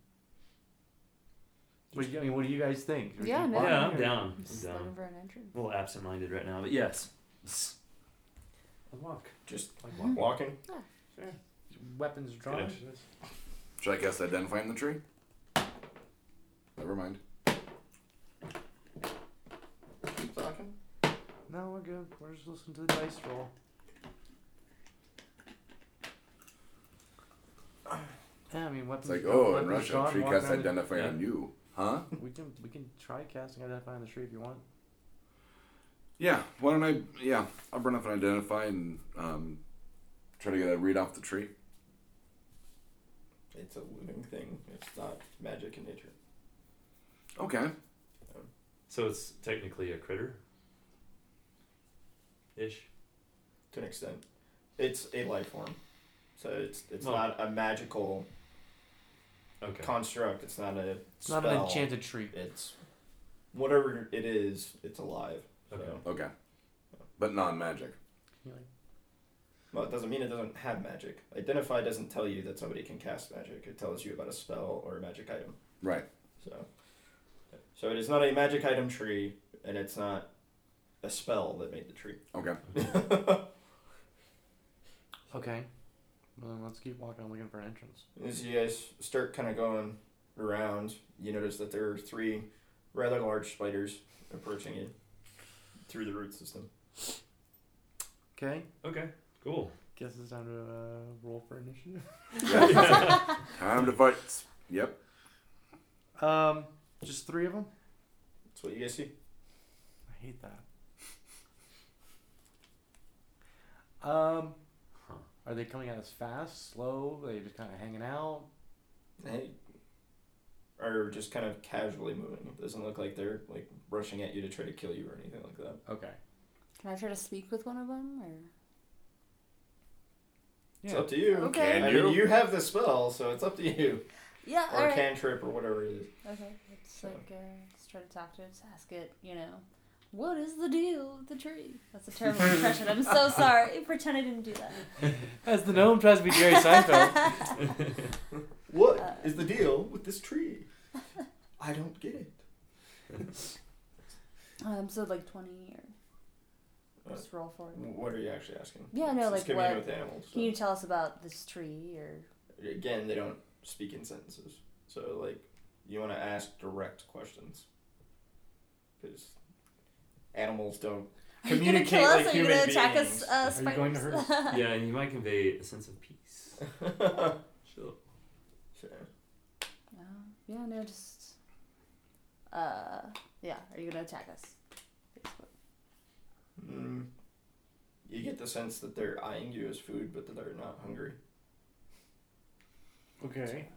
What do you, I mean, what do you guys think? Should we
Yeah,
keep
no.
walking
Yeah, I'm
or-
down.
I'm
I'm
just looking
down.
for an entrance.
A little absent-minded right now, but yes.
Walk.
Just
Like walk.
walking.
Weapons drawn.
Should I guess identifying the tree? Never mind.
Talking.
No, we're good. We're just listening to the dice roll. Yeah, I mean
It's
weapons.
like,
drawn-
oh, in
weapons
Russia,
drawn,
tree
walk
casts
around the-
identify
yeah.
on you. Huh?
We can we can try casting identify on the tree if you want.
Yeah, why don't I? Yeah, I'll run up and identify and um, try to get a read off the tree.
It's a living thing. It's not magic in nature.
Okay.
So it's technically a critter? Ish.
to an extent. It's a life form, so it's it's
Well-
not a magical
Okay.
construct. It's not a
It's not an
spell.
enchanted tree.
It's whatever it is. It's alive. So.
Okay.
Okay. But non magic.
Well, it doesn't mean it doesn't have magic. Identify doesn't tell you that somebody can cast magic. It tells you about a spell or a magic item.
Right.
So, so it is not a magic item tree, and it's not a spell that made the tree.
Okay.
Okay. Well, then let's keep walking looking for an entrance.
As you guys start kind of going around, you notice that there are three rather large spiders approaching you through the root system.
Okay.
Okay. Cool.
Guess it's time to uh, roll for initiative.
Time to fight. Yep.
Um, just three of them.
That's what you guys see.
I hate that. Um,
Huh.
are they coming at us fast, slow? Are they just kind of hanging out?
They are just kind of casually moving. It doesn't look like they're like rushing at you to try to kill you or anything like that.
Okay.
Can I try to speak with one of them? Or
It's
Yeah.
up to you.
Okay. Can
I mean, you have the spell, so it's up to you.
yeah,
Or cantrip or whatever it is.
Okay, it's
So-
like uh, let's try to talk to it. Just ask it. You know, what is the deal with the tree? That's a terrible impression. I'm so sorry. Pretend I didn't do that.
As the gnome tries to be Jerry Seinfeld.
What is
Uh,
the deal with this tree? I don't get it.
Um, so like twenty or
Uh,
just roll for it.
What are you actually asking?
Yeah,
It's
no, like
communion
what-
with animals. so-
Can you tell us about this tree or?
again they don't speak in sentences so like you want to ask direct questions because animals don't
Are you gonna kill
Communicate
us?
like
are you gonna
human
attack us?
beings.
Uh,
Are you going to
spiders?
Yeah, and you might convey a sense of peace. Sure.
Sure.
No. Yeah, no, just. Uh, yeah. Are you gonna attack us? Basically.
mm. you get the sense that they're eyeing you as food but that they're not hungry
Okay.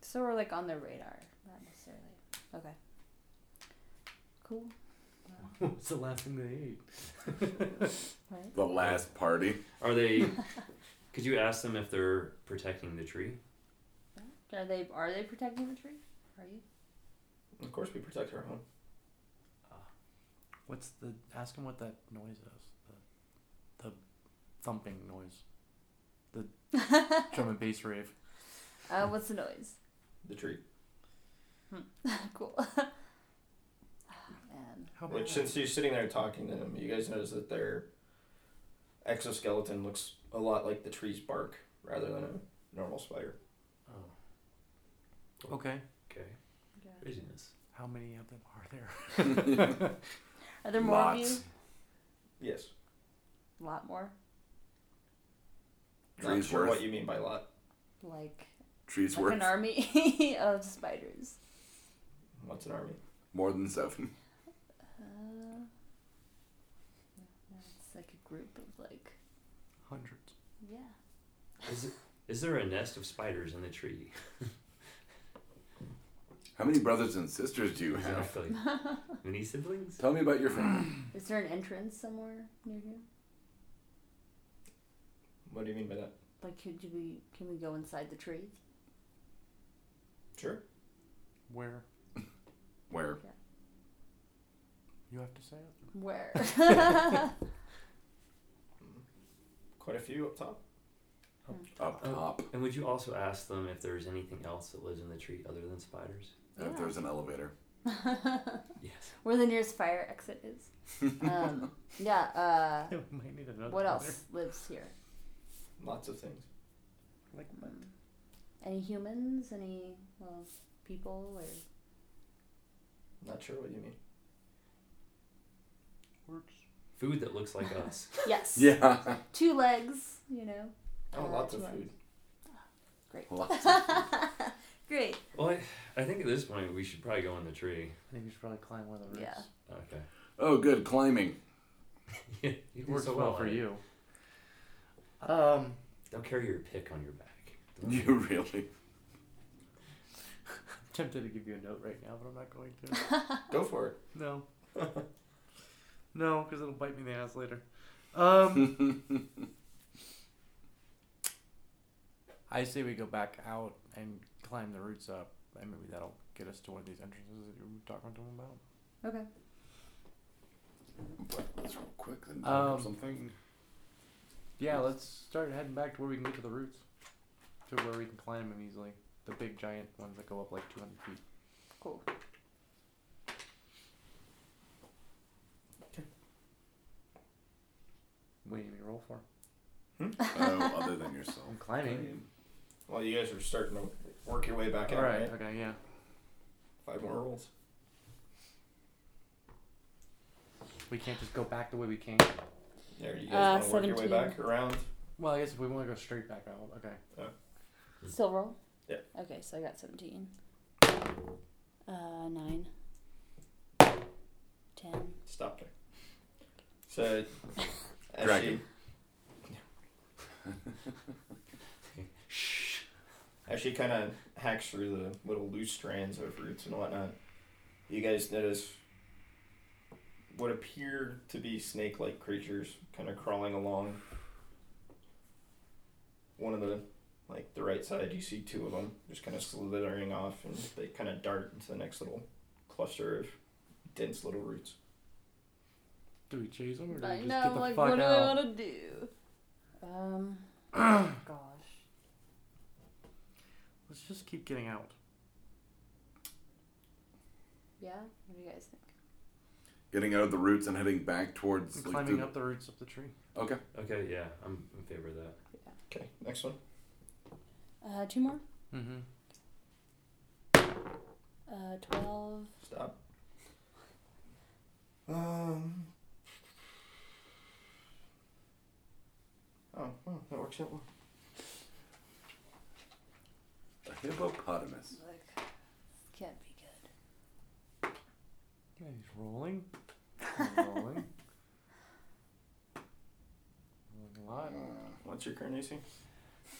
So we're like on their radar, not necessarily. Okay. Cool.
What's the last thing they ate?
Right.
The last party.
Are they. could you ask them if they're protecting the tree?
Are they are they protecting the tree? Are you?
of course we protect our home
What's the? Ask him what that noise is. The, the thumping noise. The drum and bass rave.
Uh, what's the noise?
the tree
cool. Ah, Man.
Oh,
How about
which since you're sitting there talking to them you guys notice that their exoskeleton looks a lot like the tree's bark rather than a normal spider
Oh,
Okay.
okay. Craziness.
How many of them are there?
Are there more of
Lots.
you?
yes
A lot more.
not
Tree's
sure
worth.
what you mean by lot
Like
Trees
like
worth
an army of spiders.
What's an army?
more than seven.
Uh, no, it's like a group of like
Hundreds.
yeah.
Is, is there a nest of spiders in the tree?
How many brothers and sisters do you have?
Exactly. Many siblings?
Tell me about your family.
Is there an entrance somewhere near here?
What do you mean by that?
Like could you be can we go inside the tree?
Sure.
Where?
Where?
You have to say it.
Where?
Quite a few up top.
Up
Oh.
top.
And would you also ask them if there's anything else that lives in the tree other than spiders?
If there's an elevator.
Yes.
Where the nearest fire exit is. Um, yeah, uh,
we might need another.
what
brother.
else lives here?
Lots of things.
Like what?
Any humans? Any well, people or
Not sure what you mean.
Works.
Food that looks like us.
yes,
Yeah.
two legs. You know,
Oh,
Uh,
lots of
two
food.
great,
Lots.
great.
Well, I, I think at this point we should probably go in the tree.
I think you should probably climb one of the roots.
Yeah.
Okay.
Oh, good. Climbing.
you do
It works
so
well,
at
for
it.
you. Um,
Don't carry your pick on your back.
You really?
I'm tempted to give you a note right now, but I'm not going to.
Go for it.
No. no, because it'll bite me in the ass later. Um, I say we go back out and climb the roots up, and maybe that'll get us to one of these entrances that you were talking to him about.
Okay.
But let's real quick and look up
Um,
something.
Yeah, let's start heading back to where we can get to the roots, to where we can climb them easily. The big giant ones that go up like 200 feet.
Cool.
What do you need me to roll for?
Oh, other than yourself.
I'm climbing.
Well, Um, you guys are starting to work your way back out.
All right.
right?
Okay. Yeah.
Five more rolls.
We can't just go back the way we came.
There you
Uh,
guys want to work your way
17.
back around.
Well, I guess if we want to go straight back out, okay.
Still roll?
Yeah.
Okay, so I got 17. Uh, 9. 10.
Stop there. So, as
Dragon.
she as she kind of hacks through the little loose strands of roots and whatnot, you guys notice what appear to be snake-like creatures kind of crawling along. One of the like the right side, you see two of them just kind of slithering off, and they kind of dart into the next little cluster of dense little roots.
Do we chase them or do we
I
just
know,
get
I'm
the
like,
fuck
what do I
out?
want to do? Um, gosh.
Let's just keep getting out.
Yeah? What do you guys think?
Getting out of the roots and heading back towards.
I'm
like,
climbing
the-
up the roots of the tree.
Okay.
Okay, yeah, I'm in favor of that.
Okay, next one.
Uh, two more?
Mm-hmm.
Uh, 12.
Stop. Um. Oh, well, that works out well.
A hippopotamus.
Like, this can't be good.
Yeah, he's rolling. He's rolling. rolling a lot.
What's your current AC?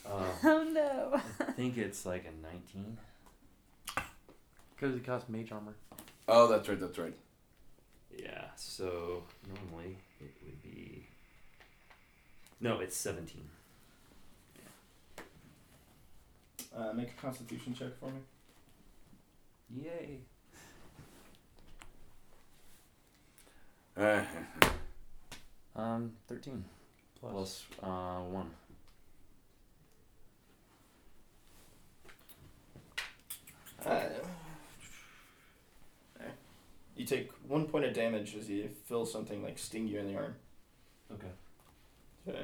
Uh,
Oh no.
I think it's like a 19.
Because he costs mage armor.
Oh, that's right. That's right.
Yeah, so normally it would be. No, it's 17.
Uh, make a constitution check for me.
Yay.
Uh,
Um, 13.
Plus.
Plus, uh, 1.
Uh, you take one point of damage as you feel something like sting you in the arm.
Okay.
So,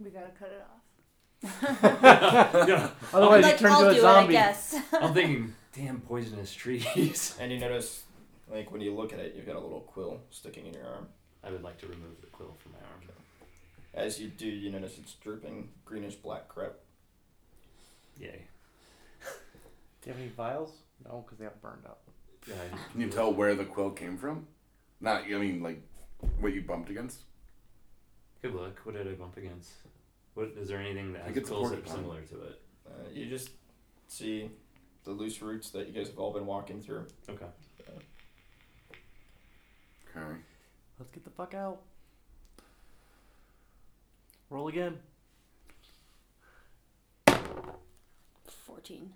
We gotta cut it off.
yeah,
Otherwise, he
like,
turns
I'll
into
do
a
it,
zombie.
I guess.
I'm thinking, damn poisonous trees.
and you notice, like, when you look at it, you've got a little quill sticking in your arm.
I would like to remove the quill from my arm.
As you do, you notice it's dripping greenish black crap.
Yay.
Do you have any vials? No, because they got burned up.
Yeah, I-
Can you tell where the quill came from? Not. I mean, like, what you bumped against.
Good luck. What did I bump against? What is there anything that
I
has
think it's a
quills that are
porcupine.
similar to it?
Uh, you just see the loose roots that you guys have all been walking through.
Okay.
Okay.
Let's get the fuck out. Roll again.
14.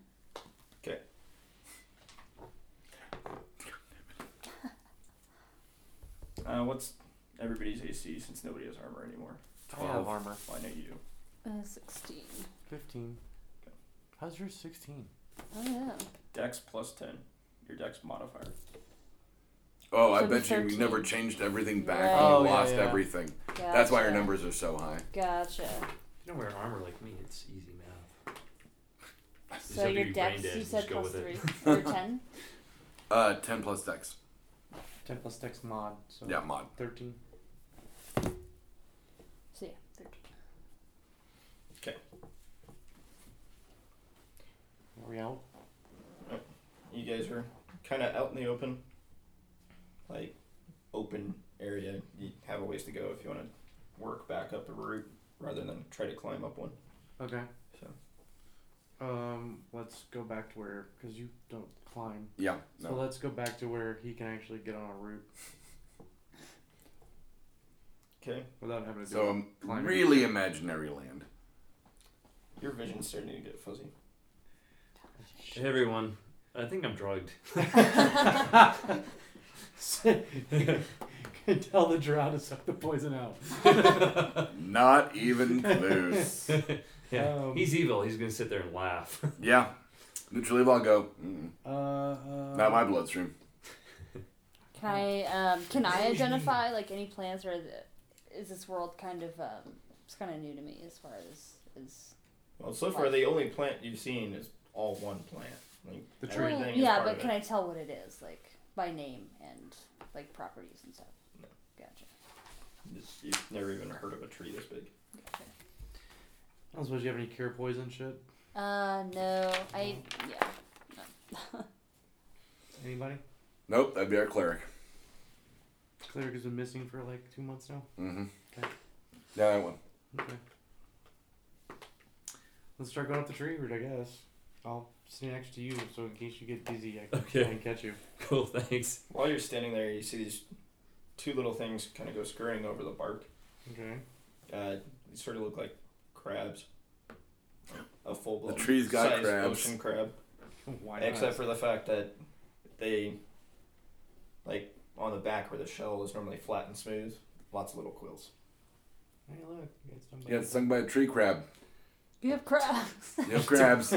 Uh, what's everybody's AC since nobody has armor anymore?
I have armor.
Well, I know you do.
Uh, 16.
15. How's your 16?
Oh yeah.
Dex plus 10. Your dex modifier.
Oh, I
Should be
bet you we
13.
never changed everything back.
Right.
and
Oh,
we
yeah,
lost
yeah.
everything.
Gotcha.
That's why our numbers are so high.
Gotcha.
If you don't wear armor like me, it's easy math. Just
So
have to
your
be brain
dex,
dead
you
and
said
just go
plus
with
three
it.
or ten.
Uh, ten plus dex.
10 plus dex mod. So
Yeah, mod.
13.
So yeah, thirteen.
Are we out?
You guys are kind of out in the open. like open area, you have a ways to go if you want to work back up a route rather than try to climb up one.
Okay.
So
Um, let's go back to where because you don't climb.
Yeah.
So
No.
let's go back to where he can actually get on a route
okay,
without having to do
So
it.
um,
Climbing.
really imaginary land.
your vision's starting to get fuzzy.
Hey everyone, I think I'm drugged.
Can tell the drought to suck the poison out.
Not even close.
Yeah,
Um,
he's evil. He's gonna sit there and laugh.
yeah. Neutral I'll go. Mm,
Uh, uh,
not my bloodstream.
Can I um, can I identify like any plans or is this world kind of um, it's kind of new to me as far as is
Well, so far the only plant you've seen is all one plant. Like
The tree.
everything is
yeah,
part
but
of
can
it.
I tell what it is like by name and like properties and stuff?
No.
Gotcha.
Just- You've never even heard of a tree this big.
gotcha.
I don't suppose you have any cure poison shit.
Uh no, I yeah.
Anybody?
Nope, that'd be our cleric.
Cleric has been missing for like two months now.
Mm-hmm.
Okay.
Yeah, that one.
Okay. Let's start going up the tree route, I guess. I'll stay next to you so in case you get dizzy, I can
Okay.
try and catch you.
cool, thanks.
While you're standing there, you see these two little things kind of go scurrying over the bark.
Okay.
Uh, they sort of look like crabs. A full blown
tree's got
sized
crabs.
ocean crab.
Why not?
Except for the fact that they, like, on the back where the shell is normally flat and smooth, lots of little quills.
Hey, look, you got somebody.
Yeah, it's stung by a tree crab.
You have crabs.
You have crabs.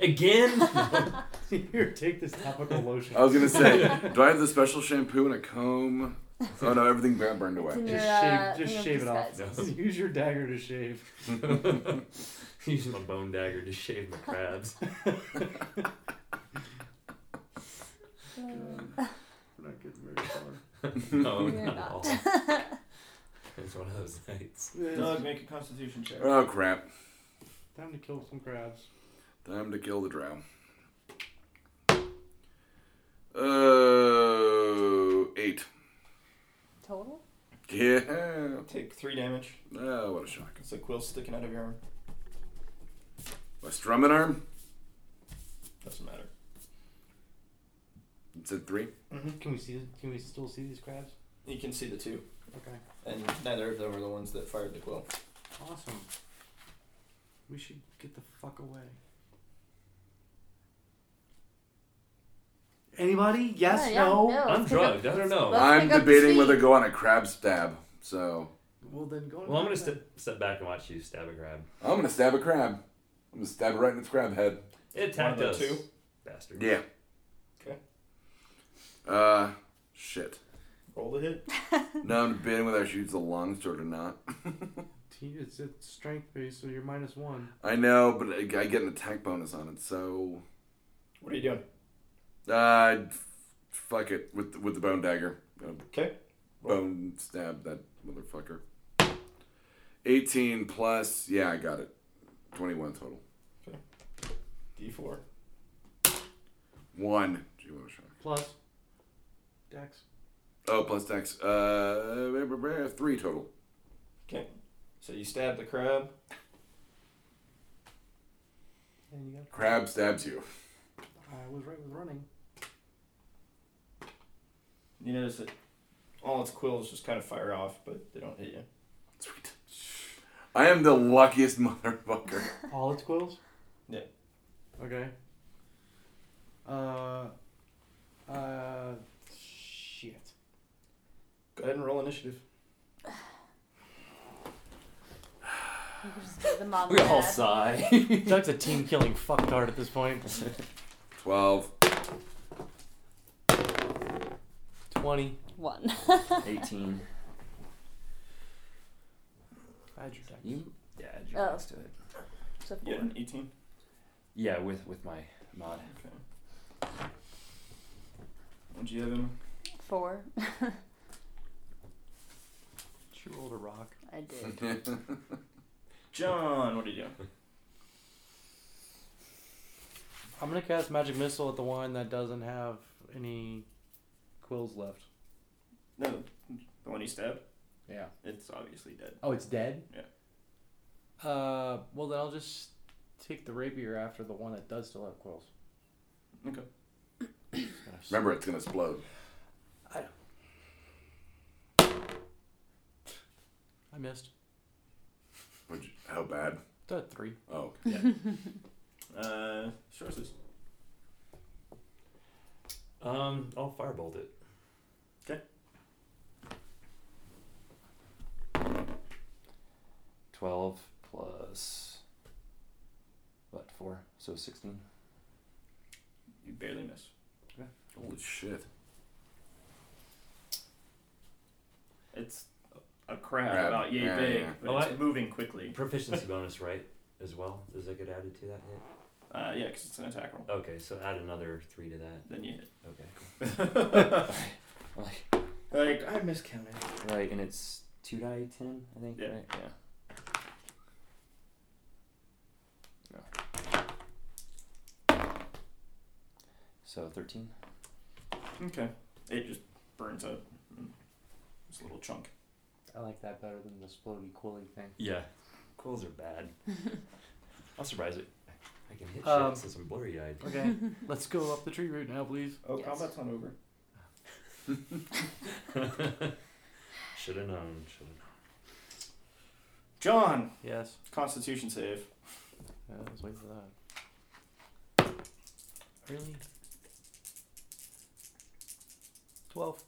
Again?
Here, take this topical lotion.
I was gonna say, do I have the special shampoo and a comb? Oh no, everything got burned
It's
away.
in
Just
your, uh,
shave- just
in your
shave it off.
disguise.
Use your dagger to shave.
Use my bone dagger to shave my crabs.
Mm.
We're not getting very far.
No,
You're
not at
not.
all. It's one of those nights.
Doug, make a constitution check.
Oh crap!
Time to kill some crabs.
Time to kill the drow. Oh, eight.
Total?
Yeah.
Take three damage.
Oh, what a shock!
It's a quill sticking out of your arm.
My strumming arm.
Doesn't matter.
It's at three.
Mm-hmm. Can we see? Can we still see these crabs?
You can see the two,
Okay.
and neither of them are the ones that fired the quill.
Awesome. We should get the fuck away. Anybody? Yes?
yeah, yeah,
no?
I'm
let's pick up-
drugged. I don't know.
Let's
I'm
pick up
debating
speed.
whether to go on a crab stab. So
Well, then go.
Well, I'm gonna step step back and watch you stab a crab.
I'm gonna stab a crab. I'm gonna stab it right in its crab head.
It attacked
One of
us.
the
Bastard.
Yeah.
Okay.
Uh, shit.
Roll the hit.
Now I'm debating whether I should use the long sword or not.
It's it's strength based, so you're minus one.
I know, but I I get an attack bonus on it, so
What are you doing?
uh, f- fuck it with with the bone dagger, Uh,
Okay.
bone stab that motherfucker. Eighteen plus, yeah, I got it. Twenty one total.
D4.
One. Gee, what a shock.
Plus. Dex.
Oh, plus dex. Uh, three total.
Okay. So you stab the crab.
And you got.
Crab stabs you.
I was right with running.
You notice that all its quills just kind of fire off, but they don't hit you.
Sweet. I am the luckiest motherfucker.
All its quills?
Yeah.
Okay. Uh. Uh. Shit.
Go ahead and roll initiative.
You could just give the mom
We
a
all
bath.
sigh.
Doug's a team killing fucktard at this point.
Twelve.
20.
One.
18. You? Yeah, you
Oh.
guys do it.
So
You
four.
had an 18.
Yeah, with with my mod.
Okay. What'd you have him?
Four.
She rolled a rock.
I did.
John, what are you doing?
I'm gonna cast Magic Missile at the one that doesn't have any
quills left?
No, the one he stabbed.
Yeah.
It's obviously dead.
Oh, it's dead?
Yeah.
Uh, well, then I'll just take the rapier after the one that does still have quills.
Okay.
Remember, it's gonna explode.
I missed.
Would you, how bad?
The three.
Oh,
Uh, sources.
Um, I'll firebolt it.
Twelve plus what four? So sixteen.
You barely miss.
holy shit!
It's a crab
Crab.
about yay
Yeah,
big,
yeah.
but
Oh,
it's
I-
moving quickly.
Proficiency bonus, right? As well. Does that get added to that hit?
Uh, yeah, because it's an attack roll.
Okay, so add another three to that.
Then you hit.
Okay. cool.
Like,
Like I miscounted.
right, and it's two die ten, I think.
Yeah.
Right? Yeah. No. So thirteen.
Okay. It just burns up. It's a little chunk.
I like that better than the explodey quilly thing.
Yeah. Quills are bad. I'm surprised it. I can hit shit
Um,
since I'm blurry eyed.
Okay, let's go up the tree route now, please.
Oh,
Yes.
combat's not over.
Should have known. Should have known.
John,
Yes.
Constitution save.
Yeah, let's wait for that. Really? Twelve.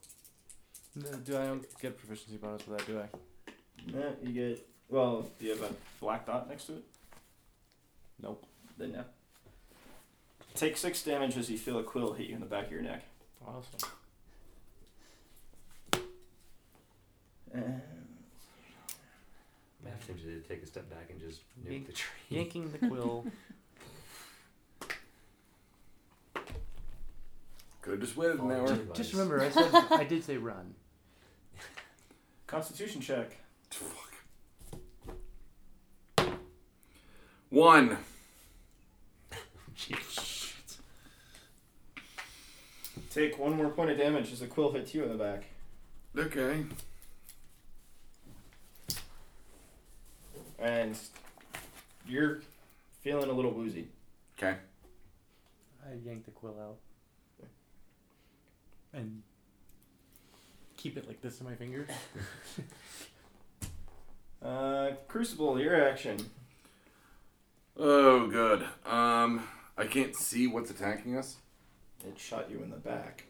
No, do I don't get proficiency bonus for that? Do I?
No, you get. Well, do you have a black dot next to it?
Nope.
Then no. Take six damage as you feel a quill hit you in the back of your neck.
Awesome.
Eh.
I have to do- take a step back and just nuke
Yank-
the tree.
Yanking the quill.
Could have just waited an
Follow
hour.
advice.
Just remember, I said I did say run.
Constitution check.
Fuck. One.
Take one more point of damage as a quill hits you in the back.
Okay.
And you're feeling a little woozy.
Okay.
I yanked the quill out. And keep it like this in my finger.
Uh, Crucible, your action.
Oh, good. Um, I can't see what's attacking us.
It shot you in the back.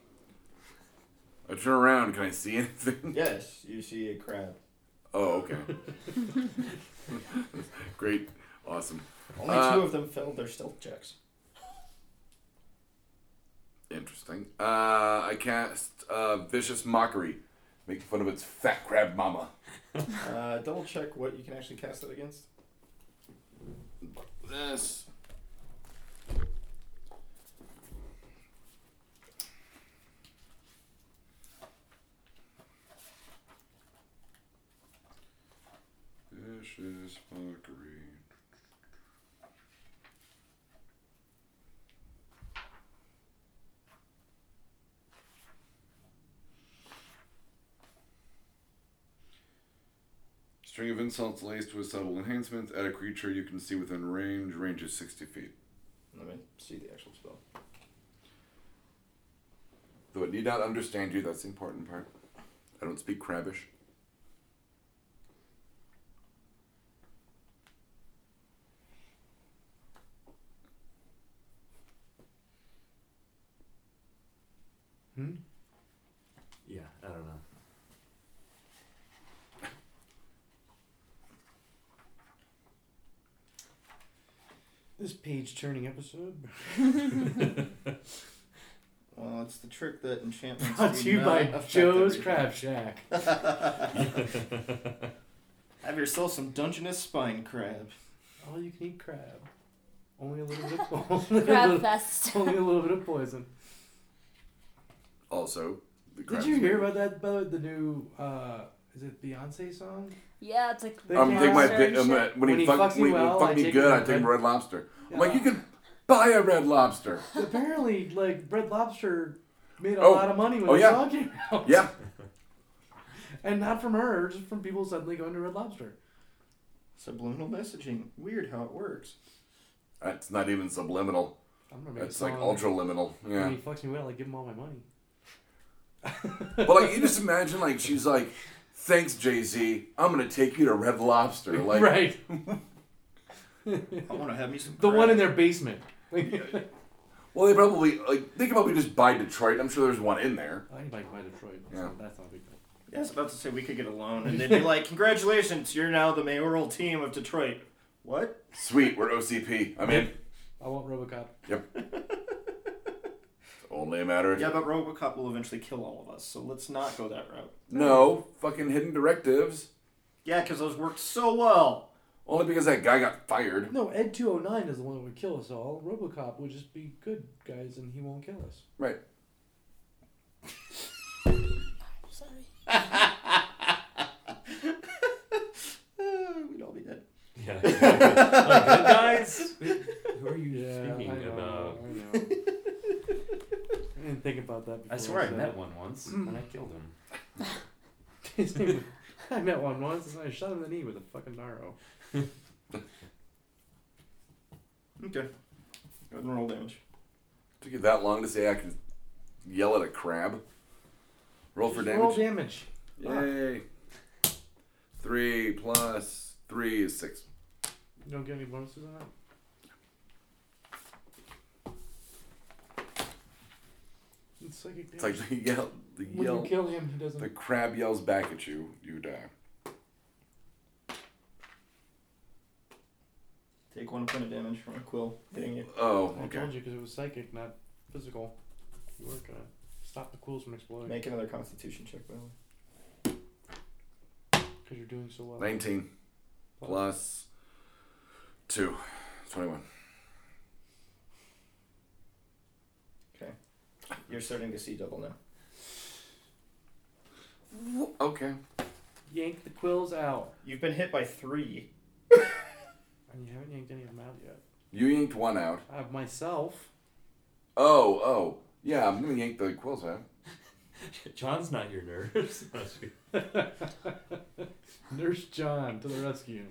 I turn around. Can I see anything?
Yes, you see a crab.
Oh, okay. Great. Awesome.
Only
Uh,
two of them failed their stealth checks.
Interesting. Uh, I cast uh, Vicious Mockery. Make fun of its fat crab mama.
Uh, double check what you can actually cast it against.
This. Vicious Mockery. String of insults laced with subtle enhancements. Add a creature you can see within range. Range is 60 feet.
Let me see the actual spell.
Though it need not understand you, that's the important part. I don't speak crabbish.
Yeah, I don't know.
This page turning episode.
Well, it's the trick that enchantments
Brought to
do
you
not
by
affect
Joe's
everything.
Crab Shack.
Have yourself some Dungeness Spine Crab.
All you can eat crab. Only a little bit of only, a
Crab
little,
fest.
only a little bit of poison.
Also, the
Did
crabs
you hear about that about the new uh is it Beyonce song?
yeah, it's like.
They
I'm
Yeah.
thinking my
monster and
bi- um, uh,
shit.
when, he fucks me, when he
well,
fuck
I
me
take
good,
him
I
to
take him
bed.
red lobster. I'm like,
Yeah.
you can buy a red lobster.
Apparently, like Red Lobster
made a
Oh.
lot of money when
Oh,
they
yeah.
saw it came out.
Yeah.
And not from her, just from people suddenly going to Red Lobster.
Subliminal messaging. Weird how it works.
It's not even subliminal.
I'm gonna make
It's like
song.
ultraliminal.
When
Yeah.
he fucks me well, I give him all my money.
but like you just imagine like she's like, Thanks, Jay Z, I'm gonna take you to Red Lobster. Like
right.
I want to have me some.
The one in
crab.
their basement. Like,
Well they probably like they could probably just buy Detroit. I'm sure there's one in there.
anybody can buy Detroit.
Yeah.
So that's not a big deal.
Yeah, I was about to say we could get a loan, and they'd be like, "Congratulations, you're now the mayoral team of Detroit." What?
Sweet, we're OCP. I mean
I want Robocop.
it's only a matter of
Yeah, but RoboCop will eventually kill all of us, so let's not go that route.
No, fucking hidden directives.
Yeah, because those worked so well.
Only because that guy got fired.
No, Ed 209 is the one that would kill us all. Robocop would just be good guys and he won't kill us.
Right.
Sorry.
Uh, we'd all be dead.
Yeah. Like, good guys? Who are you
Yeah,
speaking
I know,
about?
I know. I didn't think about that before.
I swear I
said
met
it.
one once and I killed him.
His name was- I met one once and I shot him in the knee with a fucking arrow.
Okay. Go ahead and roll damage.
Took you that long to say I could yell at a crab. Roll for damage.
Roll damage.
Yay. Three plus three is six.
You don't get any bonuses on that? It's psychic damage.
It's like the yell, the
when
yell,
you kill him, he doesn't.
the crab yells back at you. You die.
Take one point of damage from a quill hitting you.
Oh,
I
okay.
told you because it was psychic, not physical. You weren't gonna stop the quills from exploding
Make another Constitution check, by the way.
because you're doing so well.
Nineteen plus two. Twenty-one.
You're starting to see double now.
Okay.
Yank the quills out.
You've been hit by three.
And you haven't yanked any of them out yet.
You yanked one out.
I have myself.
Oh, oh. Yeah, I'm gonna yank the quills out.
John's not your nerves.
Nurse John to the rescue.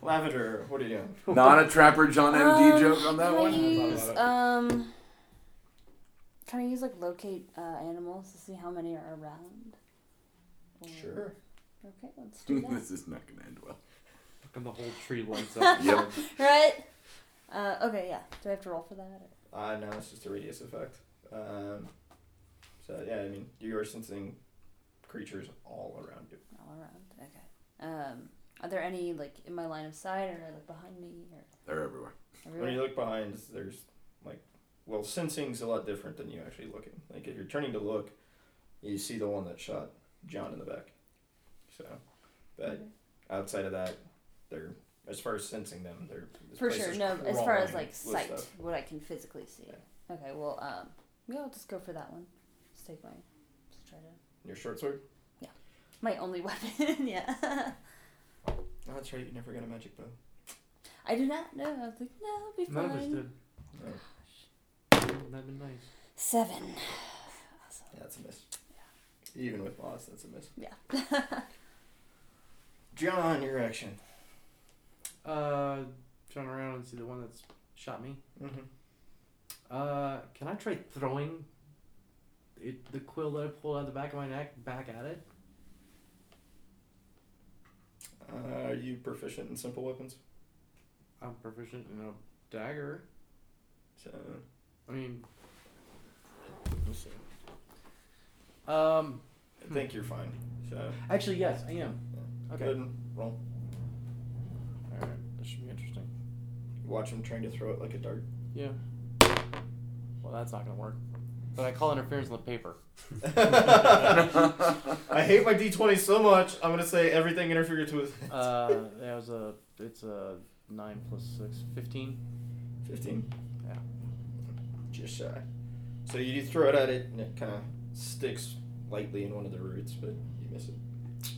Lavender, what are you doing?
Not a Trapper John
Oh,
MD
Um,
joke on that
can I
one?
use, um, can I use like locate uh, animals to see how many are around? Or-
Sure.
Okay, let's do that.
this is not gonna end well.
And the whole tree lights up.
Yep.
right? Uh, okay, yeah. Do I have to roll for that? Or?
Uh, no, it's just a radius effect. Um, so, yeah, I mean, you are sensing creatures all around you.
All around. Okay. Um, are there any like in my line of sight or like behind me or
They're everywhere.
When
everywhere?
you look behind, there's like, well, sensing's a lot different than you actually looking. Like, if you're turning to look, you see the one that shot John in the back. So, but
Okay.
outside of that, they're, as far as sensing them, they're. this
For
place
sure.
is
No, as far as
crawling
like
with
sight,
stuff.
what I can physically see.
Yeah.
Okay. Well, um, yeah, I'll just go for that one. Just take my, just try to
Your short sword?
my only weapon. yeah.
Oh, that's right, you never got a magic bow.
I do not know. I was like, no, it'll be
None of us
fine.
did.
No.
Wouldn't that have been nice?
Seven.
Yeah, that's a miss. Even with loss, that's a miss.
Yeah.
John, your action.
Uh, turn around and see the one that's shot me.
Mm-hmm.
Uh, can I try throwing it, the quill that I pulled out of the back of my neck back at it?
Uh, are you proficient in simple weapons?
I'm proficient in a dagger.
So,
I mean,
we'll see.
um,
I think you're fine. So,
actually, yes, I am.
okay.
Okay.
good and roll.
All right, this should be interesting.
Watch him trying to throw it like a dart.
Well, that's not gonna work. But I call interference on the paper.
I hate my d20 so much, I'm going to say everything interferes with
Uh, that was a. It's a nine plus six, fifteen.
15.
Yeah.
Just shy. So you do throw it at it, and it kind of sticks lightly in one of the roots, but you miss it.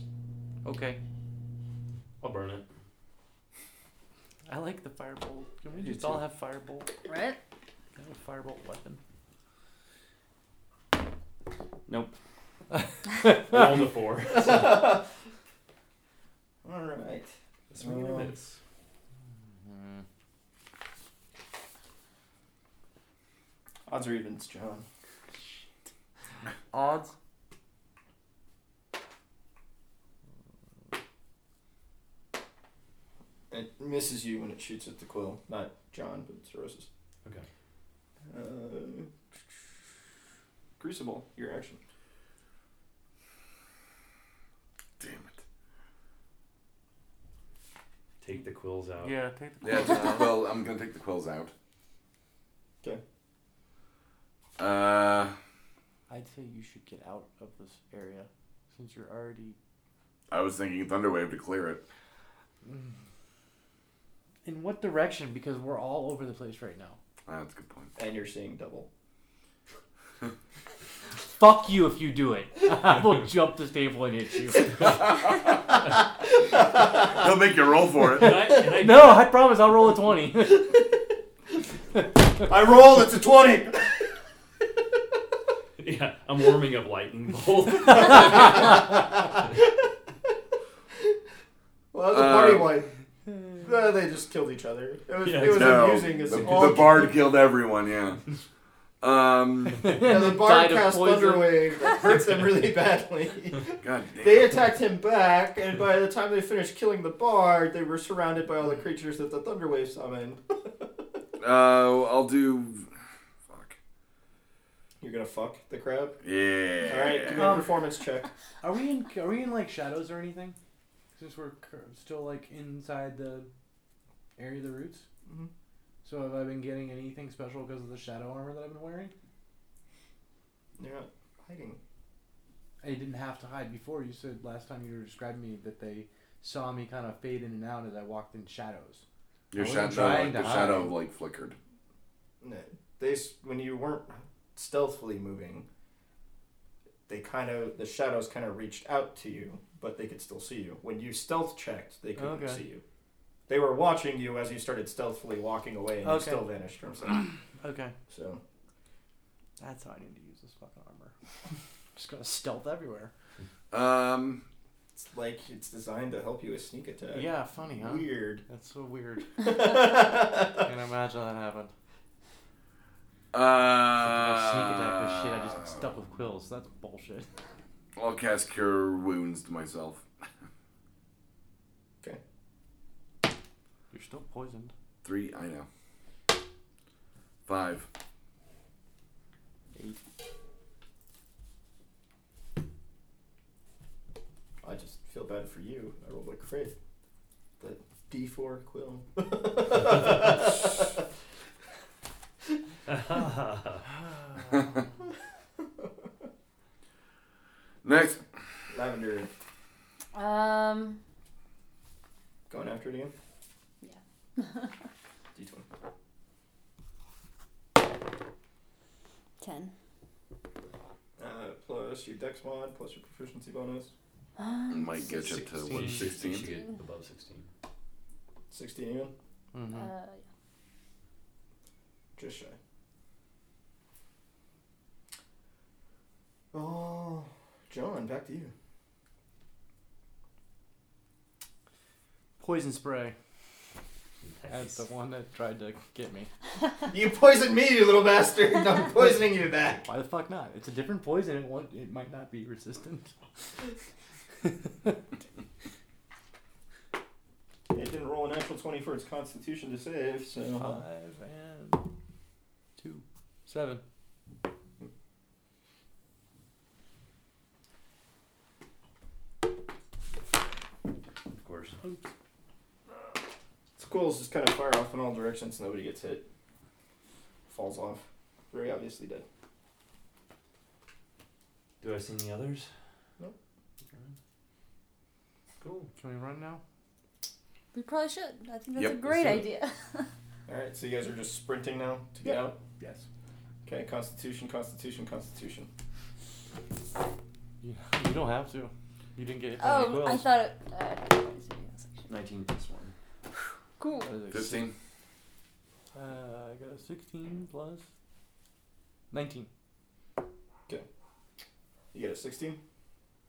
Okay.
I'll burn it.
I like the firebolt. Can we
do
just all
too.
have firebolt?
right.
I have a firebolt weapon.
Roll the four.
All right.
It's really
Um,
nice.
Mm-hmm.
Odds or evens, John.
Odds.
It misses you when it shoots at the quill, not John, but it's Rose's.
Okay.
Uh, Crucible, your action.
Damn it.
Take the quills out.
Yeah, take the
Yeah,
quills
take the
out.
quill. I'm gonna take the quills out.
'Kay.
Uh,
I'd say you should get out of this area since you're already
I was thinking Thunderwave to clear it.
in what direction because we're all over the place right now.
Ah, that's a good point.
And you're seeing double.
Fuck you if you do it. I will jump this table and hit you.
He'll make you roll for it.
Can I, can I,
No, I promise I'll roll a 20.
I roll, it's a 20!
Yeah, I'm warming up lightning bolt.
Well, that was a party
Um,
one.
Hmm.
Uh, they just killed each other. It was,
Yeah,
it was
no,
amusing. As
the,
all-
the bard killed everyone. Yeah. Um.
yeah, the bard
died of
cast
poison.
Thunderwave that hurts him really badly.
God
they
damn.
attacked him back, and by the time they finished killing the bard, they were surrounded by all the creatures that the Thunderwave summoned.
Uh, I'll do. Fuck.
You're gonna fuck the crab?
Yeah.
Alright, give me a
Um,
performance check.
Are we in? Are we in like shadows or anything? Since we're cur- still like inside the area of the roots.
Mhm.
So have I been getting anything special because of the shadow armor that I've been wearing?
You're not hiding.
I didn't have to hide before. You said last time you were describing me that they saw me kind of fade in and out as I walked in shadows.
Your
I wasn't
shadow, like,
trying to
the shadow,
hide.
like flickered.
No, they s- when you weren't stealthily moving, they kind of the shadows kind of reached out to you, but they could still see you. When you stealth checked, they couldn't
Okay.
see you. They were watching you as you started stealthily walking away, and you
Okay.
still vanished from sight.
Okay,
So
that's how I need to use this fucking armor. Just gonna stealth everywhere.
Um.
it's like it's designed to help you with sneak attack.
Yeah, funny, huh?
Weird.
That's so weird. I can imagine that happened.
Uh.
sneak attack with shit. I just stuck with quills. That's bullshit.
I'll cast Cure Wounds to myself.
You're still poisoned.
Three, I know. Five.
I just feel bad for you. I rolled a crit. The D four quill.
Next.
Lavender
Um,
going after it again.
Yeah.
D twenty.
ten.
Uh, plus your dex mod, plus your proficiency bonus.
Might get you to what,
16.
16?
Should get above 16.
16 even? Hmm.
Uh,
Mm-hmm.
Just shy. Oh, John, back to you.
Poison spray.
Nice.
That's the one that tried to get me.
You poisoned me, you little bastard. I'm poisoning you back.
Why the fuck not? It's a different poison. It won't, It might not be resistant.
It didn't roll a natural 20 for its constitution to save, so.
Five and two, seven.
Of course.
Squirrels just kind of fire off in all directions, nobody gets hit. Falls off. Very obviously dead.
Do I see any others?
Nope.
Alright. Cool.
Can we run now?
we probably should. I think that's
Yep,
a
let's
great
do it.
idea.
Alright, so you guys are just sprinting now to get out?
Yes.
Okay, constitution, constitution, constitution.
You, you don't have to. You didn't get hit by any
oh,
quills.
I thought. It, uh,
Nineteen plus one.
cool.
That is a six-
15?
Uh, I got a sixteen plus nineteen.
You get a 16?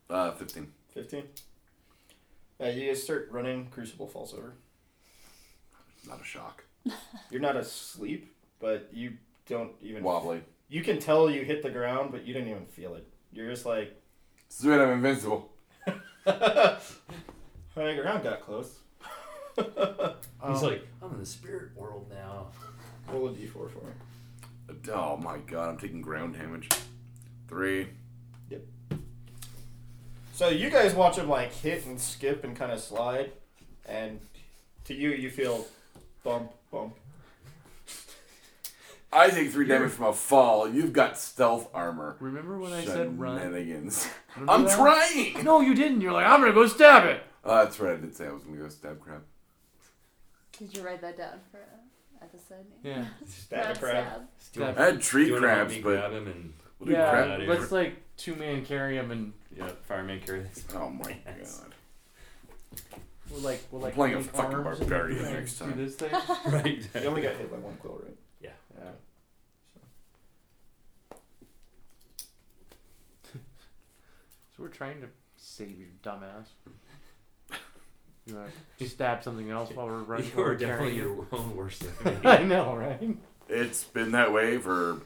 Uh, 15.
15? Yeah, Uh, you guys start running. Crucible falls over.
Not a shock.
You're not asleep, but you don't even.
Wobbly.
You can tell you hit the ground, but you didn't even feel it. You're just like,
This is when I'm invincible.
the ground got close. Roll
He's like, I'm in the spirit world now.
a d4 for me.
Oh my god, I'm taking ground damage. Three.
So you guys watch him like hit and skip and kind of slide, and to you, you feel bump, bump.
I take three damage from a fall. You've got stealth armor.
Remember when I said run?
Shenanigans. I'm trying!
No, you didn't. You're like, I'm gonna go stab it.
Uh, that's right, I did say I was gonna go stab crab.
Did you write that down for uh, episode name?
Yeah.
Stab a crab.
Do you
Stab.
wanna-
I had
do
tree
you wanna help
crabs,
me
but.
grab him and
We'll do crab.
Yeah.
Outta here.
Let's like two man carry him and
yeah, fireman carry this.
Oh my
Yes.
god.
we'll like we'll like
playing a
link
fucking
arms and
barbarian
do
next time.
this thing.
right.
You only got hit by one quill, right?
So we're trying to save your dumbass. You want to stab something else while we're running?
You
while
are
we're carrying
definitely
you?
your own worst enemy.
I know, right?
It's been that way for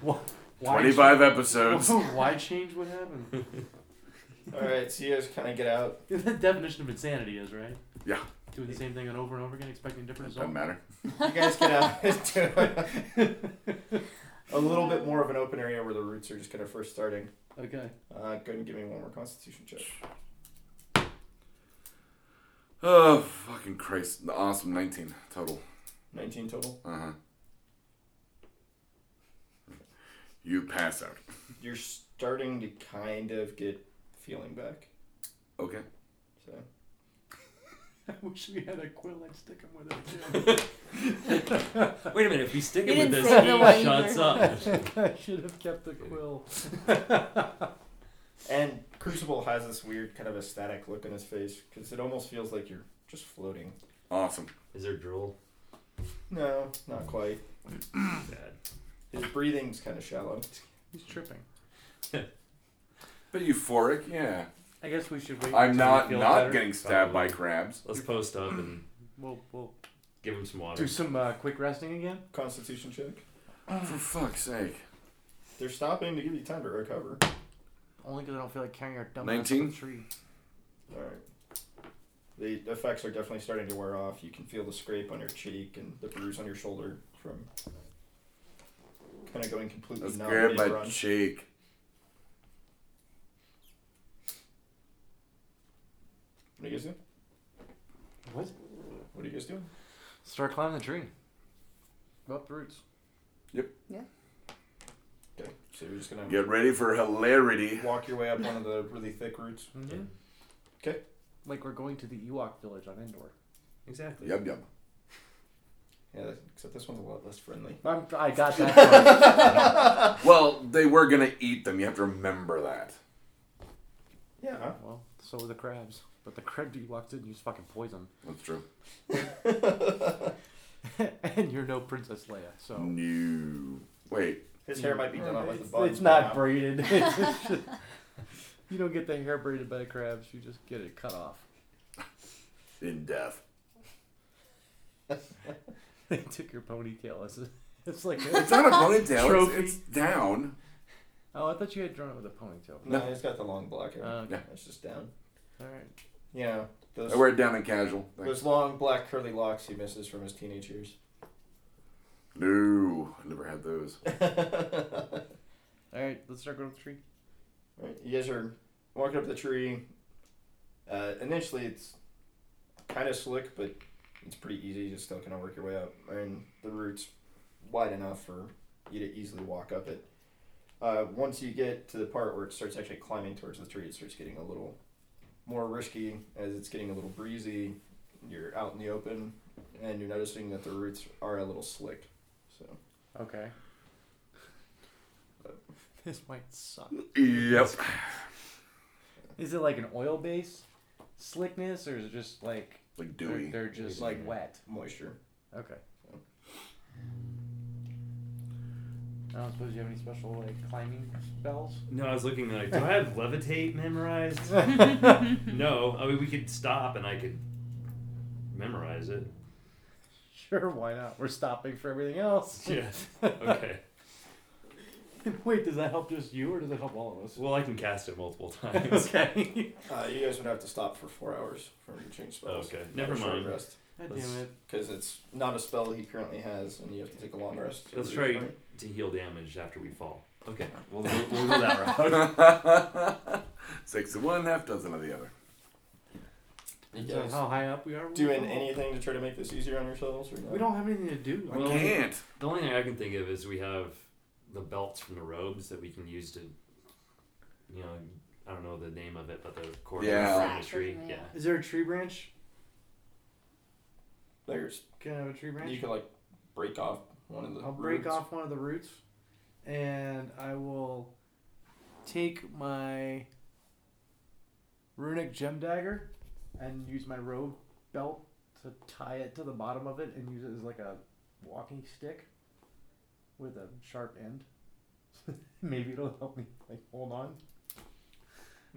Why
25 episodes.
Change, why change what happened?
All right, so you guys kind of get out.
That's the definition of insanity is, right?
Yeah.
Doing the same thing over and over again, expecting different
Doesn't
results.
matter.
You guys get out into a little bit more of an open area where the roots are just kind of first starting.
Okay.
Uh, go ahead and give me one more Constitution check.
Oh, fucking Christ. Awesome. 19 total.
19 total.
Uh huh. You pass out.
You're starting to kind of get feeling back.
Okay.
So
I wish we had a quill. I'd stick him with it.
Wait a minute, if we stick
You
him with
didn't
this,
say no
he
either.
shuts up.
I should have kept the quill.
And Crucible has this weird kind of ecstatic look on his face because it almost feels like you're just floating.
Awesome.
Is there drool?
No, not quite.
Bad.
His breathing's kind of shallow.
He's tripping.
But euphoric, yeah.
I guess we should wait.
I'm
until we
not
feel
not
better.
getting stabbed
Probably.
by crabs.
Let's post up and
We'll we'll
give him some water.
do some uh, quick resting again.
Constitution check.
For fuck's sake.
They're stopping to give you time to recover.
Only because I don't feel like carrying our dumbass up
19?
a tree.
All right. The effects are definitely starting to wear off. You can feel the scrape on your cheek and the bruise on your shoulder from kind of going completely
Let's
numb.
grab
mid
my
run.
cheek.
What are you guys doing?
What?
What are you guys doing?
Start climbing the tree. Go Up the roots.
Okay, so you're just gonna
Get ready for hilarity.
walk your way up one of the really thick roots.
Mm-hmm.
Okay.
Like we're going to the Ewok village on Endor.
Exactly.
Yum yum.
Yeah, except this one's a lot less friendly.
I'm, I got that. part.
Well, they were gonna eat them. You have to remember that.
Yeah.
well, so were the crabs, but the crab Ewoks didn't use fucking poison.
That's true.
and you're no Princess Leia, so
No. Wait.
Mm. His hair might be done up with the
it's,
buns.
it's
but
not braided. It's just- you don't get the hair braided by the crabs. You just get it cut off.
In death.
They took your ponytail. It's, it's like
It's not a ponytail.
Trophy.
It's, it's down.
oh, I thought you had drawn it with a ponytail.
No, he's got the long black hair.
Uh,
Yeah.
It's just down.
all right.
You know, those,
I wear it down in casual.
those long black curly locks he misses from his teenage years.
No, I never had those.
All right, let's start going up the tree.
Right. You guys are walking up the tree. Uh, initially, it's kind of slick, but it's pretty easy. You just still kind of work your way up. And the route's wide enough for you to easily walk up it. Uh, once you get to the part where it starts actually climbing towards the tree, it starts getting a little more risky as it's getting a little breezy. You're out in the open, and you're noticing that the roots are a little slick. So
Okay. This might suck.
Yep.
Is it like an oil base slickness, or is it just like
Like
they're,
dewy.
they're just like wet?
moisture.
Okay.
I don't suppose you have any special like climbing spells.
No, I was looking like, do I have levitate memorized? no, I mean we could stop and I could memorize it.
Sure, why not? We're stopping for everything else.
Yeah. Okay.
Wait, does that help just you or does it help all of us?
Well, I can cast it multiple times.
okay.
Uh, you guys would have to stop for four hours for him to change spells.
Okay, never
Have a short
mind.
Rest
God
Let's-
damn it.
because it's not a spell he currently has, and you have to take a long rest.
Let's try to heal damage after we fall. Okay, we'll, we'll, we'll go that route.
Six of one, half dozen of the other.
You
So
guys-
how high up we are? we
Doing
fall.
anything to try to make this easier on yourselves, or no?
We don't have anything to do.
Well,
Can't.
The only thing I can think of is we have the belts from the robes that we can use to, you know, I don't know the name of it, but the cord
Yeah.
from the
Sash or
tree.
something,
Yeah.
yeah.
Is there a tree branch?
There's
Can I have a tree branch?
you can like break off one of the.
I'll break
roots.
off one of the roots, and I will take my runic gem dagger and use my robe belt to tie it to the bottom of it and use it as like a walking stick with a sharp end.
Maybe it'll help me like hold on.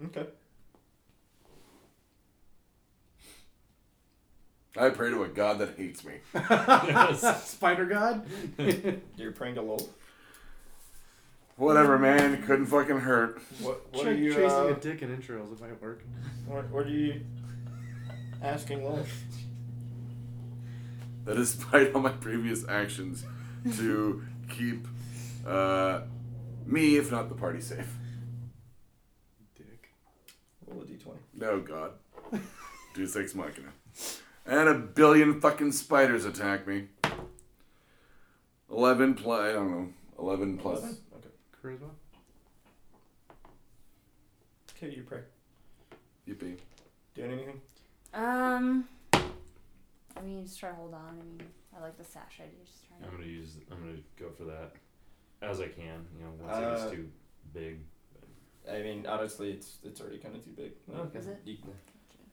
Okay.
I pray to a god that hates me.
Spider God?
You're praying to Lowell.
Whatever, man. Couldn't fucking hurt.
What What
Try
are you?
chasing
Uh,
a dick in entrails, it might work.
what, what are you asking Lowell?
That is despite all my previous actions to keep uh, me, if not the party, safe.
Dick.
Roll a d20.
No god. Do six machina. And a billion fucking spiders attack me. Eleven plus I don't know. Eleven plus
Eleven? Okay.
Charisma?
Okay, you pray.
yippee.
Doing anything?
Um, I mean, just try to hold on. I mean, I like the sash idea. Just try.
I'm
to
gonna use. I'm gonna go for that as I can. You know, once it
Uh,
gets too big.
I mean, honestly, it's it's already kind of too big.
Oh,
Okay.
Is it?
You,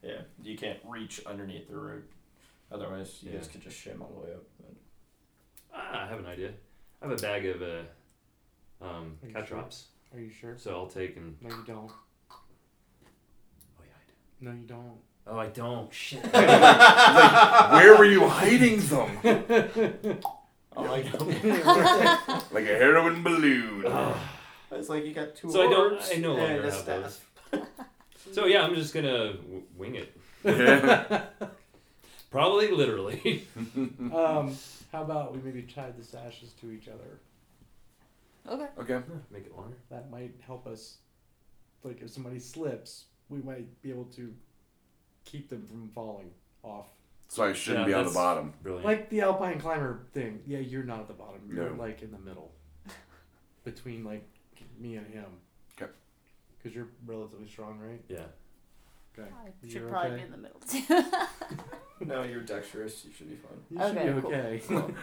yeah, you can't reach underneath the root. Otherwise, you
Yeah.
guys could just shim all the way up. but-
Ah, I have an idea. I have a bag of uh, um,
Are you
cat
sure?
drops,
Are you sure?
so I'll take and.
No, you don't.
Oh yeah,
No, you don't.
I do. Oh, I don't. Shit.
Where were you hiding them?
Oh my god!
Like a heroin balloon.
It's like you got two.
So I don't-
orbs
I no
and
longer
a
have
staff.
those. so yeah, I'm just gonna w- wing it.
Yeah.
Probably literally.
Um, how about we maybe tie the sashes to each other?
Okay.
Okay.
Make it longer.
that might help us. Like if somebody slips, we might be able to keep them from falling off.
So I shouldn't
Yeah,
be on the
that's-
bottom.
Brilliant.
Like the alpine climber thing. Yeah, you're not at the bottom. You're
No.
like in the middle, between like me and him.
'Kay.
Because you're relatively strong, right?
yeah.
I should
You're
probably
okay?
be in the middle. too.
No, you're dexterous. You should be fine.
You
Okay,
should be
cool.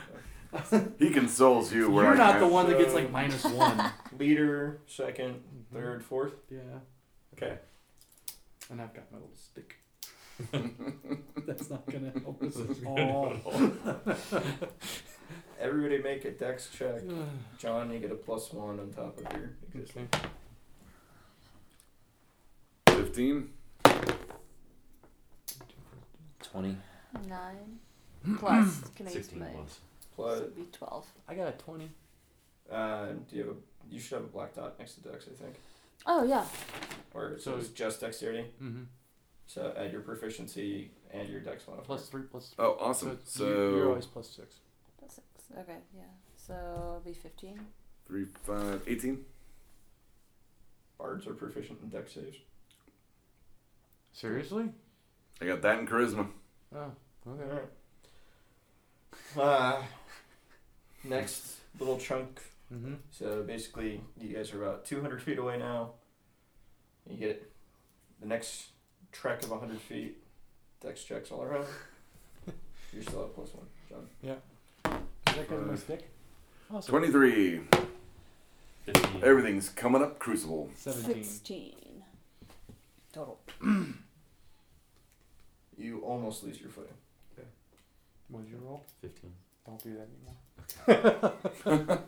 okay.
He consoles you where
You're
I
not
can't.
the one that gets
So-
like minus one.
Leader, second, third, fourth.
yeah,
Okay.
and I've got my little stick. That's not gonna help us at all.
Oh.
Everybody make a dex check. John, you get a plus one on top of your.
Okay.
Fifteen.
Twenty.
Nine plus. Can I use
Sixteen
my?
plus.
So
Plus,
it'd be twelve.
I got a 20.
uh, do you have a? You should have a black dot next to dex, I think.
Oh yeah.
Or so,
So-
it's just dexterity.
Mm-hmm.
So add your proficiency and your dex modifier.
Plus 3, plus 3.
Oh, awesome.
So, you- you're
So
always plus 6.
That's six. Okay. Yeah. So it'll be fifteen.
three, five, eighteen.
bards are proficient in dex saves.
Seriously?
I got that in charisma.
Oh, okay.
All right. Uh, next little chunk.
Mm-hmm.
So basically, you guys are about 200 feet away now. You get the next trek of 100 feet. Dex checks all around. You're still at plus one, John.
Is that because of my stick? Awesome.
Twenty-three.
Fifteen.
Everything's coming up crucible.
17.
Sixteen. Total.
You almost lose your footing.
What was your roll?
Fifteen.
Don't do that anymore.